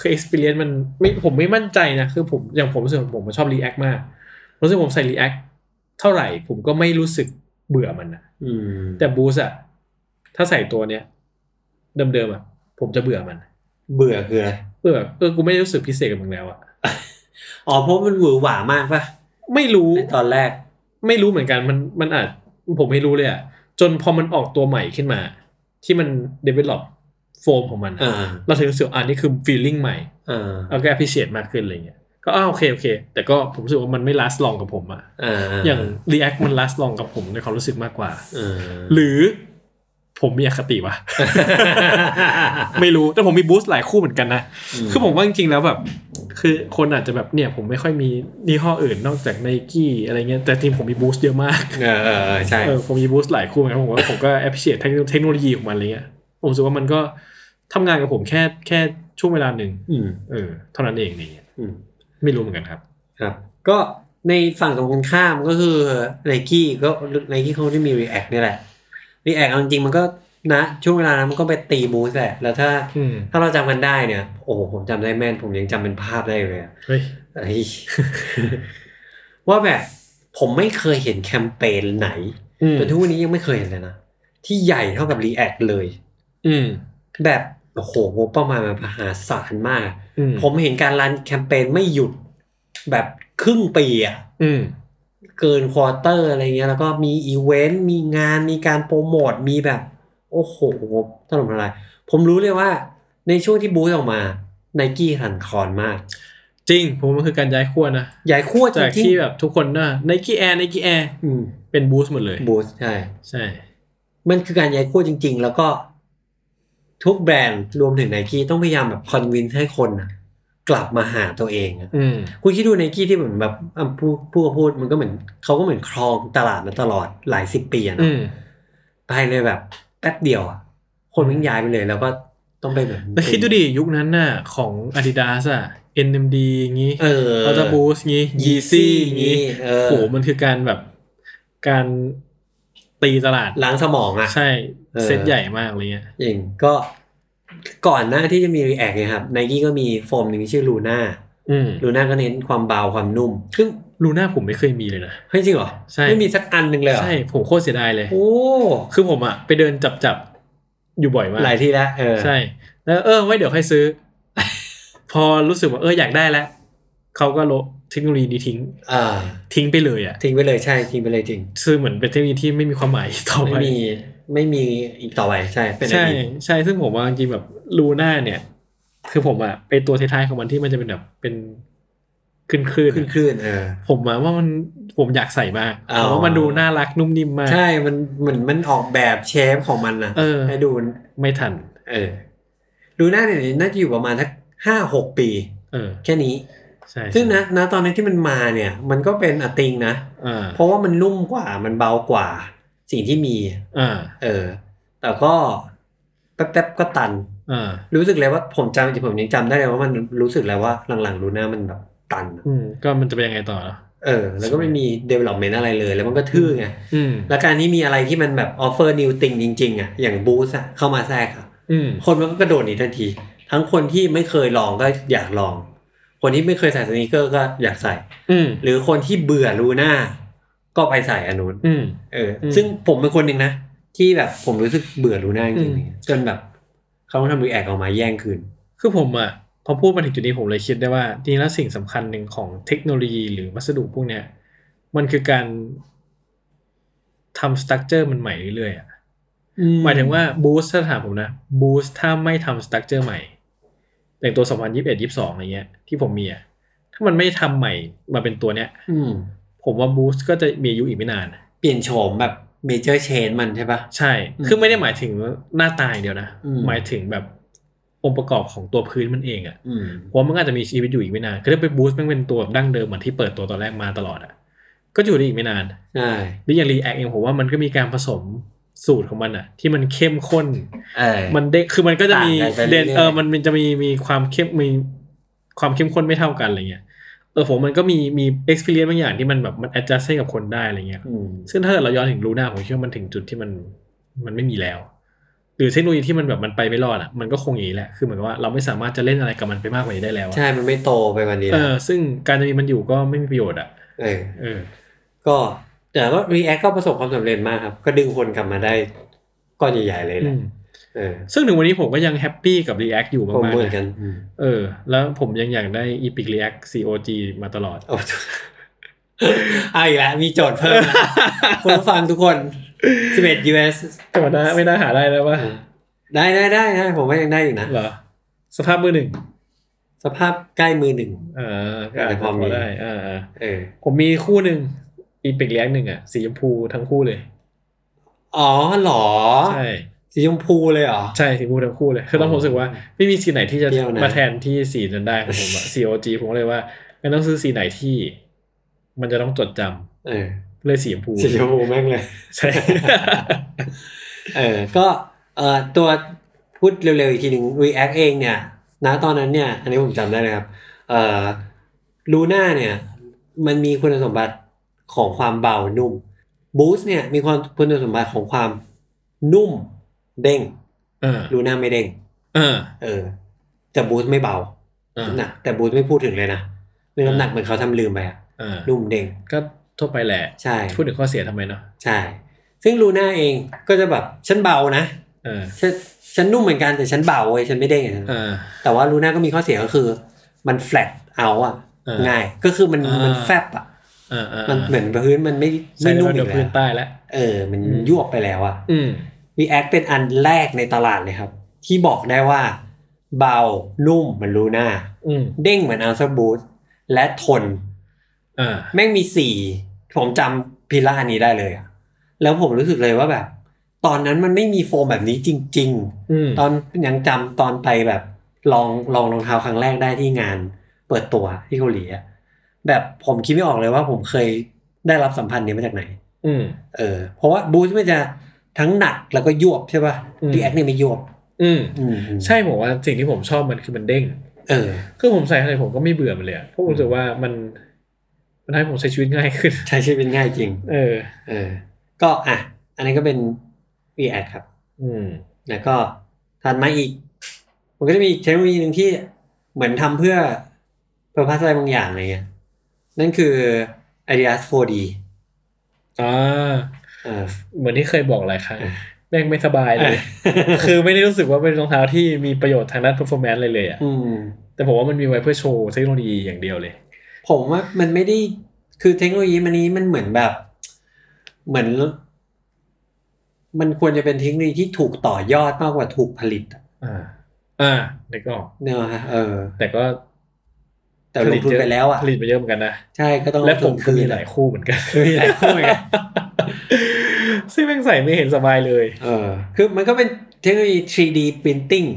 Speaker 3: คือ experience มันไม่ผมไม่มั่นใจนะ คือผมอย่างผมรู้สึกผมชอบ react มาก รู้สึกผมใส่ react เท่าไหร่ ผมก็ไม่รู้สึกเบื่อมันนะ
Speaker 2: อืม
Speaker 3: แต่บูสอะถ้าใส่ตัวเนี้ยเดิมๆอะผมจะเบื่อมัน
Speaker 2: เบื่อคืออะไร
Speaker 3: เบื่อแบบเออกูไม่ได้รู้สึกพิเศษกับมึงแล้วอะ
Speaker 2: อ๋อเพราะมันหวือหวามากป่ะ
Speaker 3: ไม่รู้
Speaker 2: ในตอนแรก
Speaker 3: ไม่รู้เหมือนกันมันมันอาจผมไม่รู้เลยอะจนพอมันออกตัวใหม่ขึ้นมา ที่มัน develop โฟมของมันอะ
Speaker 2: อ่า
Speaker 3: เราถึงรู้สึกว่าอันนี้คือ feeling ใหม่
Speaker 2: อ่า
Speaker 3: เอาก็ appreciate มากขึ้นอะไรเงี้ย ก็อ้าวโอเคโอเค แต่ก็ผมรู้สึกว่ามันไม่ last long กับผมอะ
Speaker 2: อ่า
Speaker 3: อย่าง react มัน last long กับผมในความรู้สึกมากกว่า
Speaker 2: เออ
Speaker 3: หรือผมมีอคติวะ ไม่รู้ แต่ผมมีบูสต์หลายคู่เหมือนกันนะ
Speaker 2: อืม
Speaker 3: คือผมว่าจริงๆแล้วแบบ คือคนอาจจะแบบเนี่ยผมไม่ค่อยมียี่ห้ออื่นนอกจากไนกี้อะไรเงี้ย แต่จริงผมมีบูสต์เยอะมาก
Speaker 2: เออเออเออใช่
Speaker 3: เออผมมีบูสต์หลายคู่เหมือนกันผมว่าผมก็ appreciate เทคโนเทคโนโลยีของมันอะไรเงี้ย ผมรู้สึกว่ามันก็ทำงานกับผมแค่แค่ช่วงเวลาหนึ่ง
Speaker 2: อืม
Speaker 3: เออเท่านั้นเองนี่างเงี้ย
Speaker 2: อืม
Speaker 3: ไม่รู้เหมือนกันครับ
Speaker 2: ครับ ก็ในฝั่งตรงกันข้ามก็คือไนกี้ก็ไนกี้เขาที่มี React นี่แหละ React เอาจริงๆมันก็นะช่วงเวลานั้นมันก็ไปตีบูสแหละแล้วถ้า
Speaker 3: อืม
Speaker 2: ถ้าเราจำกันได้เนี่ย โอ้โหผมจำได้แม่น ผมยังจำเป็นภาพได้เลยอะ
Speaker 3: เฮ้ย
Speaker 2: เอ้ย ว่าแบบ ผมไม่เคยเห็นแคมเปญไหน
Speaker 3: อืม
Speaker 2: จนทุกวันนี้ยังไม่เคยเห็นเลยนะ ที่ใหญ่เท่ากับ React เลย
Speaker 3: อืม
Speaker 2: แบบ โอ้โหงบประมาณมันมหาศาลมาก
Speaker 3: อืม
Speaker 2: ผมเห็นการรันแคมเปญไม่หยุด แบบครึ่งปีอะ
Speaker 3: อืม
Speaker 2: เกินควอเตอร์อะไรเงี้ย แล้วก็มีอีเวนต์ มีงาน มีการโปรโมท มีแบบ โอ้โหงบถล่มทลายผมรู้เลยว่า ในช่วงที่บูธออกมาไนกี้หันคอนมาก
Speaker 3: จริง ผมว่ามันคือการย้ายขั้วนะ
Speaker 2: ใหญ่ขั้วจ
Speaker 3: จาก
Speaker 2: ริง
Speaker 3: ที่แบบทุกคนน่ะไนกี้แอร์ไนกี้แอร์เป็นบูสต์หมดเลย
Speaker 2: บูสใช่
Speaker 3: ใช่
Speaker 2: มันคือการใหญ่ขั้วจริง ๆ แล้วก็ทุกแบรนด์รวมถึงไนกี้ต้องพยายามแบบคอนวินให้คนน่ะกลับมาหาตัวเองอะ
Speaker 3: อืม
Speaker 2: คุณคิดดูไนกี้ที่เหมือนแบบอ่ะพูดพูดก็พูดมันก็เหมือนเขาก็เหมือนครองตลาดมาตลอดหลายสิบปีอะ
Speaker 3: อื
Speaker 2: เนาะ
Speaker 3: ม
Speaker 2: ภายในแบบแป๊บเดียวอะคนมันย้ายไปเลย แล้วก็ต้องไปแบบ
Speaker 3: แล้วคิดดูดิยุคนั้นน่ะ ของ Adidas อ่ะ NMD อย่างงี้
Speaker 2: เออ
Speaker 3: เขาจะบูสต์งี้
Speaker 2: Yeezy
Speaker 3: Yeezy อย่างงี้
Speaker 2: เออ
Speaker 3: โหมันคือการแบบการตีตลาด
Speaker 2: ล้างสมองอะ
Speaker 3: ใช่
Speaker 2: เออ
Speaker 3: เซ็ตใหญ่มากเลยเงี้ย
Speaker 2: จริงก็ก่อนหน้าที่จะมี React เนี่ยครับไนกี้ก็มีโฟมหนึ่งชื่อลูน่า
Speaker 3: อืม
Speaker 2: ลูน่าก็เน้นความเบาความนุ่ม ซึ่ง
Speaker 3: ลูน่าผมไม่เคยมีเลยนะ
Speaker 2: เฮ้ยจริงเหรอ
Speaker 3: ใช่
Speaker 2: ไม่มีสักอันหนึ่งเลยเหรอ
Speaker 3: ใช่ผมโคตรเสียดายเลย
Speaker 2: โอ้
Speaker 3: คือผมอ่ะไปเดินจับจับๆอยู่บ่อยมาก
Speaker 2: หลายที่แล้วเออ
Speaker 3: ใช่ แล้วเออไว้เดี๋ยวค่อยซื้อ พอรู้สึกว่าเอออยากได้แล้วเขาก็ลบเทคโนโลยีนี้ทิ้ง
Speaker 2: อ่า
Speaker 3: ทิ้งไปเลยอ่ะ
Speaker 2: ทิ้งไปเลยใช่ทิ้งไปเลยจริง
Speaker 3: คือเหมือนเป็นเทคโนโลยีที่ไม่มีความหมาย ต่อ
Speaker 2: ไม่
Speaker 3: ไป
Speaker 2: มีไม่มีอีกต่อไปใช่เป็นอ
Speaker 3: ใช่
Speaker 2: ดีต
Speaker 3: ใช่ซึ่งผมว่าจริงๆแบบลูน่าเนี่ย คือผมอ่ะไปตัวท้ายๆของมันที่มันจะเป็นแบบเป็นคลื่นคลื่น
Speaker 2: ขึ้นคลื่นเออ
Speaker 3: ผมมาว่ามันผมอยากใส่มาก
Speaker 2: อ๋อ
Speaker 3: เพราะมันดูน่ารักนุ่มนิ่มมาก
Speaker 2: ใช่มันเหมือนมันออกแบบเชฟของมันนะ
Speaker 3: เออ
Speaker 2: ให้ดู
Speaker 3: ไม่ทัน
Speaker 2: เออลูน่าเนี่ยน่าจะอยู่ประมาณสัก ห้าหกปี
Speaker 3: เออ
Speaker 2: แค่นี้
Speaker 3: ใช่
Speaker 2: ซึ่งนะนะตอนนี้นที่มันมาเนี่ย มันก็เป็นอะติงนะ
Speaker 3: อ่า
Speaker 2: เพราะว่ามันนุ่มกว่ามันเบากว่า สิ่งที่มี
Speaker 3: อ่า
Speaker 2: เออ แต่ก็แป๊บๆก็ตัน
Speaker 3: อ่า
Speaker 2: รู้สึกเลยว่าผมจำผมยังจำได้เลยว่ามันรู้สึกแล้วว่าหลังๆรูน่ามันแบบตันอะ
Speaker 3: อืมก็มันจะเป็นยังไงต่อเนอะ
Speaker 2: เออ แล้วก็ไม่มี development อะไรเลย แล้วมันก็ทื่อไง
Speaker 3: อืม
Speaker 2: แล้วการที่มีอะไรที่มันแบบ offer new thing จริง ๆ อ่ะ อย่างบูสอะเข้ามาแทรกอะ
Speaker 3: อืม
Speaker 2: คนมันก็กระโดดหนีทันที ทั้งคนที่ไม่เคยลองก็อยากลอง คนที่ไม่เคยใส่สนีกเกอร์ก็อยากใส่
Speaker 3: อืม
Speaker 2: หรือคนที่เบื่อลูน่าก็ไปใส่อนนุน
Speaker 3: อืม
Speaker 2: เออ
Speaker 3: อืม
Speaker 2: ซึ่งผมเป็นคนหนึ่งนะ ที่แบบผมรู้สึกเบื่อลูน่าจริง
Speaker 3: อืม
Speaker 2: ๆจนแบบเขาทำรีแอคออกมาแย่งคืน
Speaker 3: คือผมอะพอพูดมาถึงจุดนี้ผมเลยคิดได้ว่าจริงๆแล้วสิ่งสำคัญหนึ่งของเทคโนโลยีหรือวัสดุพวกเนี้ยมันคือการทำสตั๊กเจอร์มันใหม่เรื่อยๆอะหมายถึงว่าบูสถ้าถามผมนะบูสถ้าไม่ทำสตั๊กเจอร์ใหม่อย่างตัว 2021 22อะไรเงี้ยที่ผมมีอะถ้ามันไม่ทำใหม่มาเป็นตัวเนี้ย
Speaker 2: อืม
Speaker 3: ผมว่าบูสก็จะมีอายุอีกไม่นาน
Speaker 2: เปลี่ยนโฉมแบบเมเจอร์เชนมันใช่ปะ
Speaker 3: ใช่
Speaker 2: อืม
Speaker 3: คือไม่ได้หมายถึงหน้าตายเดียวนะ
Speaker 2: อืม
Speaker 3: หมายถึงแบบองค์ประกอบของตัวพื้นมันเองอะ
Speaker 2: อืม
Speaker 3: ผมว่ามันก็อาจจะมีชีวิตอยู่อีกไม่นาน คือถ้าไปบูสต์มันเป็นตัวแบบดั้งเดิมเหมือนที่เปิดตัวตอนแรกมาตลอดอ่ะ ก็อยู่ได้อีกไม่นาน
Speaker 2: ใช่
Speaker 3: หรืออย่างรีแอคเองผมว่ามันก็มีการผสมสูตรของมันอ่ะ ที่มันเข้มข้น
Speaker 2: เออ
Speaker 3: มันเด้งคือมันก็จะมี
Speaker 2: ต่างกันไป
Speaker 3: เด่น
Speaker 2: เรื่อยๆ
Speaker 3: เออ มันมันจะมีมีความเข้มมีความเข้มข้นไม่เท่ากันอะไรเงี้ย เออผมมันก็มีมี experience บางอย่างที่มันแบบมัน adjust ให้กับคนได้อะไรเงี้ย
Speaker 2: อืม
Speaker 3: ซึ่งถ้าเกิดเราย้อนถึงรูน่าผมเชื่อว่ามันถึงจุดที่มันมันไม่มีแล้ว หรือเทคโนโลยีที่มันแบบมันไปไม่รอดอ่ะมันก็คงอย่างนี้แหละคือเหมือนกับว่าเราไม่สามารถจะเล่นอะไรกับมันไปมากกว่านี้ได้แล้วอะ
Speaker 2: ใช่ มันไม่โตไปกว่านี้
Speaker 3: เอ
Speaker 2: แล้ว
Speaker 3: อซึ่งการจะมีมันอยู่ก็ไม่มีประโยชน์อ่ะ
Speaker 2: เออ
Speaker 3: เออ
Speaker 2: ก็แต่ว่า React ก็ประสบความสำเร็จมากครับ ก็ดึงคนกลับมาได้ก้อนใหญ่ๆเลยแหละเออ
Speaker 3: ซึ่งถึงวันนี้ผมก็ยังแฮปปี้กับ React อยู่
Speaker 2: ผม
Speaker 3: มาก
Speaker 2: เห
Speaker 3: ๆ
Speaker 2: มือนกั
Speaker 3: นะ
Speaker 2: นอืม
Speaker 3: เออ แล้วผมยังอยากได้ Epic React COG มาตลอด
Speaker 2: โอ้ เอาอีกแล้วมีโจทย์เพิ่ม นะคุณผู้ฟังทุกคน11 US
Speaker 3: แต่ว่าไม่น่าหาได้แล้วว่า
Speaker 2: ได้ได้ได้ได้ผมว่ายังได้อยู่นะ
Speaker 3: เหรอ สภาพมือหนึ่ง
Speaker 2: สภาพใกล้มือหนึ่ง
Speaker 3: เออก็อาจจะพ
Speaker 2: พอมี
Speaker 3: อได้อ่า
Speaker 2: เออ
Speaker 3: ๆผมมีคู่หนึ่ง Epic React หนึ่งอ่ะ สีชมพูทั้งคู่เลย
Speaker 2: อ๋อเหรอ
Speaker 3: ใช่
Speaker 2: สีชมพูเลยเหรอ
Speaker 3: ใช่สีชมพูทั้งคู่เลย คือต้องผมรู้สึกว่า ไม่มีสีไหนที่จะ
Speaker 2: เปรี้ยวนะ
Speaker 3: มาแทนที่สีนั้นได้ของ ผมอะ COG ผมเลยว่างั้นต้องซื้อสีไหนที่ มันจะต้องจดจำ
Speaker 2: เออ
Speaker 3: เลยสีชมพู
Speaker 2: สีชมพูแม่งเลย
Speaker 3: ใช่
Speaker 2: เออ ก็เอ่อตัวพูดเร็วๆอีกทีหนึ่ง React เองเนี่ยนะตอนนั้นเนี่ย อันนี้ผมจำได้เลยครับ เอ่อลูน่าเนี่ย มันมีคุณสมบัติของความเบานุ่มบูสเนี่ยมีความคุณสมบัติของความนุ่มเด้ง
Speaker 3: เออ
Speaker 2: ลูน่าไม่เด้ง
Speaker 3: เออ
Speaker 2: เออ แต่บูสไม่เบา
Speaker 3: เออ
Speaker 2: หนักแต่บูสไม่พูดถึงเลยนะเรื่องน้ำหนักเหมือนเขาทำลืมไปอะ
Speaker 3: เออ
Speaker 2: นุ่มเด้ง
Speaker 3: ก็ทั่วไปแหละ
Speaker 2: ใช่
Speaker 3: พูดถึงข้อเสียทำไมเนาะ
Speaker 2: ใช่ ซึ่งลูน่าเองก็จะแบบฉันเบานะ
Speaker 3: เออ
Speaker 2: ฉันฉันนุ่มเหมือนกันแต่ฉันเบาเว้ยฉันไม่เด้งอะ
Speaker 3: เออ
Speaker 2: แต่ว่าลูน่าก็มีข้อเสียก็คือ มันแฟลตเอาอ่ะ
Speaker 3: เออ
Speaker 2: ง่ายก็คือมัน
Speaker 3: อ่ามั
Speaker 2: มันแฟบอ่ะ
Speaker 3: เออเออ
Speaker 2: มันเหมือนพื้นมันไม่
Speaker 3: ใส่
Speaker 2: ไม่
Speaker 3: ล
Speaker 2: นุ่
Speaker 3: ง
Speaker 2: ม
Speaker 3: ไป
Speaker 2: อี
Speaker 3: โด
Speaker 2: ก
Speaker 3: น
Speaker 2: แล้
Speaker 3: พื้น
Speaker 2: ว
Speaker 3: ใต้แล้ว
Speaker 2: เออ มัน
Speaker 3: อืม
Speaker 2: ยวบไปแล้วอ่ะ
Speaker 3: อืม
Speaker 2: React เป็นอันแรกในตลาดเลยครับ ที่บอกได้ว่า เบานุ่มเหมือนลูน่า
Speaker 3: อืม
Speaker 2: เด้งเหมือนอัลซบูตและทน
Speaker 3: เออ
Speaker 2: แม่งมีสี่ผมจำพิล่านี้ได้เลยอ่ะแล้วผมรู้สึกเลยว่าแบบ ตอนนั้นมันไม่มีโฟมแบบนี้จริง ๆ
Speaker 3: อืม
Speaker 2: ตอนยังจำตอนไปแบบลองลองรองเท้าครั้งแรกได้ที่งานเปิดตัวที่เกาหลีอะแบบผมคิดไม่ออกเลยว่าผมเคยได้รับสัมพันธ์นี้มาจากไหน
Speaker 3: อืม
Speaker 2: เออ เพราะว่าบูทมันจะทั้งหนักแล้วก็ยวบใช่ป่ะ
Speaker 3: อืม
Speaker 2: ดีแอคเนี่ยไม่ยวบ
Speaker 3: อืม
Speaker 2: อืม
Speaker 3: ใช่ผมว่าสิ่งที่ผมชอบมันคือมันเด้ง
Speaker 2: เออ
Speaker 3: คือผมใส่อะไรผมก็ไม่เบื่อมันเลยอะเพราะผมรู้สึกว่ามัน มันให้ผมใช้ชีวิตง่ายขึ้น
Speaker 2: ใช้ชีวิตง่ายจริง
Speaker 3: เออ
Speaker 2: เออ ก็อ่ะ อันนี้ก็เป็นดีแอคครับ
Speaker 3: อืม
Speaker 2: แล้วก็ถัดมาอีก มันก็จะมีอีกเทคโนโลยีหนึ่งที่เหมือนทำเพื่อเพื่อพัฒนาอะไรบางอย่างอะไรเงี้ยนั่นคือ Adidas 4D
Speaker 3: อ่า
Speaker 2: เออ
Speaker 3: เหมือนที่เคยบอกหลายครั้ง
Speaker 2: เออ
Speaker 3: แม่งไม่สบายเลย คือไม่ได้รู้สึกว่าเป็นรองเท้าที่มีประโยชน์ทางด้าน performance เลยเลยอะ
Speaker 2: อืม
Speaker 3: แต่ผมว่ามันมีไว้เพื่อโชว์เทคโนโลยีอย่างเดียวเลย
Speaker 2: ผมว่ามันไม่ได้คือเทคโนโลยีมันนี้มันเหมือนแบบ เหมือน มันควรจะเป็นเทคโนโลยีที่ถูกต่อยอดมากกว่าถูกผลิตอะ
Speaker 3: อ่า อ่าเด็กออก
Speaker 2: เนอะฮะเออ
Speaker 3: แต่ก็
Speaker 2: แต่ลงทุนไปแล้วอ่ะ
Speaker 3: ผลิตไปเยอะเหมือนกันนะ
Speaker 2: ใช่ก็ต้อง
Speaker 3: และผม
Speaker 2: ง
Speaker 3: ก็
Speaker 2: ทุน
Speaker 3: มี
Speaker 2: คืน
Speaker 3: หลายคู่เหมือนกัน
Speaker 2: มี หลายคู่ไง
Speaker 3: ซึ่งแม่งใส่ไม่เห็นสบายเลย
Speaker 2: เออ คือมันก็เป็นเทคโนโลยี 3D printing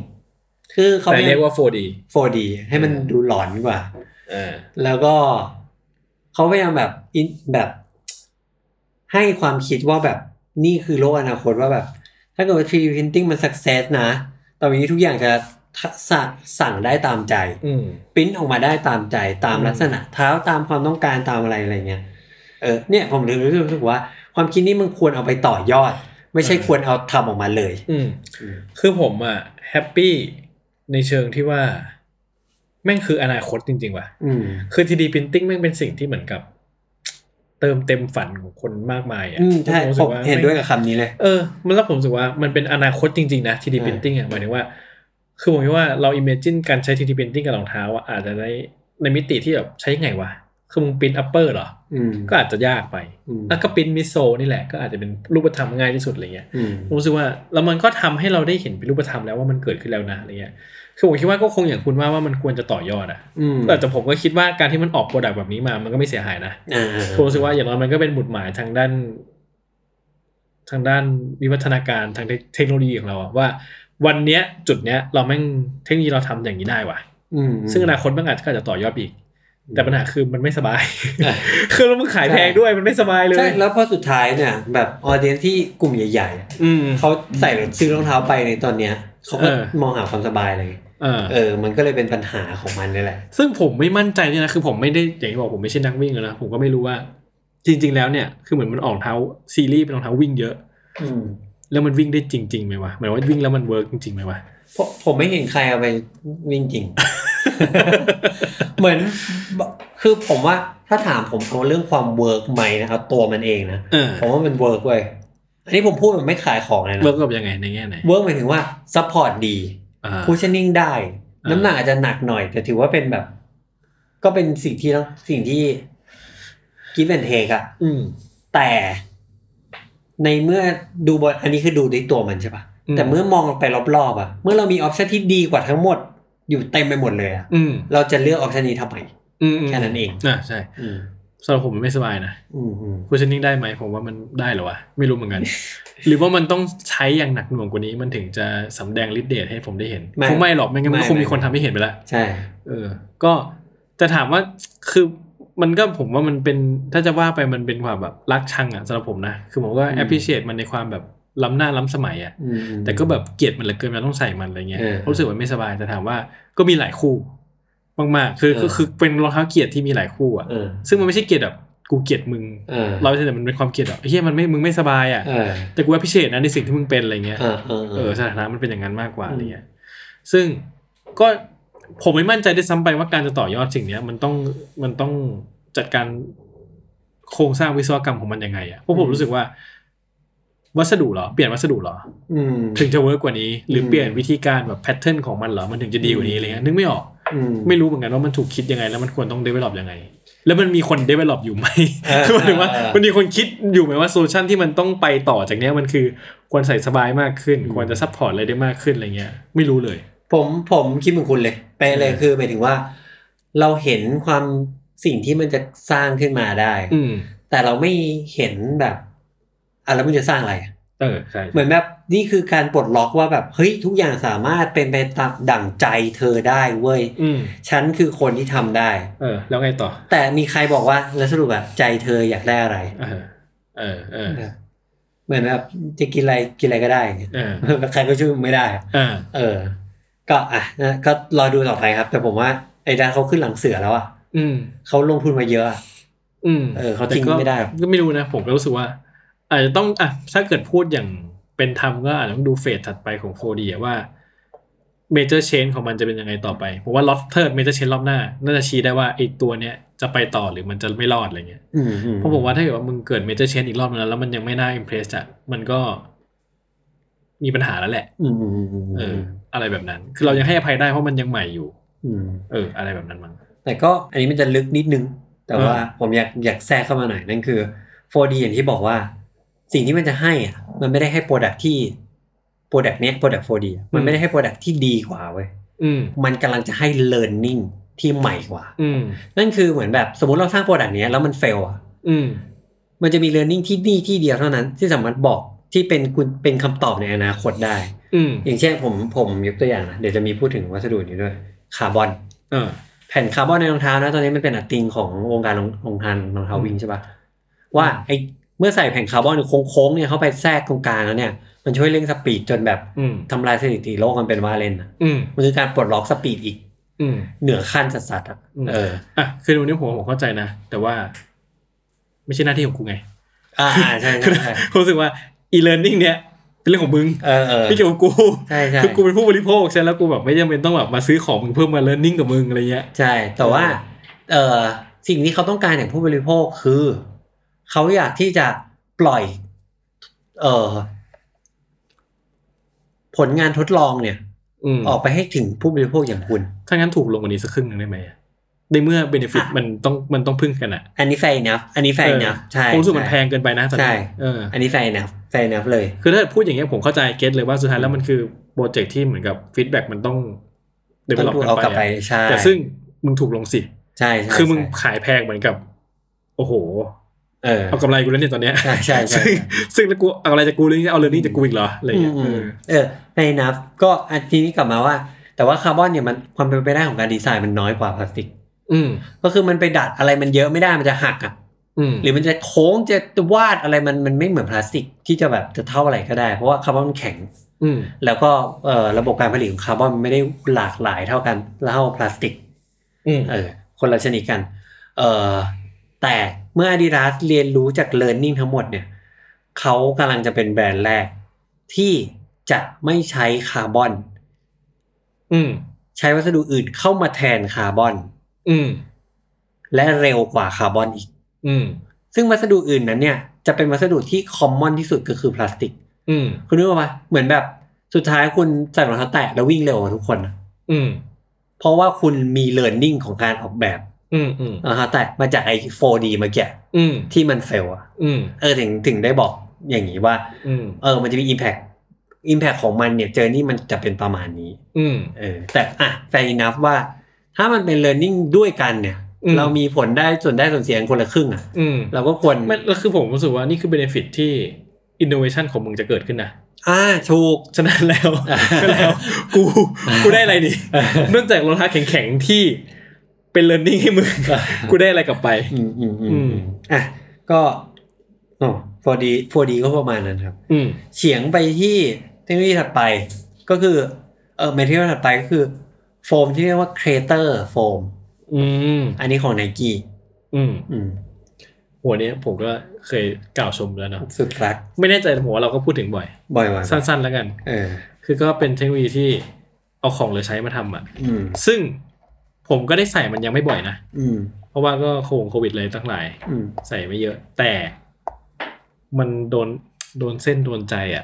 Speaker 2: คือเขา
Speaker 3: แต่เรียกว่า 4D
Speaker 2: 4D ให้มันดูหลอนกว่า
Speaker 3: อ่า
Speaker 2: แล้วก็เขาพยายามแบบอินแบบ ให้ความคิดว่าแบบนี่คือโลกอนาคตว่าแบบ ถ้าเกิดว่า 3D printing มัน success นะ ตอนนี้ทุกอย่างจะสั่งสั่งได้ตามใจ
Speaker 3: อืม
Speaker 2: ปริ้นออกมาได้ตามใจตามลักษณะเท้าตามความต้องการตามอะไรอะไรเงี้ยเออเนี่ยผมเลยรู้สึกว่า ความคิดนี้มันควรเอาไปต่อยอด ไม่ใช่
Speaker 3: อืม
Speaker 2: ควรเอาทำออกมาเลย
Speaker 3: อืม คือผมอ่ะแฮปปี้ในเชิงที่ว่า แม่งคืออนาคตจริง ๆ ว่ะ
Speaker 2: อืม
Speaker 3: คือ 3D printing แม่งเป็นสิ่งที่เหมือนกับ เติมเต็มฝันของคนมากมายอ่ะ
Speaker 2: อืมใช่
Speaker 3: ผม
Speaker 2: ผ
Speaker 3: รู้สึก
Speaker 2: ม
Speaker 3: ว่า
Speaker 2: เห็นด้วยกับคำนี้เลย
Speaker 3: เออ มันแล้วผมรู้สึกว่ามันเป็นอนาคตจริง ๆ นะ 3D
Speaker 2: อ่า
Speaker 3: printing อ่ะหมายถึงว่า คือผมคิดว่าเรา imagine การใช้ 3D printing กับรองเท้าอ่ะอาจจะในในมิติที่แบบใช้ไงวะ คือมึงปริ้นอัปเปอร์เหรอ
Speaker 2: อืม
Speaker 3: ก็อาจจะยากไป
Speaker 2: อืม
Speaker 3: แล้วก็ปริ้นมิโซนี่แหละก็อาจจะเป็นรูปธรรมง่ายที่สุดอะไรเงี้ย
Speaker 2: อืม
Speaker 3: ผมรู้สึกว่าแล้วมันก็ทำให้เราได้เห็นเป็นรูปธรรมแล้วว่ามันเกิดขึ้นแล้วนะอะไรเงี้ยคือผมคิดว่าก็คงอย่างคุณว่าว่ามันควรจะต่อยอดอะ
Speaker 2: อืม
Speaker 3: แต่แต่ผมก็คิดว่าการที่มันออกโปรดักต์แบบนี้มา มันก็ไม่เสียหายนะ
Speaker 2: อ่า
Speaker 3: ผมรู้สึกว่าอย่างน้อยมันก็เป็นบุตรหมายทางด้าน ทางด้านวิวัฒนาการทางเทคเทคโนโลยีของเราอะว่า วันเนี้ยจุดเนี้ยเราแม่งเทคโนโลยีเราทำอย่างนี้ได้ว่ะ
Speaker 2: อืม
Speaker 3: ซึ่งอนาคตมันอาจจะก็อาจจะต่อยอดไปอีก แต่ปัญหาคือมันไม่สบาย
Speaker 2: อ่ะ
Speaker 3: คือแล้วมันขายแพงด้วยมันไม่สบายเลย
Speaker 2: ใช่แล้วพอสุดท้ายเนี่ย แบบออเดียนที่กลุ่มใหญ่ๆอ่ะ
Speaker 3: อืม
Speaker 2: เขาใส่ซื้อรองเท้าไปในตอนเนี้ยเขาก็
Speaker 3: เออ
Speaker 2: มองหาความสบายเลย
Speaker 3: เออ
Speaker 2: เออ มันก็เลยเป็นปัญหาของมันนี่แหละ
Speaker 3: ซึ่งผมไม่มั่นใจเนี่ยนะคือผมไม่ได้อย่างที่บอกผมไม่ใช่นักวิ่งอะนะผมก็ไม่รู้ว่า จริง ๆ แล้วเนี่ยคือเหมือนมันออกเท้าซีรีส์เป็นรองเท้าวิ่งเยอะ
Speaker 2: อืม
Speaker 3: แล้วมันวิ่งได้จริงๆไหมวะหมายว่าวิ่งแล้วมันเวิร์กจริงๆไหมวะ
Speaker 2: ผมผมไม่เห็นใครเอาไปวิ่งจริง เหมือนบคือผมว่าถ้าถามผมเอาเรื่องความเวิร์กไหมนะเอาตัวมันเองนะ
Speaker 3: เออ
Speaker 2: ผมว่ามันเวิร์กเว้ยอันนี้ผมพูดมันไม่ขายของเลยนะ
Speaker 3: เวิร์กกับยังไงในแง่ไหน
Speaker 2: เวิร์กหมายถึงว่าซัพพอร์ตดี
Speaker 3: อ่า
Speaker 2: คูชนิ่งได้
Speaker 3: อ่า
Speaker 2: น้ำหนักอาจจะหนักหน่อย แต่ถือว่าเป็นแบบ ก็เป็นสิ่งที่ต้องสิ่งที่กิฟแอนเทคอะ
Speaker 3: อืม
Speaker 2: แต่ในเมื่อดูบนอันนี้คือดูด้วยตัวมันใช่ปะ
Speaker 3: อืม
Speaker 2: แต่เมื่อมองไปรอบๆอะเมื่อเรามีออปชันที่ดีกว่าทั้งหมด อยู่เต็มไปหมดเลยอะ
Speaker 3: อืม
Speaker 2: เราจะเลือกออปชันนี้ทำไม
Speaker 3: อืมม
Speaker 2: แค่นั้นเอง
Speaker 3: อ่าใช่
Speaker 2: อืม
Speaker 3: สำหรับผมมันไม่สบายนะ
Speaker 2: อืมอืม
Speaker 3: คูชนิ่งได้ไหมผมว่ามันได้เหรอวะไม่รู้เหมื อนกัน หรือว่ามันต้องใช้อย่างหนักหน่วงกว่านี้มันถึงจะสำแดงฤทธิ์เดชให้ผมได้เห็นคงไม่หรอกไม่งั้นมันก็คงมีคนทำให้เห็นไปละ
Speaker 2: ใช่
Speaker 3: เออ ก็แต่ถามว่าคือมันก็ผมว่ามันเป็นถ้าจะว่าไปมันเป็นความแบบรักชังอ่ะสำหรับผมนะ คือผมก็ appreciate มันในความแบบล้ำหน้าล้ำสมัยอ่ะ
Speaker 2: อืม
Speaker 3: แต่ก็แบบเกลียดมันเหลือเกินเราต้องใส่มันอะไรเงี้ย
Speaker 2: เออ
Speaker 3: รู้สึกว่าไม่สบายแต่ถามว่าก็มีหลายคู่ มากๆ คือ
Speaker 2: เออ
Speaker 3: ก็คือเป็นรองเท้าเกลียดที่มีหลายคู่อ่ะ
Speaker 2: เออ
Speaker 3: ซึ่งมันไม่ใช่เกลียดแบบกูเกลียดมึง
Speaker 2: เออ
Speaker 3: เราแต่มันเป็นความเกลียดแบบเฮียมันไม่มึงไม่สบายอ่ะ
Speaker 2: เออ
Speaker 3: แต่กู appreciate นะในสิ่งที่มึงเป็นอะไรเงี้ย
Speaker 2: เออเออเอ
Speaker 3: เออ
Speaker 2: อ
Speaker 3: สถานะมันเป็นอย่างนั้นมากกว่า
Speaker 2: อืม
Speaker 3: อะไรเงี้ย ซึ่งก็ผมไม่มั่นใจด้วยซ้ำไปว่าการจะต่อยอดสิ่งเนี้ย มันต้องมันต้องจัดการโครงสร้างวิศวกรรมของมันยังไงอะเพราะผมรู้สึกว่า วัสดุเหรอ เปลี่ยนวัสดุเหรอ
Speaker 2: อืม
Speaker 3: ถึงจะเวิร์กกว่านี้ หรืออ
Speaker 2: ม
Speaker 3: เปลี่ยนวิธีการแบบแพทเทิร์นของมันเหรอ มันถึงจะดีกว่านี้อะไรเงี้ยนึกไม่ออก
Speaker 2: อืม
Speaker 3: ไม่รู้เหมือนกันว่ามันถูกคิดยังไง แล้วมันควรต้องเดเวล็อปยังไง แล้วมันมีคนเดเวล็อปอยู่ไหม
Speaker 2: เออ
Speaker 3: คือหมายถึงว่า
Speaker 2: เออเออ
Speaker 3: มันมีคนคิดอยู่ไหมว่าโซลูชันที่มันต้องไปต่อจากเนี้ยมันคือควรใส่สบายมากขึ้น
Speaker 2: อืม
Speaker 3: ควรจะซัพพอร์ตอะไรได้มากขึ้นอะไรเงี้ย ไม่รู้เลย
Speaker 2: ผมผมคิดเหมือนคุณเลยไปะเลย
Speaker 3: เออ
Speaker 2: คือหมายถึงว่า เราเห็นความสิ่งที่มันจะสร้างขึ้นมาได้
Speaker 3: อืม
Speaker 2: แต่เราไม่เห็นแบบอ่ะแล้วมันจะสร้างอะไร
Speaker 3: เออใช่
Speaker 2: เหมือนแบบนี่คือการปลดล็อกว่าแบบเฮ้ยทุกอย่างสามารถเป็นไปตามดั่งใจเธอได้เว้ย
Speaker 3: อืม
Speaker 2: ฉันคือคนที่ทำได้
Speaker 3: เออ แล้วไงต่อ
Speaker 2: แต่มีใครบอกว่าแล้วสรุปแบบใจเธออยากได้อะไร
Speaker 3: เออเออเออ
Speaker 2: แบบเหมือนแบบจะกินอะไรกินอะไรก็ได้อย่างเงี้ย
Speaker 3: เออ
Speaker 2: ใครก็ช่วยไม่ได้อะ
Speaker 3: เออ
Speaker 2: เออ ก็อ่ะนะก็รอดูต่อไปครับ แต่ผมว่าไอ้ดานเขาขึ้นหลังเสือแล้วอ่ะ
Speaker 3: อืม
Speaker 2: เขาลงทุนมาเยอะอะ
Speaker 3: อืม
Speaker 2: เออเขาทิ้ง
Speaker 3: แต่ก็
Speaker 2: ไม่ได้หรอก
Speaker 3: ก็ไม่รู้นะ ผมก็รู้สึกว่า อาจจะต้องอ่ะถ้าเกิดพูดอย่างเป็นธรรมก็อาจจะต้องดูเฟสถัดไปของ 4D อะว่าเมเจอร์เชนของมันจะเป็นยังไงต่อไปผมว่าล็อตเทิร์ดเมเจอร์เชนรอบหน้า น่าจะชี้ได้ว่าไอ้ตัวเนี้ยจะไปต่อหรือมันจะไม่รอดอะไรเงี้ย
Speaker 2: อืม
Speaker 3: เพราะผมว่าถ้าเกิดว่ามึงเกิดเมเจอร์เชนอีกรอบนึงแล้วแล้วมันยังไม่น่าอิมเพรสอะมันก็มีปัญหาแล้วแหละ
Speaker 2: อืมอืมอืมอืม
Speaker 3: เออ อะไรแบบนั้น คือเรายังให้อภัยได้เพราะมันยังใหม่อยู่
Speaker 2: อืม
Speaker 3: เออ อะไรแบบนั้นมั้ง
Speaker 2: แต่ก็อันนี้มันจะลึกนิดนึง แต่ว่า
Speaker 3: เออ
Speaker 2: ผมอยากอยากแทรกเข้ามาหน่อยนั่นคือ 4D อย่างที่บอกว่า สิ่งที่มันจะให้อ่ะ มันไม่ได้ให้โปรดักที่โปรดักเนี้ยโปรดัก 4D อะมันไม่ได้ให้โปรดักที่ดีกว่าเว้ย
Speaker 3: อืม
Speaker 2: มันกำลังจะให้ learning ที่ใหม่กว่า
Speaker 3: อืม
Speaker 2: นั่นคือเหมือนแบบสมมติเราสร้างโปรดักต์เนี้ยแล้วมันเฟลอ่ะ
Speaker 3: อืม
Speaker 2: มันจะมีเรียนรู้ที่นี่ที่เดียวเท่านั้นที่สามารถบอก ที่เป็นกุญเป็นคำตอบในอนาคตได้
Speaker 3: อืม
Speaker 2: อย่างเช่นผมผมยกตัวอย่างนะเดี๋ยวจะมีพูดถึงวัสดุนี้ด้วยคาร์บอน
Speaker 3: อ่า
Speaker 2: แผ่นคาร์บอนในรองเท้านะตอนนี้มันเป็นอัตติงของวงการรองรองเท้ารองเท้าวิ่งใช่ปะว่าไอเมื่อใส่แผ่นคาร์บอนหรือโค้งๆเนี่ยเข้าไปแทรกตรงกลางแล้วเนี่ย มันช่วยเร่งสปีดจนแบบ
Speaker 3: อืม
Speaker 2: ทำลายสถิติโลกมันเป็นว่าเล่นนะ
Speaker 3: อืม
Speaker 2: มันคือการปลดล็อกสปีดอีก
Speaker 3: อืม
Speaker 2: เหนือขั้นสัสๆอ่ะ
Speaker 3: อืม
Speaker 2: เออ
Speaker 3: อ่ะคือดูนี่ผมผมเข้าใจนะ แต่ว่า ไม่ใช่หน้าที่ของกูไง
Speaker 2: อ่าใช่
Speaker 3: คือ
Speaker 2: ใช่ใช่
Speaker 3: รู้สึกว่า e-learning เนี่ย เป็นเรื่องของมึง
Speaker 2: เออเออ
Speaker 3: ไม่เกี่ยวกับกู
Speaker 2: ใช่ใช่
Speaker 3: คือกูเป็นผู้บริโภคใช่แล้วกูแบบไม่จำเป็นต้องแบบมาซื้อของมึงเพื่อมา learning กับมึงอะไรเงี้ย
Speaker 2: ใช่ แต่ว่าเออสิ่งที่เขาต้องการอย่างผู้บริโภคคือเขาอยากที่จะปล่อย เออผลงานทดลองเนี่ย
Speaker 3: อืม
Speaker 2: ออกไปให้ถึงผู้บริโภคอย่างคุณ
Speaker 3: ถ้างั้นถูกลงกว่านี้สักครึ่งหนึ่งได้ไหมอะในเมื่อ benefit
Speaker 2: อ่ะ
Speaker 3: มันต้องมันต้องพึ่งกันอะ
Speaker 2: อันนี้แฟนนะอันนี้แฟนนะใช่
Speaker 3: ผมรู้สึกมันแพ
Speaker 2: ใช่
Speaker 3: งเกินไปนะตอน
Speaker 2: ใช่
Speaker 3: นี้เออ
Speaker 2: อันนี้แฟนนะแฟนนะเลย
Speaker 3: คือถ้าพูดอย่างเงี้ยผมเข้าใจเก็ตเลยว่าสุดท้ายแล้วมันคือโปรเจกต์ที่เหมือนกับฟีดแบ็กมันต้องเดเวลลอป
Speaker 2: เอาก
Speaker 3: กั
Speaker 2: ลับ
Speaker 3: น
Speaker 2: ไป
Speaker 3: ไป
Speaker 2: ใช่
Speaker 3: แต่ซึ่งมึงถูกลงสิ
Speaker 2: ใช่ใช่
Speaker 3: คือมึง
Speaker 2: ใช่
Speaker 3: ขายแพงเหมือนกับ โอ้โห
Speaker 2: เออ
Speaker 3: เอากำไรกูแล้วเนี่ยตอนเนี้ย
Speaker 2: ใช่ใช่ใช่
Speaker 3: ซึ่งซึ่งแล้วกูเอาอะไรจากกูหรือเอาเรื่องนี้จากกูอีกเหรออะไรอย่างเงี้ย
Speaker 2: อืม
Speaker 3: เออ
Speaker 2: เออแฟนนะก็อันทีนี้กลับมาว่า แต่ว่าคาร์บอนเนี่ยมันความเป็นไปได้ของการดีไซน์มันน้อยกว่าพลาสติก
Speaker 3: อืม
Speaker 2: ก็คือมันไปดัดอะไรมันเยอะไม่ได้มันจะหักอ่ะ
Speaker 3: อืม
Speaker 2: หรือมันจะโค้งจะวาดอะไรมันมันไม่เหมือนพลาสติก ที่จะแบบจะเท่าอะไรก็ได้ เพราะว่าคาร์บอนมันแข็ง
Speaker 3: อืม
Speaker 2: แล้วก็เอ่อระบบการผลิตของคาร์บอนมันไม่ได้หลากหลายเท่ากันเท่าพลาสติก
Speaker 3: อืม
Speaker 2: เออคนละชนิดกัน เออแต่เมื่อ Adidas เรียนรู้จาก Learning ทั้งหมดเนี่ยเขากำลังจะเป็นแบรนด์แรก ที่จะไม่ใช้คาร์บอน
Speaker 3: อืม
Speaker 2: ใช้วัสดุอื่นเข้ามาแทนคาร์บอน
Speaker 3: อืม
Speaker 2: และเร็วกว่าคาร์บอนอีก
Speaker 3: อืม
Speaker 2: ซึ่งวัสดุอื่นนั้นเนี่ยจะเป็นวัสดุที่คอมมอนที่สุดก็คือพลาสติก
Speaker 3: อืม
Speaker 2: คุณรู้ไหมเหมือนแบบสุดท้ายคุณใส่รองเท้าแตะแล้ววิ่งเร็วกว่าทุกคนนะ
Speaker 3: อืม
Speaker 2: เพราะว่าคุณมี Learning ของการออกแบบ
Speaker 3: อืมอืม
Speaker 2: รองเท้าแตะมาจากไอ้ 4D เมาแกะ
Speaker 3: อืม
Speaker 2: ที่มันเฟลอะ
Speaker 3: อืม
Speaker 2: เออถึงถึงได้บอกอย่างนี้ว่า
Speaker 3: อืม
Speaker 2: เออมันจะมี Impact Impact ของมันเนี่ยเจอนี่มันจะเป็นประมาณนี้
Speaker 3: อืม
Speaker 2: เออแต่อ่ะแฟนนับว่า ถ้ามันเป็น Learning ด้วยกันเนี่ย
Speaker 3: อืม
Speaker 2: เรามีผลได้ส่วนได้ส่วนเสียคนละครึ่งอ่ะ
Speaker 3: อืม
Speaker 2: เราก็ควร
Speaker 3: มันแล้วคือผมรู้สึกว่านี่คือ benefit ที่ innovation ของมึงจะเกิดขึ้นนะ
Speaker 2: อ่าถูก
Speaker 3: ฉะนั้นแล้ว ก็แล้วกูกูได้อะไร ดีนอกจากรองเท้าแข็งๆ ที่เป็น learning ให้มึง กูได้อะไรกลับไป
Speaker 2: อืมอืมอืม
Speaker 3: อื
Speaker 2: อื
Speaker 3: ม
Speaker 2: มอ่ะก็โอ้ 4D 4D ก็ประมาณนั้นครับ
Speaker 3: อืม
Speaker 2: เฉียงไปที่เทคโนโลยีถัดไป ก็คือเออเมทีเรียลถัดไปก็คือโฟมที่เรียกว่าเครเตอร์โฟม
Speaker 3: อืม
Speaker 2: อันนี้ของไนกี้
Speaker 3: อืม
Speaker 2: อืม
Speaker 3: หัวเนี้ยผมก็เคยกล่าวชมแล้วเนาะ
Speaker 2: สุดรัก
Speaker 3: ไม่แน่ใจแต่ผมว่าเราก็พูดถึงบ่อย
Speaker 2: บ่อยว่ะ
Speaker 3: สั้นๆแล้วกัน
Speaker 2: เออ
Speaker 3: คือก็เป็นเทคโนโลยีที่เอาของเหลือใช้มาทำอ่ะ
Speaker 2: อืม
Speaker 3: ซึ่งผมก็ได้ใส่มันยังไม่บ่อยนะ
Speaker 2: อืม
Speaker 3: เพราะว่าก็โควงโควิดเลยตั้งหลาย
Speaker 2: อืม
Speaker 3: ใส่ไม่เยอะ แต่มันโดนโดนเส้นโดนใจอะ่ะ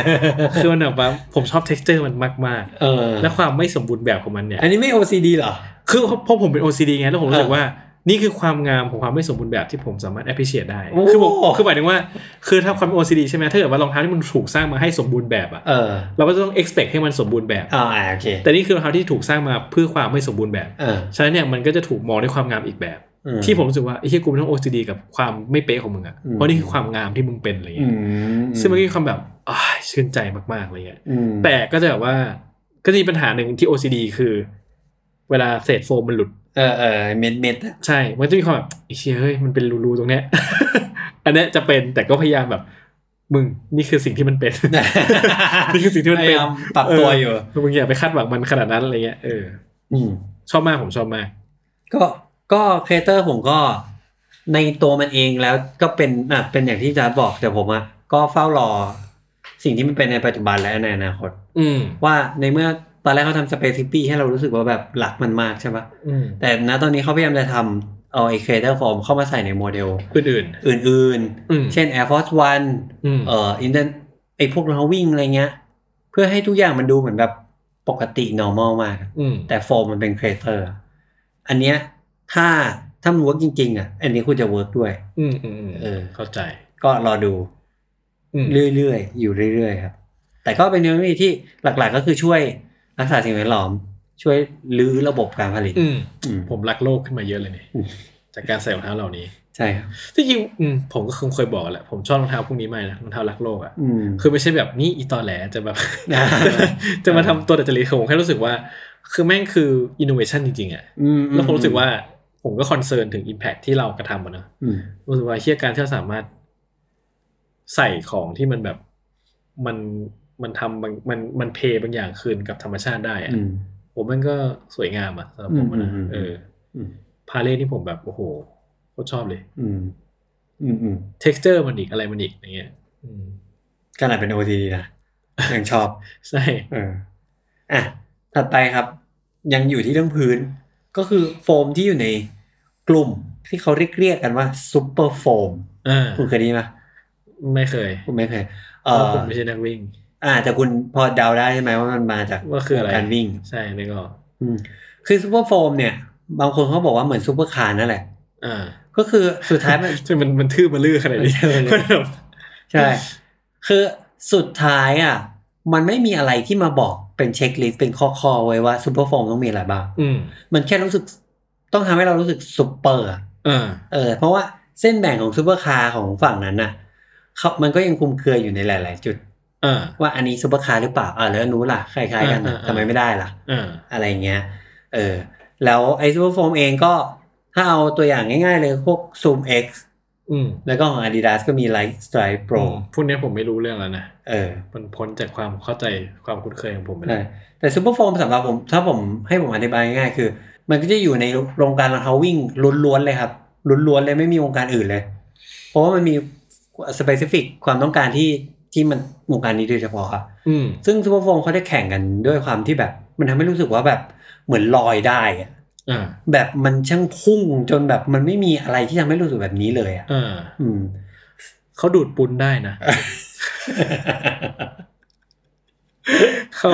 Speaker 3: คือมันแบบว่าผมชอบ texture มันมาก
Speaker 2: เออ
Speaker 3: ๆ และความไม่สมบูรณ์แบบของมันเนี่ย
Speaker 2: อันนี้ไม่ OCD เหรอ
Speaker 3: คือเพราะผมเป็น OCD ไงแล้วผมรู้สึก
Speaker 2: เออ
Speaker 3: ว่า นี่คือความงามของความไม่สมบูรณ์แบบที่ผมสามารถ appreciate ได้
Speaker 2: โอ้
Speaker 3: คือผมคือหมายถึงว่า คือถ้าความเป็น OCD ใช่ไหมถ้าเกิดว่ารองเท้าที่มันถูกสร้างมาให้สมบูรณ์แบบอะ่ะ
Speaker 2: เออ
Speaker 3: เราก็จะต้อง expect ให้มันสมบูรณ์แบบ
Speaker 2: อ่าอ่าโอเค
Speaker 3: แต่นี่คือรองเท้าที่ถูกสร้างมาเพื่อความไม่สมบูรณ์แบบ
Speaker 2: เออ
Speaker 3: ฉะนั้นเนี่ยมันก็จะถูกมองด้วยความงามอีกแบบ
Speaker 2: อื
Speaker 3: ที่ผมรู้สึกว่าไอ้เฮียกูไม่ต้อง OCD กับความไม่เป๊ะของมึงอะ
Speaker 2: อืม
Speaker 3: เพราะนี่คือความงามที่มึงเป็นอะไร
Speaker 2: อื
Speaker 3: เงี้ย
Speaker 2: ม
Speaker 3: ซึ่งมันก็มีความแบบอ้ายชื่นใจมากๆอะไรเงี้ย
Speaker 2: อืม
Speaker 3: แต่ก็จะแบบว่าก็จะมีปัญหาหนึ่งที่ OCD คือ เวลาเศษโฟมมันหลุด
Speaker 2: เออเออเม็ดเม็ดอะ
Speaker 3: ใช่มันจะมีความแบบไอ้เชี่ยเฮ้ยมันเป็นรูๆตรงเนี้ย อันเนี้ยจะเป็นแต่ก็พยายามแบบ มึงนี่คือสิ่งที่มันเป็น นี่คือสิ่งที่มัน
Speaker 2: พ
Speaker 3: เป็น
Speaker 2: ยายามปรับตัวอยู่
Speaker 3: เมึงอย่าไปคาดหวังมันขนาดนั้นอะไรเงี้ยเออ
Speaker 2: อืม
Speaker 3: ชอบมากผมชอบมาก
Speaker 2: ก็ ก็ครีเอเตอร์ผมก็ในตัวมันเองแล้วก็เป็นอ่ะเป็นอย่างที่จาร์ดบอกแต่ผมอ่ะก็เฝ้ารอ สิ่งที่มันเป็นในปัจจุบันและในอนาคต
Speaker 3: อืม
Speaker 2: ว่าในเมื่อตอนแรกเขาทำสเปซิปี้ให้เรารู้สึกว่าแบบหลักมันมากใช่ปะ
Speaker 3: อืม
Speaker 2: แต่ณตอนนี้เขาพยายามจะทำเอาไอ้ Creator Form เข้ามาใส่ในโมเดล
Speaker 3: อื่น
Speaker 2: อื่น
Speaker 3: อืม
Speaker 2: ๆ เช่น Air Force One
Speaker 3: ๆอืม
Speaker 2: เอ่ออินเดนไอ้พวกเราวิ่งอะไรเงี้ย เพื่อให้ทุกอย่างมันดูเหมือนแบบปกติ normal มาก
Speaker 3: อืม
Speaker 2: แต่โฟมมันเป็น Creator อันเนี้ยถ้าถ้ามันเวิร์กจริง ๆ อ่ะ อันนี้คุณจะเวิร์กด้วย
Speaker 3: อืมอืมอืม
Speaker 2: เออ
Speaker 3: เข้าใจ
Speaker 2: ก็รอดู
Speaker 3: อืม
Speaker 2: เรื่อยๆ อยู่เรื่อยๆ ครับ แต่ก็เป็นเทคโนโลยีที่หลักๆ ก็คือช่วยรักษาสิ่งแวดล้อม ช่วยรื้อระบบการผลิต
Speaker 3: อืม
Speaker 2: อืม
Speaker 3: ผมรักโลกขึ้นมาเยอะเลยเนี่ย
Speaker 2: อืม
Speaker 3: จากการใส่รองเท้าเหล่านี้
Speaker 2: ใช่ครับ
Speaker 3: ที่จริงอืมผมก็คงเคยบอกแหละผมชอบรองเท้าพวกนี้มากนะรองเท้ารักโลกอ่ะ
Speaker 2: อืม
Speaker 3: คือไม่ใช่แบบนี่อีตอแหลจะแบบ
Speaker 2: อ่า
Speaker 3: จะมาทำตัวดัจจริตคือผมแค่รู้สึกว่า คือแม่งคืออินโนเวชันจริงๆอ่ะ
Speaker 2: อืม
Speaker 3: แล้วผมรู้สึกว่าผมก็คอนเซิร์นถึงอิมแพคที่เรากระทำอะเนอะ
Speaker 2: อืม
Speaker 3: รู้สึกว่าเฮียการที่เราสามารถใส่ของที่มันแบบมันมันทำบางมันมันเพย์บางอย่างคืนกับธรรมชาติได้อะ
Speaker 2: อืม
Speaker 3: ผมมันก็สวยงามอ่ะสำหรับผมอะนะ
Speaker 2: อืมอืมอืม
Speaker 3: เออ
Speaker 2: อืม
Speaker 3: พาเล่นี่ผมแบบโอ้โหโคตรชอบเลย
Speaker 2: อืมอืมอืม
Speaker 3: t e x t อร์มันอีกอะไรมันอีกอย่างเงี้ยอืม
Speaker 2: ขนาดเป็นโอทีนะยังชอบ
Speaker 3: ใช่
Speaker 2: เอออ่ะถัดไปครับ ยังอยู่ที่เรื่องพื้น ก็คือโฟมที่อยู่ในกลุ่มที่เขาเรียกเรียกกันว่าซูเปอร์โฟม
Speaker 3: อ่า
Speaker 2: คุณเคยได้ยินไหม
Speaker 3: ไม่เคย
Speaker 2: คุณไม่เคย
Speaker 3: เพ
Speaker 2: เอ
Speaker 3: ราะ
Speaker 2: อ
Speaker 3: ผมไม่ใช่นักวิ่ง
Speaker 2: อ่าแต่คุณพอเดาได้ใช่ไหมว่ามันมาจาก
Speaker 3: ว่าคืออะไร
Speaker 2: การวิ่ง
Speaker 3: ใช่นึกออก
Speaker 2: อืมคือซูเปอร์โฟมเนี่ย บางคนเขาบอกว่าเหมือนซูเปอร์คาร์นั่นแหละ
Speaker 3: อ่า
Speaker 2: ก็คือสุดท้ายมัน
Speaker 3: ซึ่งมันมันทื่อมาลือ ขนาดนี้
Speaker 2: มันทื่อมาลือ
Speaker 3: มันแบบ
Speaker 2: ใช่ คือสุดท้ายอ่ะ มันไม่มีอะไรที่มาบอกเป็นเช็คลิสต์เป็นข้อข้อๆไว้ว่าซูเปอร์โฟมต้องมีอะไรบ้าง
Speaker 3: อืม
Speaker 2: มันแค่รู้สึกต้องทำให้เรารู้สึกซุปเปอร์อะ
Speaker 3: อ่า
Speaker 2: เออ เพราะว่าเส้นแบ่งของซูเปอร์คาร์ของฝั่งนั้นน่ะเขามันก็ยังคลุมเครืออยู่ในหลาย ๆ จุด
Speaker 3: อ่า
Speaker 2: ว่าอันนี้ซูเปอร์คาร์หรือเปล่าอ่าแล้วอันนู้นล่ะคล้าย ๆ กันน่ะ
Speaker 3: อ่าอ่า
Speaker 2: ทำไมไม่ได้ล่ะ
Speaker 3: อ่า
Speaker 2: อะไรเงี้ย เออ แล้วไอซูเปอร์โฟมเองก็ถ้าเอาตัวอย่างง่าย ๆ เลยพวกซูม X
Speaker 3: อืม
Speaker 2: แล้วก็ของ Adidas ก็มี Light Stripe Pro
Speaker 3: พวกเนี้ยผมไม่รู้เรื่องแล้วนะ
Speaker 2: เออ
Speaker 3: มันพ้นจากความเข้าใจความคุ้นเคยของผมไปแล้
Speaker 2: ใช่
Speaker 3: ว
Speaker 2: แต่ซูเปอร์โฟมสำหรับผมถ้าผมให้ผมอธิบายง่ายๆคือ มันก็จะอยู่ในโรงการรองเท้าวิ่งล้วนๆเลยครับล้วนๆเลยไม่มีวงการอื่นเลย เพราะว่ามันมีสเปซิฟิกความต้องการที่ที่มันวงการนี้โดยเฉพาะครับ
Speaker 3: อืม
Speaker 2: ซึ่งซูเปอร์โฟมเขาได้แข่งกันด้วยความที่แบบ มันทำให้รู้สึกว่าแบบเหมือนลอยได้อะ
Speaker 3: อ่า
Speaker 2: แบบมันช่างพุ่งจนแบบมันไม่มีอะไรที่ทำให้รู้สึกแบบนี้เลยอ่ะ
Speaker 3: อ่า
Speaker 2: อืม
Speaker 3: เขาดูดปุนได้ นะเขา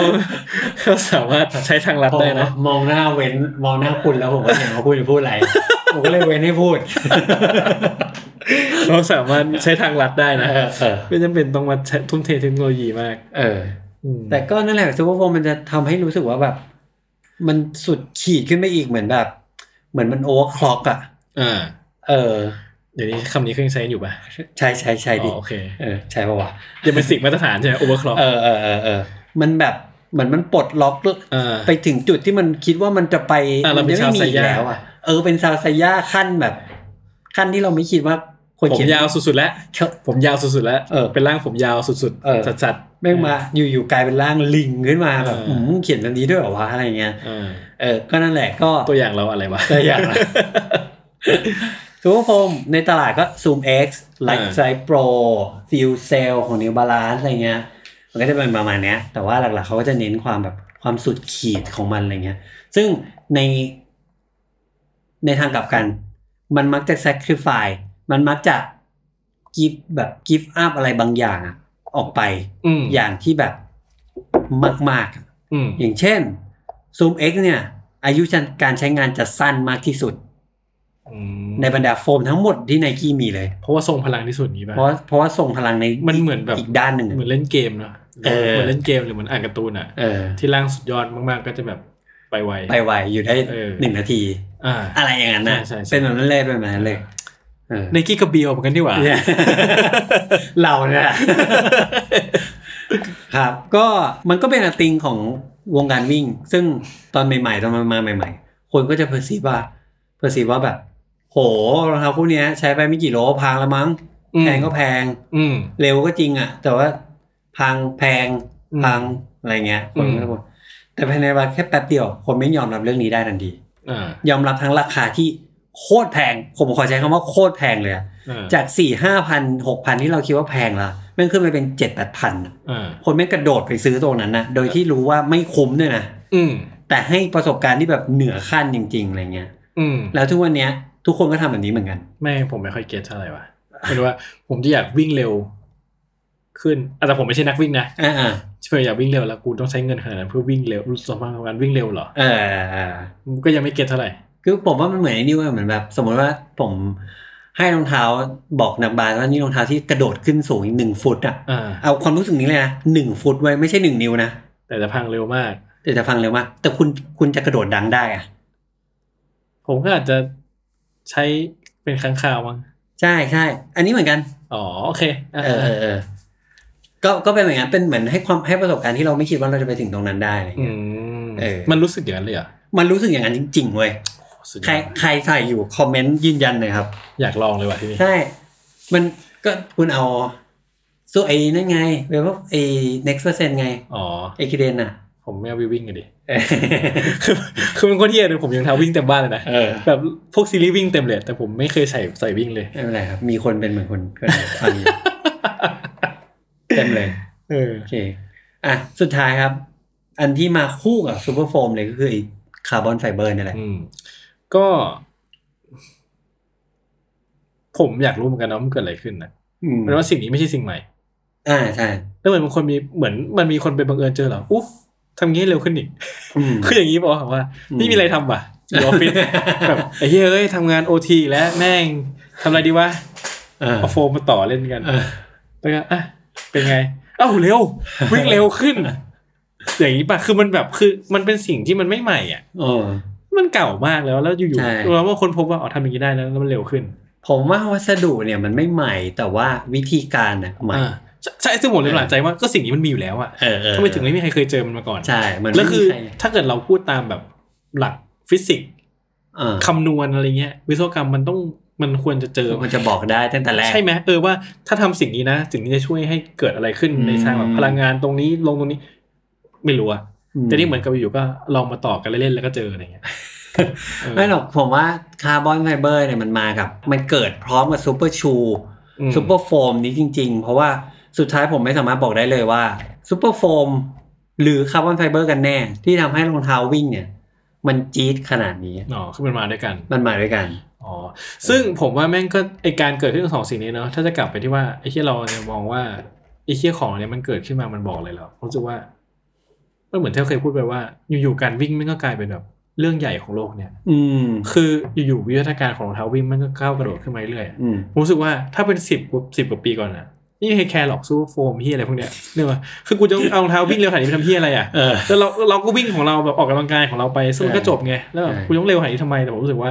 Speaker 3: เขาสามารถใช้ทางลัดได้นะ
Speaker 2: มองหน้าเว้นมองหน้าคุณแล้วผมก็เห็นเขาพูดจะพูดอะไร ผมก็เลยเว้นให้พูด
Speaker 3: เราสามารถใช้ทางลัดได้นะ
Speaker 2: เออเออ
Speaker 3: ไม่จำเป็นต้องมาใช้ทุ่มเทเทคโนโลยีมาก
Speaker 2: เออ
Speaker 3: อืม
Speaker 2: แต่ก็นั่นแหละซูเปอร์โฟมมันจะทำให้รู้สึกว่าแบบ มันสุดขีดขึ้นไปอีกเหมือนแบบ เหมือนมันโอเวอร์คล็อกอ่ะ
Speaker 3: อ่า
Speaker 2: เออ
Speaker 3: เดี๋ยวนี้คำนี้เขายังใช้อยู่ป่ะ
Speaker 2: ใช่ใช่ใช่ดิ
Speaker 3: อ๋อโอเค
Speaker 2: เออใช่ปะวะ
Speaker 3: ยังเป็นสิ่งมาตรฐานใช่ไหมโอเวอร์คล็อก
Speaker 2: เออเออเออเออมันแบบเหมือนมันปลดล็อก
Speaker 3: อ่า
Speaker 2: ไปถึงจุดที่มันคิดว่ามันจะไป
Speaker 3: อ่ะเราเป็น
Speaker 2: จะไม่มี
Speaker 3: ชาวไซ
Speaker 2: อีก
Speaker 3: ย่า
Speaker 2: แล้วอ่ะเออเป็นซาวไซย่าขั้นแบบ ขั้นที่เราไม่คิดว่าคน
Speaker 3: ผม
Speaker 2: เขียน
Speaker 3: ยาวสุดๆแล้ว ผมยาวสุดๆแล้ว
Speaker 2: เออ
Speaker 3: เป็นร่างผมยาวสุด
Speaker 2: เออ
Speaker 3: ๆสัด
Speaker 2: แม่งมาอยู่ๆกลายเป็นร่างลิงขึ้นมาแบบ
Speaker 3: เอออื
Speaker 2: อืมเขียนแบบนี้ด้วยเหรอวะอะไรเงี้ย
Speaker 3: ๆอ่า
Speaker 2: เออก็นั่นแหละก็
Speaker 3: ตัวอย่างเราอะไรวะ
Speaker 2: ตัวอย่างละ ซูเปอร์โฟมในตลาดก็ Zoom X Light
Speaker 3: เออ
Speaker 2: Size Pro Feel Cell ของ New Balance อะไรเงี้ย มันก็จะเป็นประมาณเนี้ย แต่ว่าหลักๆเขาก็จะเน้นความแบบความสุดขีดของมันอะไรเงี้ย ซึ่งในในทางกลับกัน มันมักจะ sacrifice มันมักจะ give แบบ give up อะไรบางอย่างอะออกไป
Speaker 3: อืม
Speaker 2: อย่างที่แบบมากๆอะ
Speaker 3: อืม
Speaker 2: อย่างเช่น Zoom X เนี่ย อายุการใช้งานจะสั้นมากที่สุด
Speaker 3: อืม
Speaker 2: ในบรรดาโฟมทั้งหมดที่ไนกี้มีเลย
Speaker 3: เพราะว่าทรงพลังที่สุดนี้ป่ะ
Speaker 2: เพราะเพราะว่าส่งพลังใน
Speaker 3: มันเหมือนแบบ
Speaker 2: อีกด้านหนึ่งอะ
Speaker 3: เหมือนเล่นเกมเนาะ
Speaker 2: เออ
Speaker 3: เหมือนเล่นเกมหรือเหมือนอ่านการ์ตูนอ่ะ
Speaker 2: เออ
Speaker 3: ที่ร่างสุดยอดมากๆก็จะแบบไปไว
Speaker 2: ไปไวอยู่ได้
Speaker 3: เออ
Speaker 2: หนึ่งนาที
Speaker 3: อ่า
Speaker 2: อะไรอย่างนั้นนะ
Speaker 3: ใช่ใช่ใช่
Speaker 2: เป็นแบบนั้นเลยเป็นแบบนั้นเลยเออ
Speaker 3: ในกี้กับเบียวเหมือนกันดีกว่า
Speaker 2: เนี่ย เราเนี่ย ครับ ก็มันก็เป็นอะติงของวงการวิ่ง ซึ่งตอนใหม่ๆตอนมันมาใหม่ ๆ คนก็จะเพอร์ซีว่าเพอร์ซีว่าแบบ โหรองเท้าคู่เนี้ย ใช้ไปไม่กี่โลพังแล้วมั้ง
Speaker 3: อืม
Speaker 2: แพงก็แพง
Speaker 3: อืม
Speaker 2: เร็วก็จริงอะแต่ว่าพังแพง
Speaker 3: อืม
Speaker 2: พังอะไรเงี้ยคนก็
Speaker 3: อืม
Speaker 2: จะบ่นแต่ภายในเวลาแค่แป๊บเดียว คนไม่ยอมรับเรื่องนี้ได้ทันที
Speaker 3: อ่าย
Speaker 2: อมรับทั้งราคาที่โคตรแพง ผมขอใช้คำว่าโคตรแพงเลยอะ
Speaker 3: อ่
Speaker 2: จากสี่ห้าพันหกพันที่เราคิดว่าแพงละแม่งขึ้นไปเป็นเจ็ดแปดพันอะ
Speaker 3: อ่า
Speaker 2: คนแม่งกระโดดไปซื้อตรงนั้นนะโดยที่รู้ว่าไม่คุ้มด้วยนะ
Speaker 3: อืม
Speaker 2: แต่ให้ประสบการณ์ที่แบบเหนือขั้นจริงๆอะไรเงี้ย
Speaker 3: อืม
Speaker 2: แล้วทุกวันเนี้ย ทุกคนก็ทำแบบนี้เหมือนกัน
Speaker 3: ไม่ผมไม่ค่อยเก็ตเท่าไหร่วะไม่รู้ว่า ผมจะอยากวิ่งเร็ว ขึ้นอ่ะแต่ผมไม่ใช่นักวิ่งนะ
Speaker 2: อ่า
Speaker 3: เพื่ออยากวิ่งเร็วแล้วกูต้องใช้เงินขนาดนั้นเพื่อวิ่งเร็วรู้สมมากกับการวิ่งเร็วเหรอ
Speaker 2: ๆเออ
Speaker 3: ผมก็ยังไม่เก็ตเท่าไหร่
Speaker 2: คือผมว่ามันเหมือนไอ้นี่เว้ยเหมือนแบบ สมมติว่าผมให้รองเท้าบอกนักบาสว่านี่รองเท้าที่กระโดดขึ้นสูงอีกหนึ่งฟุตอ่ะ
Speaker 3: อ่า
Speaker 2: เอาความรู้สึกนี้เลยนะหนึ่งฟุตไว้ไม่ใช่หนึ่งนิ้วนะ
Speaker 3: แต่จะพังเร็วมาก
Speaker 2: เดี๋ยวจะฟังเร็วมากแต่คุณคุณจะกระโดดดังได้อ่ะ
Speaker 3: ผมก็อาจจะ ใช้เป็นค้างคาวมั้ง
Speaker 2: ใช่ใช่อันนี้เหมือนกัน
Speaker 3: อ๋อโอเคอ่ะ
Speaker 2: เออเออเออก็ก็เป็นเหมือนกันเป็นเหมือนให้ความให้ประสบการณ์ที่เราไม่คิดว่าเราจะไปถึงตรงนั้นได้อะไร
Speaker 3: อื
Speaker 2: เงี้ย
Speaker 3: ม
Speaker 2: เออ
Speaker 3: มันรู้สึกอย่างนั้นเลยเหรอ่ะ
Speaker 2: มันรู้สึกอย่างนั้นจริงๆเว้ยใครใครใส่อยู่คอมเมนต์ยืนยันหน่อยครับ
Speaker 3: อยากลองเลยว่ะที่นี่
Speaker 2: ใช่ มันก็คุณเอาสู้ไอ้นั่นไงเว็บไอ้ next percent ไง
Speaker 3: อ๋อ
Speaker 2: ไอ้คิเดนอ่ะ
Speaker 3: ผมไม่เอาไปวิ่งกัน ดิ คือคือมันก็เที่ยเลยผมยังท้าวิ่งเต็มบ้านเลยนะ
Speaker 2: เออ
Speaker 3: แบบพวกซีรีส์วิ่งเต็มเลยแต่ผมไม่เคยใส่ใส่วิ่งเลย
Speaker 2: ไม่เป็นไรครับ มีคนเป็นเหมือนคนคนฟังอยู่เต็มเลย
Speaker 3: เออ
Speaker 2: โอเค อ่ะ สุดท้ายครับ อันที่มาคู่กับซูเปอร์โฟมเลยก็คือไอ้คาร์บอนไฟเบอร์นี่แหละ
Speaker 3: อืม ก็ ผมอยากรู้เหมือนกันนะว่ามันเกิดอะไรขึ้นนะ
Speaker 2: อืม
Speaker 3: เพราะว่าสิ่งนี้ไม่ใช่สิ่งใหม่
Speaker 2: อ่าใช่
Speaker 3: แล้วเหมือนบางคนมีเหมือนมันมีคนไปบังเอิญเจอเหรออุ๊ยทำงี้ให้เร็วขึ้นอีก
Speaker 2: อืม
Speaker 3: คืออย่างนี้บอกว่า
Speaker 2: อืม
Speaker 3: ไม่มีอะไรทำอ่ะอยู่ออฟฟิศแบบไอ้เหี้ยเอ้ยทำงานโอทีแล้วแม่งทำอะไรดีวะ
Speaker 2: เออ
Speaker 3: เอาโฟมมาต่อเล่นกัน
Speaker 2: เออ
Speaker 3: แล้วก็อ่ะเป็นไง เอ้าเร็ว วิ่งเร็วขึ้น อย่างนี้ป่ะคือมันแบบคือมันเป็นสิ่งที่มันไม่ใหม่อ่ะ
Speaker 2: เออ
Speaker 3: มันเก่ามากแล้วแล้วอยู่
Speaker 2: ใช่
Speaker 3: ๆเราว่าคนพบว่าอ๋อทำอย่างนี้ได้แล้วแล้วมันเร็วขึ้น
Speaker 2: ผมว่าวัสดุเนี่ยมันไม่ใหม่แต่ว่าวิธีการน่ะใหม่
Speaker 3: อ่าใช่ใช่ซึ่งผมเลยหลังใจว่าก็สิ่งนี้มันมีอยู่แล้วอะ
Speaker 2: เออเออ
Speaker 3: ทำไมถึงไม่มีใครเคยเจอมันมาก่อน
Speaker 2: ใช่ มัน
Speaker 3: แล้วคือ
Speaker 2: ไม่มีใร
Speaker 3: ถ้าเกิดเราพูดตามแบบหลักฟิสิกส์
Speaker 2: เออ
Speaker 3: คำนวณอะไรเงี้ย วิศวกรรมมันต้องมันควรจะเจอ
Speaker 2: มันจะบอกได้ตั้งแต่แรก
Speaker 3: ใช่ไหมเออว่าถ้าทำสิ่งนี้นะสิ่งนี้จะช่วยให้เกิดอะไรขึ้น
Speaker 2: อืม
Speaker 3: ในทางแบบพลังงานตรงนี้ลงตรงนี้ ไม่รู้อะแต่นี่เหมือนกับอยู่ๆก็ลองมาต่อกันเล่นๆแล้วก็เจออะไรเงี้ยเ
Speaker 2: ไม่หรอกผมว่าคาร์บอนไฟเบอร์เนี่ยมันมากับ มันเกิดพร้อมกับซูเปอร์ชู
Speaker 3: อืม
Speaker 2: ซูเปอร์โฟมนี้จริง ๆ เพราะว่าสุดท้ายผมไม่สามารถบอกได้เลยว่าซูเปอร์โฟมหรือคาร์บอนไฟเบอร์กันแน่ ที่ทำให้รองเท้าวิ่งเนี่ย มันจี๊ดขนาดนี้
Speaker 3: อ๋อคือมันมาด้วยกัน
Speaker 2: มันมาด้วยกัน
Speaker 3: อ๋อ ซึ่งผมว่าแม่งก็ไอการเกิดขึ้นของสองสิ่งนี้เนาะ ถ้าจะกลับไปที่ว่าไอที่เราเนี่ยมองว่าไอที่ของเนี่ยมันเกิดขึ้นมา มันบอกเลยเหรารู้สึกว่ามันเหมือนที่เราเคยพูดไปว่า อยู่ๆการวิ่งมันก็กลายเป็นแบบเรื่องใหญ่ของโลกเนี่ย
Speaker 2: อืม
Speaker 3: คืออยู่ๆวิวัฒนาการของรองเท้าวิ่งมันก็ก้าวกระโดดขึ้นมาเรื่อยๆอะ
Speaker 2: อืม
Speaker 3: ผมรู้สึกว่าถ้าเป็นสิบสิบกว่าปีก่อนอะไม่มีใครแคร์หรอกซูเปอร์โฟมที่อะไรพวกเนี้ยเนื่องคือกูจะเอารองเท้าวิ่งเร็วขนาดนี้ไปทำที่อะไรอะ
Speaker 2: เออ
Speaker 3: แล้วเราเราก็วิ่งของเราแบบออกกำลังกายของเราไปซึ่งมันก็จบไงแล้วแบบ
Speaker 2: ใช่
Speaker 3: คุณต้องเร็วขนาดนี้ทำไมแต่ผมรู้สึกว่า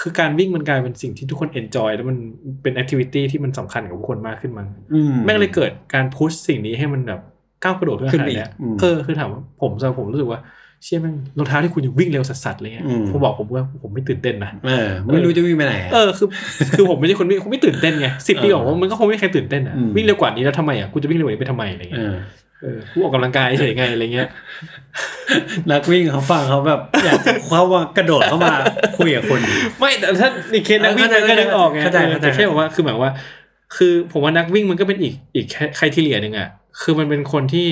Speaker 3: คือการวิ่งมันกลายเป็นสิ่งที่ทุกคนเอนจอยแล้วมันเป็นแอคทิวิตี้ที่มันสำคัญกับผู้คนมากขึ้นมั้ง
Speaker 2: อืม
Speaker 3: แม่งเลยเกิดการพุชสิ่งนี้ให้มันแบบก้าวกระโดดขึ้นมาขนาดเนี้ย
Speaker 2: ขึ้นไปอีกอืม
Speaker 3: เออคือถามว่าผมสำหรับผมรู้สึกว่าเชี่ยแม่งรองเท้าที่คุณอยู่วิ่งเร็วสัสๆเลยเงี้ย
Speaker 2: อืม
Speaker 3: ผมบอกผมว่าผมไม่ตื่นเต้นนะ
Speaker 2: เออ ไม่รู้จะวิ่งไปไหนอะ
Speaker 3: เออคือคือผมไม่ใช่คนวิ่งผมไม่ตื่นเต้นไงสิบปี
Speaker 2: เออ
Speaker 3: ก่อนผมมันก็คงไม่มีใครตื่นเต้นอ่ะ
Speaker 2: อืม
Speaker 3: วิ่งเร็วกว่านี้แล้วทำไมอ่ะกูจะวิ่งเร็วกว่านี้ไปทำไมอะไร
Speaker 2: เอ
Speaker 3: เงี้ย
Speaker 2: อ
Speaker 3: เออกูออกกำลังกายเฉยๆไงอะไรเงี้ย
Speaker 2: นักวิ่งเขาฟังเขาแบบ อยากจะเขาว่ากระโดดเข้ามาคุยกับคน
Speaker 3: ไม่แต่ถ้าในเคสนักวิ่ง
Speaker 2: เข้าใจ
Speaker 3: มันก็นึกออกไง
Speaker 2: เข้าใจ
Speaker 3: เออ
Speaker 2: เข้าใจ
Speaker 3: แต่แค่บอกว่าคือหมายว่า คือผมว่านักวิ่งมันก็เป็นอีกอีกใครที่เหลียหนึ่งอ่ะคือมันเป็นคนที่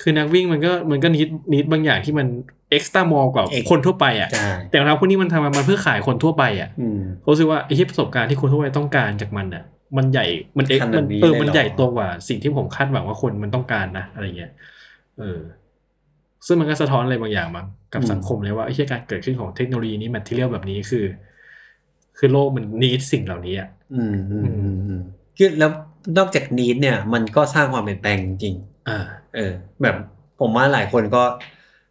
Speaker 3: คือนักวิ่งมันก็มันก็นิดนิดบางอย่างที่มันเอ็กซ์ต m ้ามอกว่า
Speaker 2: เอก
Speaker 3: คนทั่วไปอ่ะ
Speaker 2: ใช่
Speaker 3: แต่รองเท้าพวกนี้มันทำมามันเพื่อขายคนทั่วไปอ่ะ
Speaker 2: อืม
Speaker 3: ผมรู้สึกว่าไอ้ที่ประสบการณ์ที่คนทั่วไปต้องการจากมันอ่ะ มันใหญ่มันเอ็ก
Speaker 2: ขนาด
Speaker 3: มัน
Speaker 2: นี้
Speaker 3: เออ
Speaker 2: เลยเหรอ
Speaker 3: มันใหญ่ตัวกว่าสิ่งที่ผมคาดหวังว่าคนมันต้องการนะอะไรเงี้ยเออ ซึ่งมันก็สะท้อนอะไรบางอย่างมั้งกับ
Speaker 2: อืม
Speaker 3: สังคมเลยว่าไอ้เหี้ยการเกิดขึ้นของเทคโนโลยีนี้แมทเทียลแบบนี้คือ คือโลกมันนีดสิ่งเหล่านี้อ่ะ
Speaker 2: อืมอืม
Speaker 3: อืม
Speaker 2: อืมคือแล้วนอกจากนี้เนี่ย มันก็สร้างความเปลี่ยนแปลงจริง
Speaker 3: อ่า
Speaker 2: ๆเออ แบบผมว่าหลายคนก็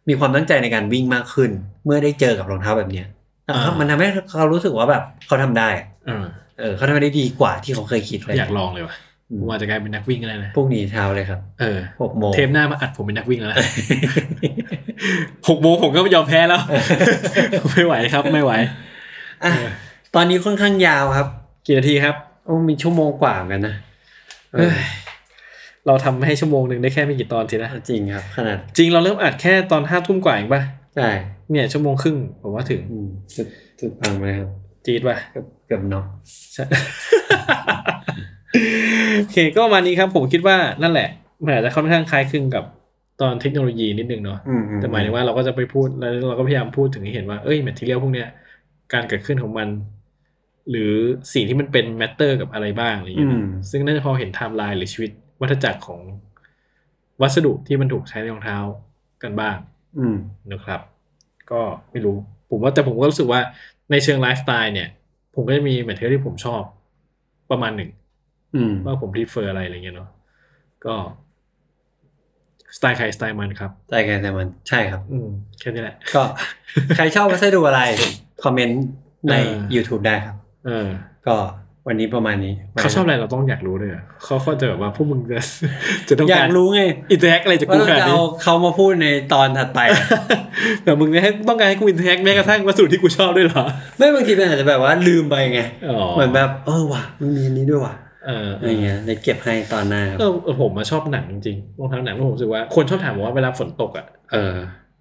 Speaker 2: มีความตั้งใจในการวิ่งมากขึ้น เมื่อได้เจอกับรองเท้าแบบเนี้ย
Speaker 3: อ่ามั
Speaker 2: มันทำให้เขารู้สึกว่าแบบเขาทำได้อะ
Speaker 3: เออ
Speaker 2: เออเขาทำได้ดีกว่าที่เขาเคยคิดเลย
Speaker 3: อยากลองเลยว่ะ
Speaker 2: อืม
Speaker 3: ผมอาจจะกลายเป็นนักวิ่งก็ได้นะ
Speaker 2: พรุ่งนี้เช้าเลยครับ
Speaker 3: เออ
Speaker 2: หกโมง
Speaker 3: เทปหน้ามาอัดผมเป็นนักวิ่งแล้วนะ หกโม งผมก็ไม่ยอมแพ้แล้ว ไม่ไหวครับ ไม่ไหว
Speaker 2: อ่ะ
Speaker 3: เออ
Speaker 2: ตอนนี้ค่อนข้างยาวครับ
Speaker 3: กี่นาทีครับ
Speaker 2: โอ้มีชั่วโมงกว่าเหมือนกันนะเออ
Speaker 3: เราทำให้ชั่วโมงหนึ่งได้แค่ไม่กี่ตอนสินะ
Speaker 2: จริงครับ ขนาด
Speaker 3: จริงเราเริ่มอัดแค่ตอนห้าทุ่มกว่าเองป่ะ
Speaker 2: ใช่
Speaker 3: เนี่ยชั่วโมงครึ่งผมว่าถึง
Speaker 2: อืมสุดสุดฟังไปเลยครับ
Speaker 3: จีดป่ะ
Speaker 2: เกือบเกือบเนาะ
Speaker 3: ใช่ โอเคก็ประมาณนี้ครับ ผมคิดว่านั่นแหละมันอาจจะค่อนข้างคล้ายคลึงกับตอนเทคโนโลยีนิดนึงเนาะ
Speaker 2: อือื
Speaker 3: แต่หมายถึงว่าเราก็จะไปพูดแล้วเราก็พยายามพูดถึงให้เห็นว่าเอ้ยแมทเทียลพวกเนี้ยการเกิดขึ้นของมัน หรือสิ่งที่มันเป็นแมตเตอร์กับอะไรบ้างอะไรอย่าง
Speaker 2: อื
Speaker 3: เงี้ย
Speaker 2: ม
Speaker 3: ซึ่งน่าจะพอเห็นไทม์ไลน์หรือชีวิตวัฏจักรของวัสดุที่มันถูกใช้ในรองเท้ากันบ้าง
Speaker 2: อืม
Speaker 3: นะครับ ก็ไม่รู้ ผมว่าแต่ผมก็รู้สึกว่าในเชิงไลฟ์สไตล์เนี่ย ผมก็จะมีแมทเทอร์ที่ผมชอบประมาณหนึ่ง
Speaker 2: อืม
Speaker 3: ว่าผมรีเฟอร์อะไรอะไรเงี้ยเนาะก็ สไตล์ใครสไตล์มันครับ
Speaker 2: ใช่แค่แต่มันใช่ครับ
Speaker 3: อืมแค่นี้แหละ
Speaker 2: ก็ ใครชอบวัสดุอะไร คอมเมนต์ใน
Speaker 3: เออ
Speaker 2: YouTube ได้ครับ
Speaker 3: เออ
Speaker 2: ก็วันนี้ประมาณนี้
Speaker 3: เขาชอบอะไรเราต้องอยากรู้เลยเหรอเขาเขาจะแบบว่าพวกมึงจะ จะต้อง
Speaker 2: อยากรู้ไง
Speaker 3: อินเทอร์แอคอะไรจาก
Speaker 2: ว่า
Speaker 3: กู
Speaker 2: เรา
Speaker 3: ขนาด
Speaker 2: จะ
Speaker 3: นี้
Speaker 2: เอาเขามาพูดในตอนถัดไป
Speaker 3: แต่มึงเนี่ยให้ต้องการให้กูอินเทอร์แอคแม้กระทั่งวัสดุที่กูชอบด้วยเหรอ
Speaker 2: ไม่บางทีมันอาจจะแบบว่าลืมไปไง
Speaker 3: อ๋อ
Speaker 2: เหมือนแบบเออว่ะมันมีอันนี้ด้วยว่ะ
Speaker 3: เออ
Speaker 2: อะ
Speaker 3: เอ
Speaker 2: ไร
Speaker 3: อ
Speaker 2: เงี้ยเลยวเก็บให้ตอนหน้าครับ
Speaker 3: เออเออผมมาชอบหนังจริงๆรองเท้าหนังแล้วผมรู้สึกว่าคนชอบถามผมว่าเวลาฝนตกอ่ะเออ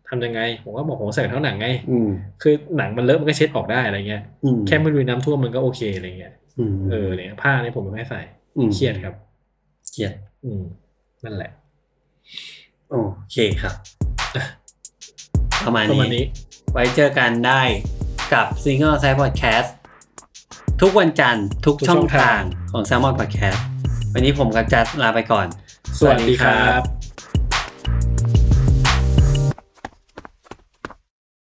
Speaker 3: ทำยังไง ผมก็บอกผมใส่รองเท้าหนังไง
Speaker 2: อืม
Speaker 3: คือหนังมันเลอะมันก็เช็ดออกได้อะไรเงี้ย
Speaker 2: อืม
Speaker 3: แค่ไม่ลุยน้ำท่วมมันก็โอเคอะไรเงี้ย
Speaker 2: อืม
Speaker 3: เออเนี่ยผ้าเนี่ยผมไม่ค่อยใส่
Speaker 2: ม
Speaker 3: เครียดครับ
Speaker 2: เครียด
Speaker 3: อืมนั่นแหละ
Speaker 2: โอเคครับ ประมาณ
Speaker 3: ประมาณ
Speaker 2: นี้
Speaker 3: นี้
Speaker 2: ไว้เจอกันได้กับ Single Side Podcast ทุกวันจันทร์ทุกช่องทางของ s ซ l m o n Podcast วันนี้ผมกับจัสลาไปก่อน
Speaker 3: สวัสดีครับ